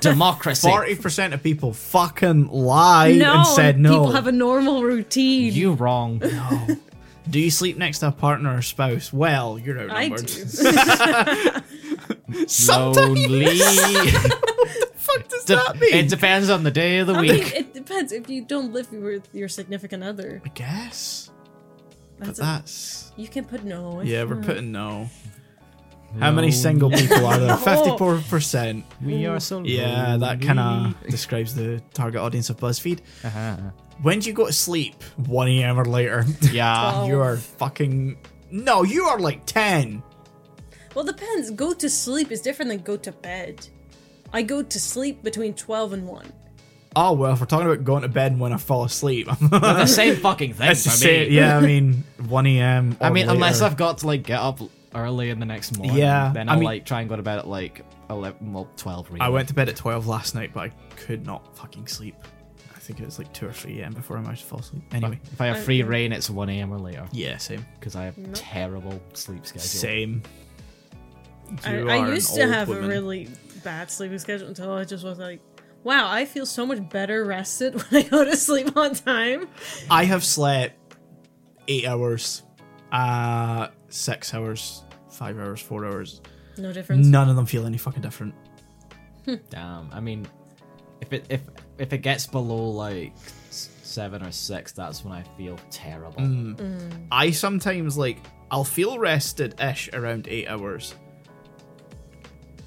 Speaker 2: Democracy.
Speaker 3: 40% of people fucking lied
Speaker 1: no,
Speaker 3: and said no.
Speaker 1: people have a normal routine.
Speaker 2: You wrong.
Speaker 3: Oh. Do you sleep next to a partner or spouse? Well, you're
Speaker 1: I
Speaker 3: outnumbered.
Speaker 1: do.
Speaker 2: Lonely.
Speaker 3: fuck does
Speaker 2: Dep- it depends on the day of the
Speaker 1: I mean,
Speaker 2: week.
Speaker 1: it depends. If you don't live with your significant other,
Speaker 3: I guess. But
Speaker 1: that's, a,
Speaker 3: that's.
Speaker 1: you can put no. if
Speaker 3: Uh, Yeah,
Speaker 1: you
Speaker 3: we're
Speaker 1: want.
Speaker 3: putting no. How many
Speaker 2: No.
Speaker 3: single people are there?
Speaker 1: No.
Speaker 3: 54%.
Speaker 2: We are so
Speaker 3: Yeah, that kind of describes the target audience of BuzzFeed. When do you go to sleep? 1 a.m. or later.
Speaker 2: Yeah.
Speaker 1: Twelve.
Speaker 3: You are fucking. No, you are like 10.
Speaker 1: Well, depends. Go to sleep is different than go to bed. I go to sleep between twelve and one.
Speaker 3: Oh, well, if we're talking about going to bed when I fall asleep.
Speaker 2: the same fucking thing
Speaker 3: That's
Speaker 2: for
Speaker 3: the same.
Speaker 2: me.
Speaker 3: Yeah, Oh, I mean, 1 a.m.
Speaker 2: I
Speaker 3: or
Speaker 2: mean, unless
Speaker 3: later.
Speaker 2: I've got to like get up early in the next morning,
Speaker 3: Yeah,
Speaker 2: then
Speaker 3: I
Speaker 2: I'll
Speaker 3: mean-
Speaker 2: like try and go to bed at like eleven, well, twelve. Really.
Speaker 3: I went to bed at 12 last night, but I could not fucking sleep. I think it was like 2 or 3 a.m. before I managed to fall asleep. Anyway.
Speaker 2: If I have free reign, it's one a.m. or later
Speaker 3: Yeah, same.
Speaker 2: because I have terrible sleep schedule.
Speaker 3: Same.
Speaker 1: I,
Speaker 3: You
Speaker 1: I
Speaker 3: are an
Speaker 1: used to
Speaker 3: old
Speaker 1: have
Speaker 3: woman.
Speaker 1: a really bad sleeping schedule until I just was like, wow, I feel so much better rested when I go to sleep on time.
Speaker 3: I have slept 8 hours, uh, 6 hours, 5 hours, 4 hours.
Speaker 1: No difference.
Speaker 3: None of them feel any fucking different.
Speaker 2: Damn. I mean, if it if if it gets below like s- seven or six, that's when I feel terrible.
Speaker 3: Mm. I sometimes like I'll feel rested ish around eight hours,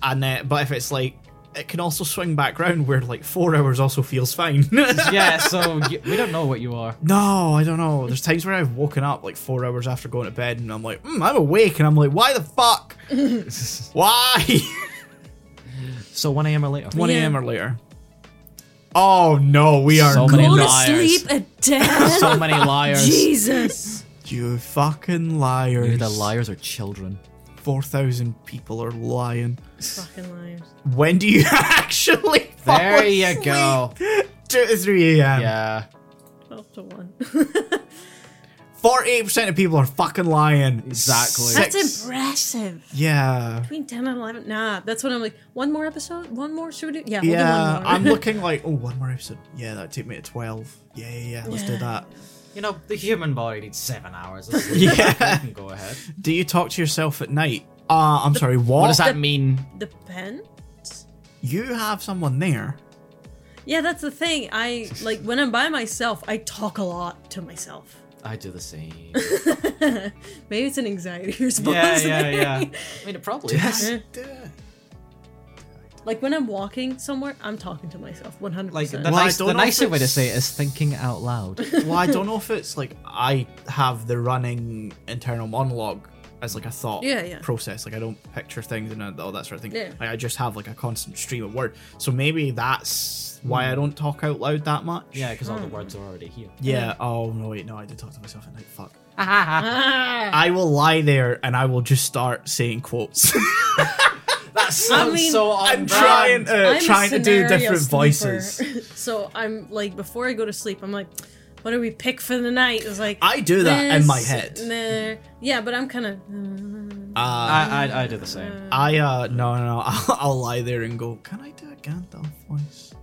Speaker 3: and uh, but if it's like it can also swing back round where like four hours also feels fine.
Speaker 2: yeah. So you, we don't know what you are.
Speaker 3: no, I don't know. There's times where I've woken up like four hours after going to bed, and I'm like, mm, I'm awake, and I'm like, why the fuck? why?
Speaker 2: So one a.m. or later.
Speaker 3: One
Speaker 1: Yeah.
Speaker 3: a.m. or later. Oh no, we are
Speaker 2: So many
Speaker 1: Go to
Speaker 2: liars.
Speaker 1: sleep at 10.
Speaker 2: So many liars.
Speaker 1: Jesus.
Speaker 3: You fucking liars.
Speaker 2: Maybe the liars are children.
Speaker 3: 4,000 people are lying.
Speaker 1: Fucking liars.
Speaker 3: When do you actually fall
Speaker 4: There you
Speaker 3: asleep?
Speaker 4: go.
Speaker 3: 2 to 3 a.m.
Speaker 4: uh, Yeah.
Speaker 1: 12 to 1.
Speaker 3: 48% of people are fucking lying.
Speaker 4: Exactly.
Speaker 3: Six-
Speaker 1: That's impressive.
Speaker 3: Yeah.
Speaker 1: Between 10 and 11. Nah, that's what I'm like. One more episode? One more? Should we do? Yeah, we'll do
Speaker 3: Yeah,
Speaker 1: one more.
Speaker 3: I'm looking like, oh, one more episode. Yeah, that'd take me to 12. Yeah, yeah, yeah, let's do
Speaker 1: Yeah.
Speaker 3: that.
Speaker 4: You know, the human body needs seven hours of sleep.
Speaker 3: Yeah.
Speaker 4: You can go ahead.
Speaker 3: Do you talk to yourself at night? Uh, I'm sorry, what?
Speaker 4: What does that mean?
Speaker 1: Depends.
Speaker 3: You have someone there.
Speaker 1: Yeah, that's the thing. I, like, when I'm by myself, I talk a lot to myself.
Speaker 4: I do the same.
Speaker 1: Maybe it's an anxiety response.
Speaker 4: yeah, yeah,
Speaker 1: thing.
Speaker 4: yeah. I mean, it probably is.
Speaker 1: Yeah.
Speaker 3: Do it.
Speaker 1: Like, when I'm walking somewhere, I'm talking to myself 100%.
Speaker 4: Like, the,
Speaker 3: Well, I
Speaker 4: nice,
Speaker 3: don't
Speaker 4: the
Speaker 3: know if
Speaker 4: nicer way to
Speaker 3: it's-
Speaker 4: say it is thinking out loud.
Speaker 3: well, I don't know if it's like I have the running internal monologue as like a thought
Speaker 1: Yeah, yeah.
Speaker 3: process. Like I don't picture things and uh, all that sort of thing.
Speaker 1: Yeah.
Speaker 3: Like I just have like a constant stream of word. So maybe that's why I don't talk out loud that much.
Speaker 4: Yeah, because all the words are already here.
Speaker 3: Yeah. Oh no, wait, no, I did talk to myself at night. Fuck.
Speaker 1: ah,
Speaker 3: I will lie there and I will just start saying quotes.
Speaker 4: That sounds
Speaker 1: mean,
Speaker 4: so on
Speaker 3: I'm
Speaker 4: brand.
Speaker 3: trying, uh,
Speaker 1: I'm a
Speaker 3: trying to do
Speaker 1: scenario
Speaker 3: different
Speaker 1: sleeper.
Speaker 3: voices.
Speaker 1: so I'm like, before I go to sleep, I'm like, what do we pick for the night? It's like
Speaker 3: I do that in my
Speaker 1: this,
Speaker 3: head.
Speaker 1: there. Yeah, but I'm kind of.
Speaker 3: Uh,
Speaker 4: I, I, I do the same.
Speaker 3: I uh no no no I'll, I'll lie there and go can I do a Gandalf voice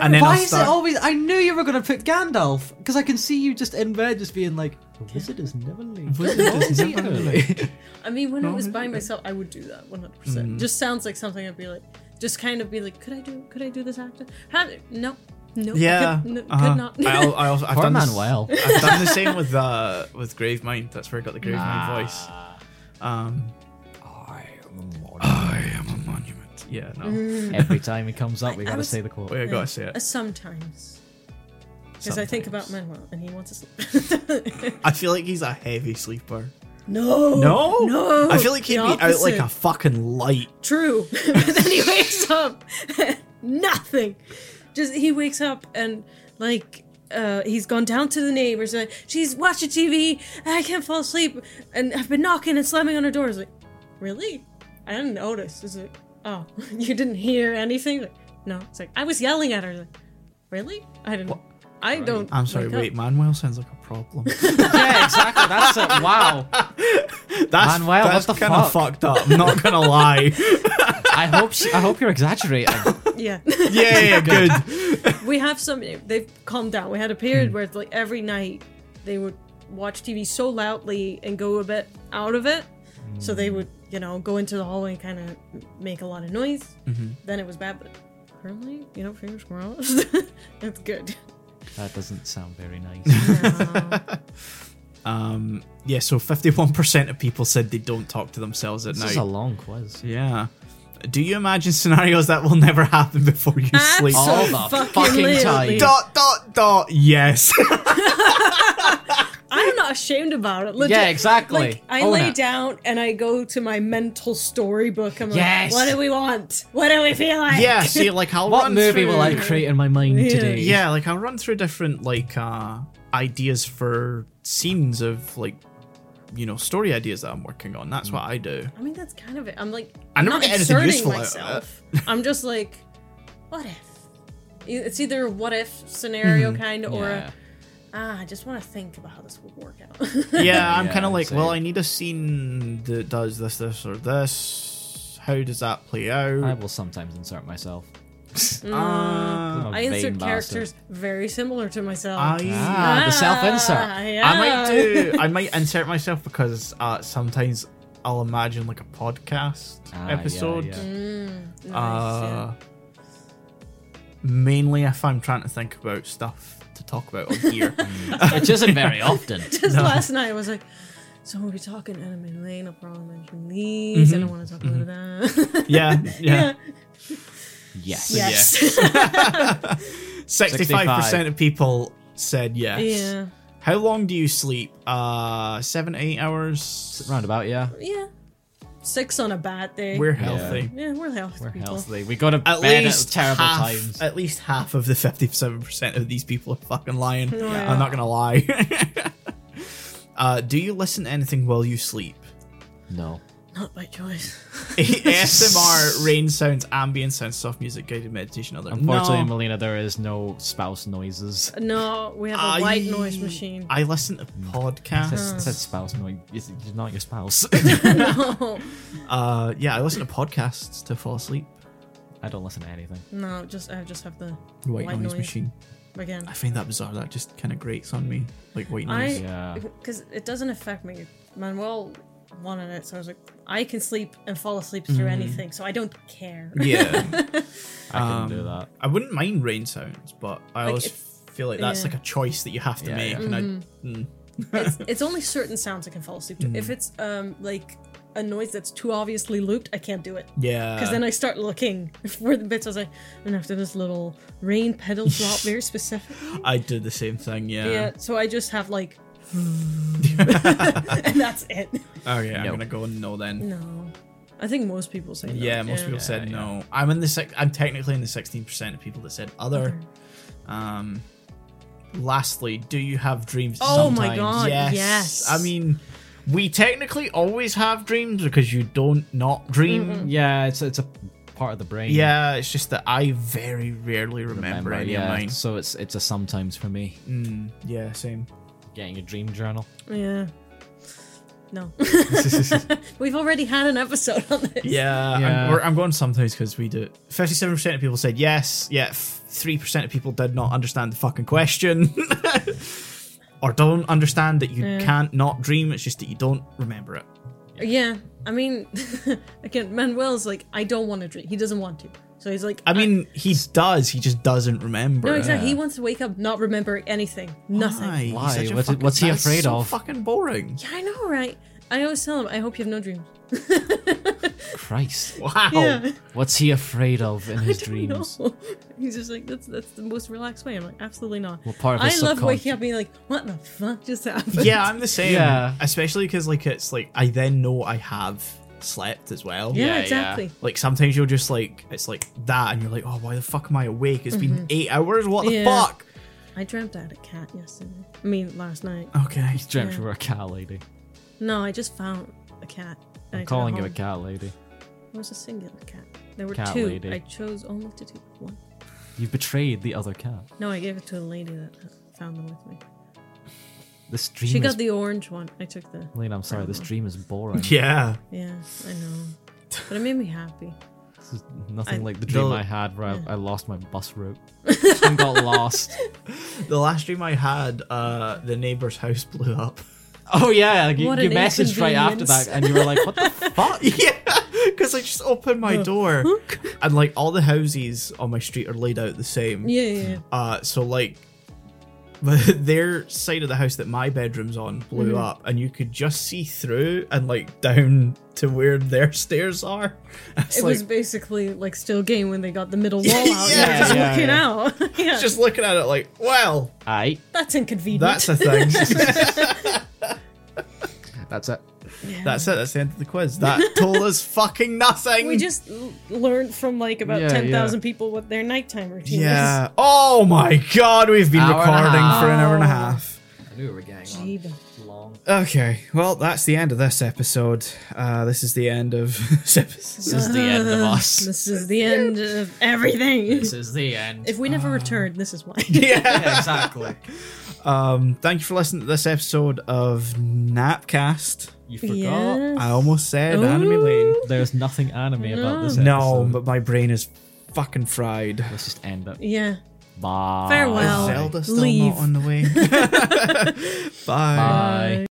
Speaker 3: and then
Speaker 2: Why
Speaker 3: I'll
Speaker 2: is it
Speaker 3: start
Speaker 2: always? I knew you were gonna put Gandalf because I can see you just in bed, just being like, "The "Wizard is never late."
Speaker 3: Wizard is
Speaker 2: Always
Speaker 3: never
Speaker 2: early."
Speaker 3: late.
Speaker 1: I mean, when I
Speaker 3: No,
Speaker 1: was
Speaker 3: it's
Speaker 1: by
Speaker 3: okay. Mm.
Speaker 1: myself, I would do that 100%. Just sounds like something I'd be like, just kind of be like, could I do, could I do this actor? How, no, no,
Speaker 3: yeah
Speaker 1: could, no, could
Speaker 3: uh-huh.
Speaker 1: not.
Speaker 3: I, al- I also, I've
Speaker 4: Poor
Speaker 3: done this-
Speaker 4: Manuel.
Speaker 3: I've done the same with uh with Gravemind that's where I got the Gravemind voice um I am a monument yeah no
Speaker 1: Mm.
Speaker 4: Every time he comes up, we
Speaker 1: I
Speaker 4: gotta
Speaker 1: was-
Speaker 4: say the quote.
Speaker 3: we gotta say it
Speaker 1: Uh, sometimes. Because I think about
Speaker 3: Sometimes.
Speaker 1: Manuel and he wants to sleep.
Speaker 3: I feel like he's a heavy sleeper
Speaker 1: no.
Speaker 3: no
Speaker 1: No.
Speaker 3: I feel like
Speaker 1: The
Speaker 3: he'd be out
Speaker 1: opposite.
Speaker 3: like a fucking light
Speaker 1: True. but then he wakes up. Nothing. Just he wakes up and like uh, he's gone down to the neighbors. Like, She's watching TV. I can't fall asleep. And I've been knocking and slamming on her doors. Like, really? I didn't notice. Is it? Oh, you didn't hear anything? Like, no. It's like I was yelling at her. Like, really? I didn't. I don't.
Speaker 3: I'm sorry
Speaker 1: wake up."
Speaker 3: wait Manuel sounds like a problem
Speaker 4: yeah, exactly. That's it. Wow.
Speaker 3: that's
Speaker 4: Manuel, what
Speaker 3: that's
Speaker 4: the
Speaker 3: kind of
Speaker 4: fuck?
Speaker 3: fucked up I'm not gonna lie
Speaker 4: I hope she, I hope you're exaggerating.
Speaker 1: Yeah.
Speaker 3: yeah yeah good
Speaker 1: we have some they've calmed down we had a period where it's like every night they would watch tv so loudly and go a bit out of it so they would you know go into the hallway and kind of make a lot of noise
Speaker 4: Mm-hmm.
Speaker 1: then it was bad but currently you know fingers crossed it's good
Speaker 4: That doesn't sound very nice.
Speaker 3: Um, yeah, so 51% of people said they don't talk to themselves at
Speaker 4: This
Speaker 3: night.
Speaker 4: is a long quiz.
Speaker 3: yeah. Do you imagine scenarios that will never happen before
Speaker 1: Ah,
Speaker 3: you
Speaker 4: Absolutely.
Speaker 3: sleep?
Speaker 4: All the fucking
Speaker 1: Absolutely.
Speaker 4: time.
Speaker 3: Dot, dot, dot. Yes.
Speaker 1: i'm not ashamed about it legit.
Speaker 4: Yeah, exactly.
Speaker 1: like i
Speaker 4: Own
Speaker 1: lay
Speaker 4: it.
Speaker 1: down and i go to my mental storybook i'm like
Speaker 4: Yes.
Speaker 1: what do we want what do we feel like
Speaker 3: yeah, see, like, I'll
Speaker 4: What
Speaker 3: run
Speaker 4: movie will I
Speaker 3: through-
Speaker 4: create in my mind
Speaker 1: Yeah.
Speaker 4: today?
Speaker 3: Yeah, like, I'll run through different, like, uh, ideas for scenes of, like, you know, story ideas that I'm working on. That's what I do.
Speaker 1: I mean, that's kind of it. I'm like,
Speaker 3: I
Speaker 1: I'm
Speaker 3: never
Speaker 1: not
Speaker 3: get anything
Speaker 1: inserting
Speaker 3: useful out of
Speaker 1: myself. I'm just like, what if? E- It's either a what if scenario kind or
Speaker 4: Yeah.
Speaker 1: a, ah, I just want to think about how this will work out.
Speaker 3: Yeah, I'm
Speaker 4: Yeah,
Speaker 3: kind of
Speaker 4: I'd
Speaker 3: like, well,
Speaker 4: say.
Speaker 3: I need a scene that does this, this, or this. How does that play out?
Speaker 4: I will sometimes insert myself.
Speaker 3: Uh,
Speaker 4: I'm a
Speaker 1: I
Speaker 4: vain
Speaker 1: insert
Speaker 4: bastard.
Speaker 1: characters very similar to myself.
Speaker 4: Ah, the self
Speaker 1: Ah,
Speaker 4: insert.
Speaker 1: yeah.
Speaker 3: I might do. I might insert myself because uh, sometimes I'll imagine like a podcast
Speaker 4: Ah, yeah,
Speaker 3: episode.
Speaker 4: yeah.
Speaker 1: Mm. Nice,
Speaker 3: Uh, mainly if I'm trying to think about stuff to talk about on here.
Speaker 4: Which isn't very often.
Speaker 1: yeah. Just last night, I was like, so we'll be talking anime lane. I'll probably mention these, and I want to talk about that.
Speaker 3: yeah, yeah.
Speaker 4: Yes.
Speaker 1: yes.
Speaker 3: Sixty-five percent of people said yes.
Speaker 1: yeah.
Speaker 3: How long do you sleep? Uh, seven, eight hours.
Speaker 4: Roundabout, yeah.
Speaker 1: Yeah. Six on a bad day.
Speaker 3: We're healthy.
Speaker 1: yeah, we're healthy.
Speaker 4: We're
Speaker 1: people.
Speaker 4: healthy. We got to
Speaker 3: At
Speaker 4: bed
Speaker 3: least
Speaker 4: at Uh, terrible
Speaker 3: half,
Speaker 4: times.
Speaker 3: At least half of the fifty-seven percent of these people are fucking lying.
Speaker 1: Yeah.
Speaker 3: I'm not gonna lie. uh, do you listen to anything while you sleep?
Speaker 4: No.
Speaker 1: Not by choice.
Speaker 3: ASMR, rain sounds, ambient sounds, soft music, guided meditation, other.
Speaker 2: Unfortunately,
Speaker 3: No.
Speaker 2: Melina, there is no spouse noises.
Speaker 1: No, we have a
Speaker 3: I-
Speaker 1: white noise machine.
Speaker 3: I listen to
Speaker 2: I
Speaker 3: podcasts.
Speaker 2: said spouse noise. It's it's not your spouse.
Speaker 1: no,
Speaker 3: Uh, yeah, I listen to podcasts to fall asleep.
Speaker 2: I don't listen to anything.
Speaker 1: no, just I just have the
Speaker 3: White, noise, machine.
Speaker 1: again.
Speaker 3: I find that bizarre. That just kind of grates on me, like white
Speaker 1: I
Speaker 3: noise.
Speaker 2: Yeah.
Speaker 1: because it doesn't affect me. Manuel wanted it, so I was like, I can sleep and fall asleep through anything, so I don't care.
Speaker 3: yeah,
Speaker 2: I couldn't do
Speaker 3: Um,
Speaker 2: that.
Speaker 3: I wouldn't mind rain sounds, but I
Speaker 1: Like,
Speaker 3: always
Speaker 1: it's-
Speaker 3: feel like that's
Speaker 1: yeah. Mm-hmm.
Speaker 3: like a choice that you have to
Speaker 2: Yeah,
Speaker 3: make.
Speaker 2: yeah.
Speaker 3: And I, mm.
Speaker 1: it's, it's only certain sounds I can fall asleep to. If it's um like a noise that's too obviously looped, I can't do it.
Speaker 3: yeah,
Speaker 1: Because then I start looking for the bits. I was like, and after this little rain pedal drop, very specific.
Speaker 3: I did the same thing. Yeah.
Speaker 1: Yeah. So I just have like, and that's it.
Speaker 3: Okay, I'm
Speaker 2: No.
Speaker 3: gonna go no then.
Speaker 1: No, I think most people say. no.
Speaker 3: Yeah, most people said
Speaker 2: Yeah,
Speaker 3: no. I'm in the sec- I'm technically in the 16% of people that said other. Um lastly, do you have dreams
Speaker 1: Oh my
Speaker 3: sometimes?
Speaker 1: God, yes.
Speaker 3: I mean, we technically always have dreams because you don't not dream.
Speaker 2: Yeah, it's it's a part of the brain.
Speaker 3: Yeah, it's just that I very rarely remember,
Speaker 2: Remember,
Speaker 3: any
Speaker 2: yeah.
Speaker 3: of mine.
Speaker 2: So it's it's a sometimes for me.
Speaker 3: Mm, yeah, same.
Speaker 2: Getting a dream journal.
Speaker 1: Yeah. No. We've already had an episode on this.
Speaker 3: Yeah,
Speaker 2: Yeah.
Speaker 3: I'm, we're- I'm going sometimes because we do. Fifty-seven percent of people said yes. Yeah, three percent of people did not understand the fucking question, or don't understand that you
Speaker 1: Yeah.
Speaker 3: can't not dream. It's just that you don't remember it.
Speaker 1: Yeah, I mean, again, Manuel's like, I don't want to drink. He doesn't want to. So he's like,
Speaker 3: I mean, he does. He just doesn't remember.
Speaker 1: Uh, no,
Speaker 3: it.
Speaker 1: exactly. He wants to wake up not remembering anything, nothing.
Speaker 3: Why? He's
Speaker 2: Why?
Speaker 3: such a
Speaker 2: What's-
Speaker 3: fucking-
Speaker 2: what's he
Speaker 3: that is
Speaker 2: afraid
Speaker 3: so
Speaker 2: of?
Speaker 3: Fucking boring.
Speaker 1: Yeah, I know, right? I always tell him, I hope you have no dreams.
Speaker 2: Christ.
Speaker 3: Wow.
Speaker 1: Yeah.
Speaker 2: What's he afraid of in his
Speaker 1: I don't
Speaker 2: Oh, dreams?
Speaker 1: know. He's just like, that's that's the most relaxed way. I'm like, absolutely not.
Speaker 2: What part of
Speaker 1: I
Speaker 2: his
Speaker 1: love waking
Speaker 2: subconscious-
Speaker 1: up being like, what the fuck just happened?
Speaker 3: Yeah, I'm the same.
Speaker 2: Yeah.
Speaker 3: Especially because like it's like I then know I have slept as well.
Speaker 1: Yeah,
Speaker 2: Yeah, yeah.
Speaker 1: exactly.
Speaker 3: Like sometimes you'll just like it's like that, and you're like, oh, why the fuck am I awake? It's been eight hours. What the
Speaker 1: Mm-hmm. Yeah.
Speaker 3: fuck?
Speaker 1: I dreamt I had a cat yesterday. I mean, last night.
Speaker 3: Okay.
Speaker 2: He's dreamt
Speaker 1: Yeah.
Speaker 2: you were a cat lady.
Speaker 1: No, I just found a cat. and I
Speaker 2: I'm
Speaker 1: took it
Speaker 2: calling you a
Speaker 1: home.
Speaker 2: cat lady.
Speaker 1: It was a singular cat. There were
Speaker 2: Cat
Speaker 1: two.
Speaker 2: lady.
Speaker 1: I chose only to do one.
Speaker 2: You've betrayed the other cat.
Speaker 1: No, I gave it to a lady that found them with
Speaker 2: Mm,
Speaker 1: me.
Speaker 2: This dream
Speaker 1: She
Speaker 2: is
Speaker 1: got the orange one. I took the.
Speaker 2: Lena, I'm sorry, this dream is boring.
Speaker 3: Yeah.
Speaker 1: Yeah, I know. But it made me happy.
Speaker 2: This is nothing
Speaker 1: I-
Speaker 2: like the dream
Speaker 3: The-
Speaker 2: I had where I, I lost my bus route and got lost.
Speaker 3: The last dream I had, uh, the neighbor's house blew up.
Speaker 2: Oh yeah, like, you,
Speaker 1: What
Speaker 2: you
Speaker 1: an
Speaker 2: messaged right after
Speaker 1: inconvenience.
Speaker 2: that, and you were like, "What the fuck?"
Speaker 3: yeah, because I just opened
Speaker 1: Oh.
Speaker 3: my door, and like all the houses on my street are laid out the same.
Speaker 1: Yeah, yeah, yeah.
Speaker 3: Uh, so like, their side of the house that my bedroom's on blew
Speaker 1: Mm-hmm.
Speaker 3: up, and you could just see through and like down to where their stairs are. It's
Speaker 1: it
Speaker 3: like
Speaker 1: was basically like still game when they got the middle wall out.
Speaker 3: Yeah,
Speaker 1: yeah, just
Speaker 2: yeah,
Speaker 1: looking
Speaker 2: yeah.
Speaker 1: out. yeah,
Speaker 3: just looking at it like, well,
Speaker 2: I.
Speaker 1: that's inconvenient.
Speaker 3: that's a thing.
Speaker 2: That's it.
Speaker 3: that's it. That's the end of the quiz. That told us fucking nothing.
Speaker 1: we just l- learned from like about
Speaker 2: Yeah,
Speaker 1: ten thousand people what their nighttime routine is.
Speaker 3: Yeah. Oh my god, we've been
Speaker 2: Hour and a
Speaker 3: recording
Speaker 2: half.
Speaker 3: for an hour and a half.
Speaker 2: I knew we were getting
Speaker 1: Jeebus.
Speaker 2: long.
Speaker 3: Okay, well, that's the end of this episode. Uh, this is the end of this episode.
Speaker 2: This is the end of
Speaker 1: Uh,
Speaker 2: us.
Speaker 1: This is the end of everything.
Speaker 2: This is the end.
Speaker 1: If we never returned, this is why.
Speaker 3: yeah.
Speaker 2: Yeah, exactly.
Speaker 3: Um, thank you for listening to this episode of Napcast.
Speaker 2: You forgot.
Speaker 1: Yes.
Speaker 3: I almost said
Speaker 1: Ooh.
Speaker 3: Anime Lane.
Speaker 2: There's nothing anime about this.
Speaker 3: No,
Speaker 2: episode.
Speaker 3: but my brain is fucking fried.
Speaker 2: let's just end it.
Speaker 1: Yeah.
Speaker 2: Bye.
Speaker 1: Farewell.
Speaker 3: Zelda still
Speaker 1: Leave.
Speaker 3: not on the way. Bye.
Speaker 2: Bye.